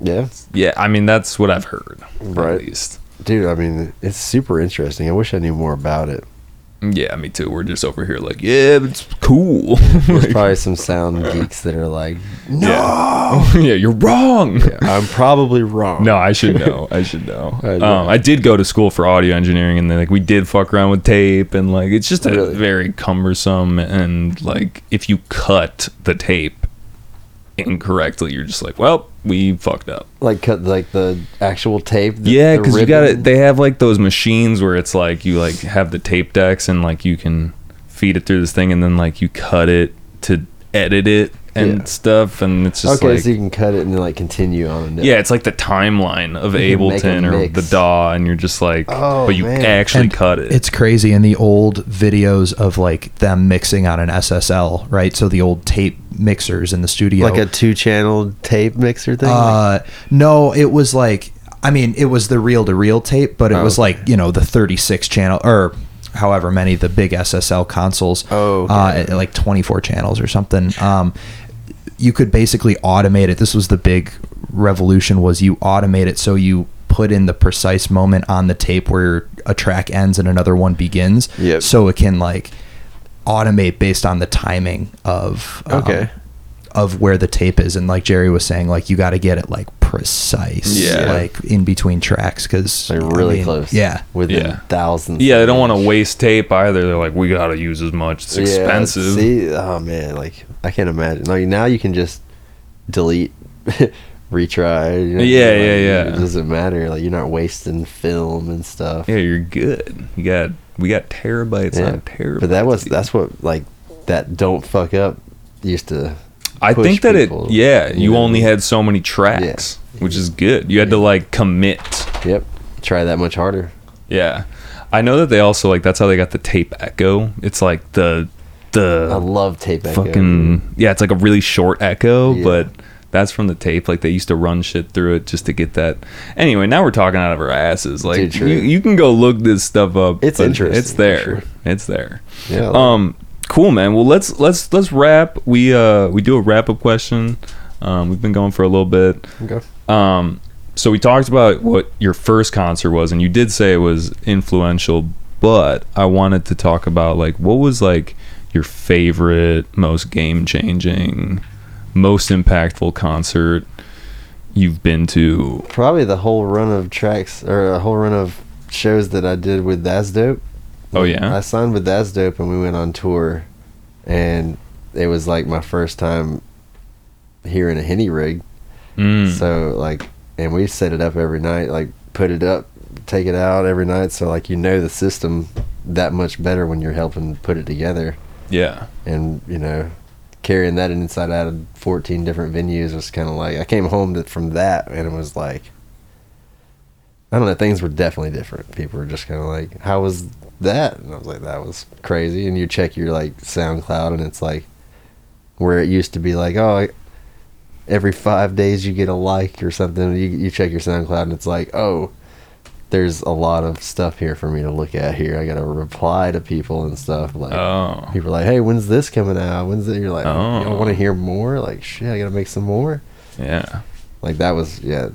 Speaker 2: yeah.
Speaker 3: yeah. I mean, that's what I've heard,
Speaker 2: Right.
Speaker 3: At least,
Speaker 2: Dude, I mean, it's super interesting. I wish I knew more about it.
Speaker 3: yeah, me too. We're just over here like, yeah, but it's cool.
Speaker 2: There's
Speaker 3: Like,
Speaker 2: probably some sound geeks that are like,
Speaker 3: yeah. yeah, you're wrong.
Speaker 2: I'm probably wrong.
Speaker 3: No, I should know. I should know.
Speaker 2: I know.
Speaker 3: um, I did go to school for audio engineering, and then like we did fuck around with tape, and like it's just a
Speaker 2: Really?
Speaker 3: very cumbersome, and like if you cut the tape incorrectly, you're just like, well, we fucked up.
Speaker 2: Like cut like the actual tape. the-
Speaker 3: Yeah,
Speaker 2: the
Speaker 3: because you got it.
Speaker 2: ribbon.
Speaker 3: They have like those machines where it's like you like have the tape decks and like you can feed it through this thing and then like you cut it to edit it and
Speaker 2: Yeah.
Speaker 3: stuff, and it's just
Speaker 2: okay,
Speaker 3: like
Speaker 2: so you can cut it and then like continue on. And
Speaker 3: yeah, it's like the timeline of
Speaker 2: You can make a
Speaker 3: Ableton or
Speaker 2: mix.
Speaker 3: the DAW, and you're just like,
Speaker 2: Oh,
Speaker 3: but you
Speaker 2: man.
Speaker 3: actually
Speaker 1: And
Speaker 3: cut it.
Speaker 1: It's crazy in the old videos of like them mixing on an SSL, right? So the old tape mixers in the studio.
Speaker 2: like a two-channel tape mixer thing.
Speaker 1: uh, no, it was like I mean, it was the reel to reel tape, but it
Speaker 2: Oh,
Speaker 1: was like you know the 36 channel or however many the big SSL consoles.
Speaker 2: Oh, okay.
Speaker 1: uh, at- at like 24 channels or something. Um, you could basically automate it. This was the big revolution was you automate it so you put in the precise moment on the tape where a track ends and another one begins.
Speaker 2: Yep.
Speaker 1: So it can like automate based on the timing of um,
Speaker 2: Okay.
Speaker 1: of where the tape is and like Jerry was saying like you got to get it like precise
Speaker 3: Yeah.
Speaker 1: like in between tracks cuz
Speaker 2: like really close.
Speaker 1: Yeah.
Speaker 2: within
Speaker 3: Yeah.
Speaker 2: thousands.
Speaker 3: yeah, they don't
Speaker 2: of-
Speaker 3: want to waste tape either. They're like, we gotta use as much. It's
Speaker 2: Yeah,
Speaker 3: expensive.
Speaker 2: see, oh man, like I can't imagine. Like now you can just delete, retry. you know,
Speaker 3: Yeah,
Speaker 2: like,
Speaker 3: yeah, yeah.
Speaker 2: It doesn't matter. Like you're not wasting film and stuff.
Speaker 3: Yeah, you're good. You got we got terabytes
Speaker 2: Yeah,
Speaker 3: on terabytes.
Speaker 2: But that was
Speaker 3: dude.
Speaker 2: that's what like that don't fuck up used to.
Speaker 3: I
Speaker 2: push
Speaker 3: think that
Speaker 2: people,
Speaker 3: it yeah,
Speaker 2: you
Speaker 3: you
Speaker 2: know?
Speaker 3: only had so many tracks, which is good. You had to like commit.
Speaker 2: Yep, try that much harder.
Speaker 3: Yeah. I know that they also like that's how they got the tape echo. It's like the
Speaker 2: I
Speaker 3: the
Speaker 2: love tape echo.
Speaker 3: fucking yeah, it's like a really short echo,
Speaker 2: Yeah.
Speaker 3: but that's from the tape. Like they used to run shit through it just to get that. Anyway, now we're talking out of our asses. Like
Speaker 2: Dude, true.
Speaker 3: you, you can go look this stuff up.
Speaker 2: It's
Speaker 3: but
Speaker 2: interesting,
Speaker 3: It's there.
Speaker 2: for sure.
Speaker 3: It's there.
Speaker 2: Yeah, like-
Speaker 3: Um, cool, man. Well, let's let's let's wrap. We uh we do a wrap up question. Um, we've been going for a little bit.
Speaker 2: Okay.
Speaker 3: Um, so we talked about what your first concert was, and you did say it was influential. But I wanted to talk about like what was like your favorite, most game changing, most impactful concert you've been to.
Speaker 2: probably the whole run of tracks or a whole run of shows that I did with That's Dope.
Speaker 3: Oh, yeah?
Speaker 2: I signed with That's Dope and we went on tour, and it was like my first time hearing a henny rig.
Speaker 3: Mm.
Speaker 2: So like, and we set it up every night, like put it up, take it out every night. So like, you know the system that much better when you're helping put it together,
Speaker 3: yeah,
Speaker 2: and you know. Carrying that inside out of 14 different venues was kind of like I came home to, from that and it was like I don't know. Things were definitely different. People were just kind of like, "How was that?" And I was like, "That was crazy." And you check your like SoundCloud, and it's like where it used to be like, "Oh, I- every five days you get a like or something." You you check your SoundCloud, and it's like, "Oh, there's a lot of stuff here for me to look at here. I got to reply to people and stuff." Like
Speaker 3: Oh.
Speaker 2: people are like, "Hey, when's this coming out? When's it?" You're like, oh. "I
Speaker 3: Oh.
Speaker 2: want to hear more." Like shit, I got to make some more
Speaker 3: yeah.
Speaker 2: like that was yeah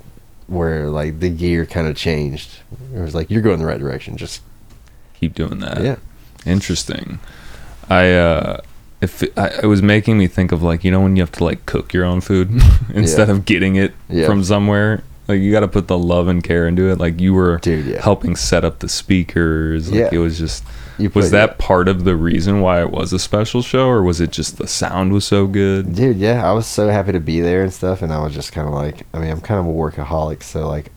Speaker 2: where like the gear kind of changed it was like you're going the right direction just
Speaker 3: Keep doing that.
Speaker 2: yeah
Speaker 3: Interesting. I uh if I, it was making me think of like you know when you have to like cook your own food instead
Speaker 2: Yeah.
Speaker 3: of getting it
Speaker 2: Yeah.
Speaker 3: from somewhere. Like you got to put the love and care into it. Like you were
Speaker 2: Dude, yeah.
Speaker 3: helping set up the speakers. Like
Speaker 2: Yeah.
Speaker 3: it was just
Speaker 2: you
Speaker 3: was
Speaker 2: put-
Speaker 3: that part of the reason why it was a special show or was it just the sound was so good?
Speaker 2: dude yeah i was so happy to be there and stuff and i was just kind of like i mean i'm kind of a workaholic so like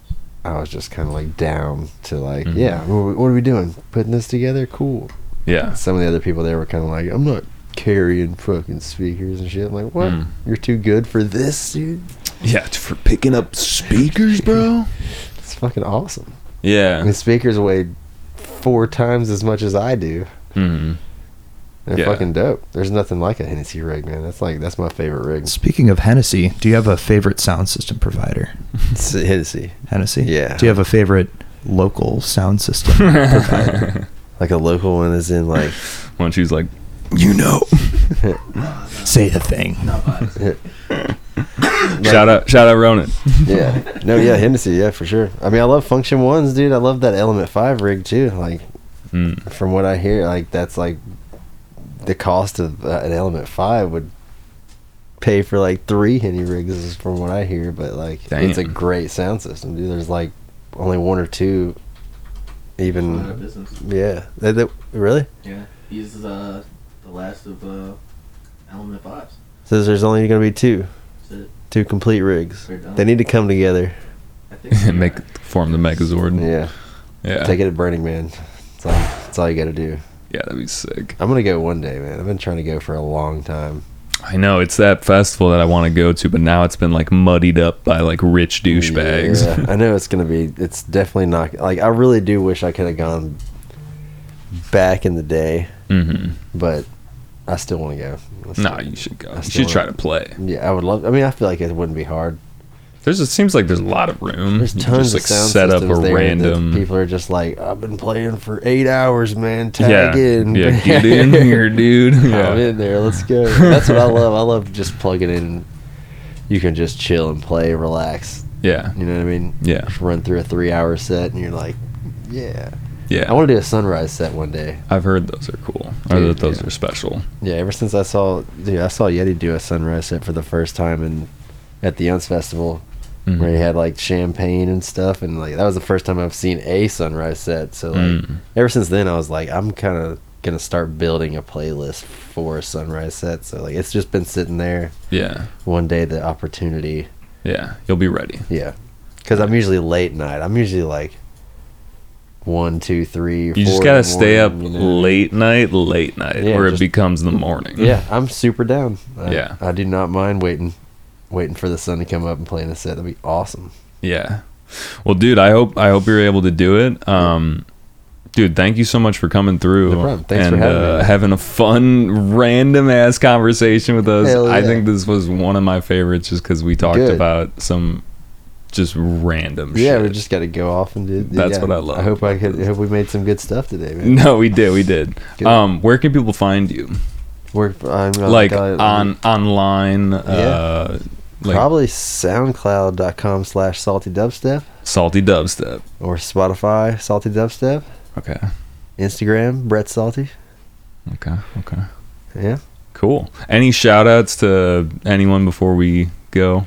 Speaker 2: i was just kind of like down to like
Speaker 3: Mhm.
Speaker 2: yeah what are, we, what are we doing putting this together cool
Speaker 3: Yeah.
Speaker 2: some of the other people there were kind of like i'm not carrying fucking speakers and shit i'm like what
Speaker 3: Mm.
Speaker 2: you're too good for this dude
Speaker 3: Yeah, for picking up speakers, bro.
Speaker 2: it's fucking awesome i
Speaker 3: yeah.
Speaker 2: mean speakers weigh four times as much as i do
Speaker 3: Mhm.
Speaker 2: They're
Speaker 3: Yeah.
Speaker 2: fucking dope. There's nothing like a Hennessy rig, man. That's like that's my favorite rig.
Speaker 1: Speaking of Hennessy, do you have a favorite sound system provider?
Speaker 2: It's Hennessy,
Speaker 1: Hennessy?
Speaker 2: Yeah.
Speaker 1: Do you have a favorite local sound system provider?
Speaker 2: like a local one is in like
Speaker 3: When she's like,
Speaker 1: You know. Say the thing.
Speaker 3: shout out, shout out, Ronan.
Speaker 2: yeah, no, yeah, Hennessy, yeah, for sure. I mean, I love Function Ones, dude. I love that Element Five rig too. Like
Speaker 3: Mm.
Speaker 2: from what I hear, like that's like the cost of uh, an Element Five would pay for like three Henny rigs, is from what I hear. But like, it's a
Speaker 3: Damn.
Speaker 2: great sound system, dude. There's like only one or two,
Speaker 5: Went out of
Speaker 2: even
Speaker 5: business.
Speaker 2: yeah. They, they, really?
Speaker 5: Yeah, he's uh, the last of uh, Element Fives.
Speaker 2: Says there's only going to be two.
Speaker 5: That's it.
Speaker 2: Two complete rigs.
Speaker 5: They're done.
Speaker 2: They need to come together.
Speaker 5: I think
Speaker 3: Make form the Megazord.
Speaker 2: Yeah.
Speaker 3: Yeah.
Speaker 2: Take it at Burning Man. It's all, it's all you got to do.
Speaker 3: Yeah, that'd be sick.
Speaker 2: I'm going to go one day, man. I've been trying to go for a long time.
Speaker 3: I know it's that festival that I want to go to, but now it's been like muddied up by like rich douchebags.
Speaker 2: Yeah, I know it's gonna be. It's definitely not. Like I really do wish I could have gone back in the day,
Speaker 3: hmm
Speaker 2: but I still want to go. Let's
Speaker 3: No,
Speaker 2: do it.
Speaker 3: you should go. You
Speaker 2: That's
Speaker 3: should
Speaker 2: the
Speaker 3: try
Speaker 2: one.
Speaker 3: to play.
Speaker 2: Yeah, I would love. I mean, I feel like it wouldn't be hard.
Speaker 3: There's it seems like there's a lot of room.
Speaker 2: There's
Speaker 3: You can
Speaker 2: tons
Speaker 3: Mm-hmm. just like
Speaker 2: of sound
Speaker 3: set up a
Speaker 2: systems there that
Speaker 3: random.
Speaker 2: People are just like, I've been playing for eight hours, man. Tag
Speaker 3: Yeah,
Speaker 2: in.
Speaker 3: yeah, get in here, dude.
Speaker 2: I'm
Speaker 3: Yeah,
Speaker 2: in there. Let's go. That's what I love. I love just plugging in. You can just chill and play, relax.
Speaker 3: yeah,
Speaker 2: You know what I mean?
Speaker 3: yeah,
Speaker 2: Just run through a three-hour set, and you're like, yeah. I
Speaker 3: yeah.
Speaker 2: want to do a sunrise set one day.
Speaker 3: I've heard those are cool. I heard
Speaker 2: Dude,
Speaker 3: that those
Speaker 2: yeah.
Speaker 3: are special.
Speaker 2: Yeah, ever since I saw, dude, I saw Yeti do a sunrise set for the first time in at the Unz Festival,
Speaker 3: Mhm.
Speaker 2: where he had like champagne and stuff, and like that was the first time I've seen a sunrise set. So like,
Speaker 3: Mm.
Speaker 2: ever since then, I was like, I'm kind of gonna start building a playlist for a sunrise set. So like, it's just been sitting there.
Speaker 3: Yeah,
Speaker 2: One day, the opportunity.
Speaker 3: yeah. You'll be ready.
Speaker 2: Yeah, because I'm usually late night. I'm usually like one, two, three.
Speaker 3: You just
Speaker 2: four
Speaker 3: gotta
Speaker 2: in the
Speaker 3: stay up
Speaker 2: morning, you know?
Speaker 3: late night, late night,
Speaker 2: Yeah,
Speaker 3: where it
Speaker 2: just-
Speaker 3: becomes the morning.
Speaker 2: Yeah, I'm super down. I,
Speaker 3: Yeah.
Speaker 2: I do not mind waiting, waiting for the sun to come up and playing a set. That'd be awesome.
Speaker 3: Yeah. Well, dude, I hope I hope you're able to do it. Um, dude, thank you so much for coming through.
Speaker 2: No problem. Thanks for
Speaker 3: and,
Speaker 2: having
Speaker 3: uh,
Speaker 2: me.
Speaker 3: having a fun, random ass conversation with us.
Speaker 2: Hell
Speaker 3: I
Speaker 2: yeah.
Speaker 3: think this was one of my favorites, just because we talked
Speaker 2: Good.
Speaker 3: about some just random.
Speaker 2: Yeah,
Speaker 3: shit.
Speaker 2: we just got to go off and do.
Speaker 3: That's
Speaker 2: yeah.
Speaker 3: what I love.
Speaker 2: I hope I could. I hope we made some good stuff today, man.
Speaker 3: No, we did, we did.
Speaker 2: Good.
Speaker 3: Um, where can people find you?
Speaker 2: We're I'm, uh,
Speaker 3: like
Speaker 2: got-
Speaker 3: on online, uh, like
Speaker 2: probably SoundCloud.com slash Salty Dubstep
Speaker 3: salty dubstep.
Speaker 2: or Spotify Salty Dubstep,
Speaker 3: Okay,
Speaker 2: Instagram Brett Salty.
Speaker 3: okay, okay.
Speaker 2: Yeah,
Speaker 3: Cool. Any shout outs to anyone before we go?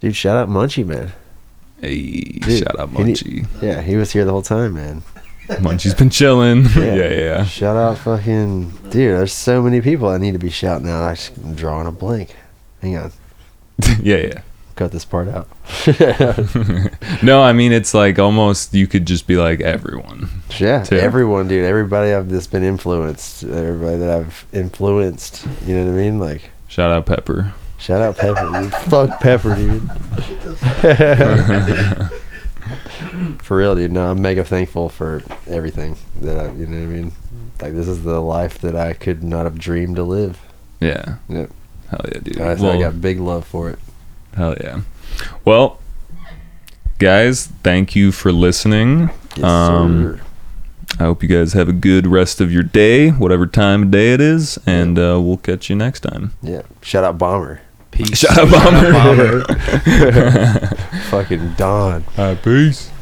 Speaker 2: dude, shout out Munchie man.
Speaker 3: Hey,
Speaker 2: Dude,
Speaker 3: shout out
Speaker 2: any-
Speaker 3: Munchie.
Speaker 2: Yeah, he was here the whole time, man.
Speaker 3: Munchie's been chilling. Yeah, yeah. yeah.
Speaker 2: Shout out, fucking dude. There's so many people I need to be shouting out. I just, I'm drawing a blank. Hang on.
Speaker 3: yeah,
Speaker 2: cut this part out.
Speaker 3: No, I mean it's like almost you could just be like everyone.
Speaker 2: yeah,
Speaker 3: Too.
Speaker 2: everyone, dude, everybody I've just been influenced, everybody that I've influenced. You know what I mean? Like,
Speaker 3: Shout out Pepper.
Speaker 2: shout out Pepper, dude. fuck Pepper, dude. for real, dude. No, I'm mega thankful for everything that I. You know what I mean? Like, this is the life that I could not have dreamed to live.
Speaker 3: Yeah.
Speaker 2: Yep.
Speaker 3: Hell yeah, dude.
Speaker 2: I,
Speaker 3: Well,
Speaker 2: I got big love for it.
Speaker 3: Hell yeah. Well, guys, thank you for listening.
Speaker 2: Yes,
Speaker 3: Um,
Speaker 2: sir.
Speaker 3: I hope you guys have a good rest of your day, whatever time of day it is, and uh, we'll catch you next time.
Speaker 2: Yeah. Shout out Bomber.
Speaker 3: Shout out Bomber.
Speaker 2: Fucking Don.
Speaker 3: All right, Uh, peace.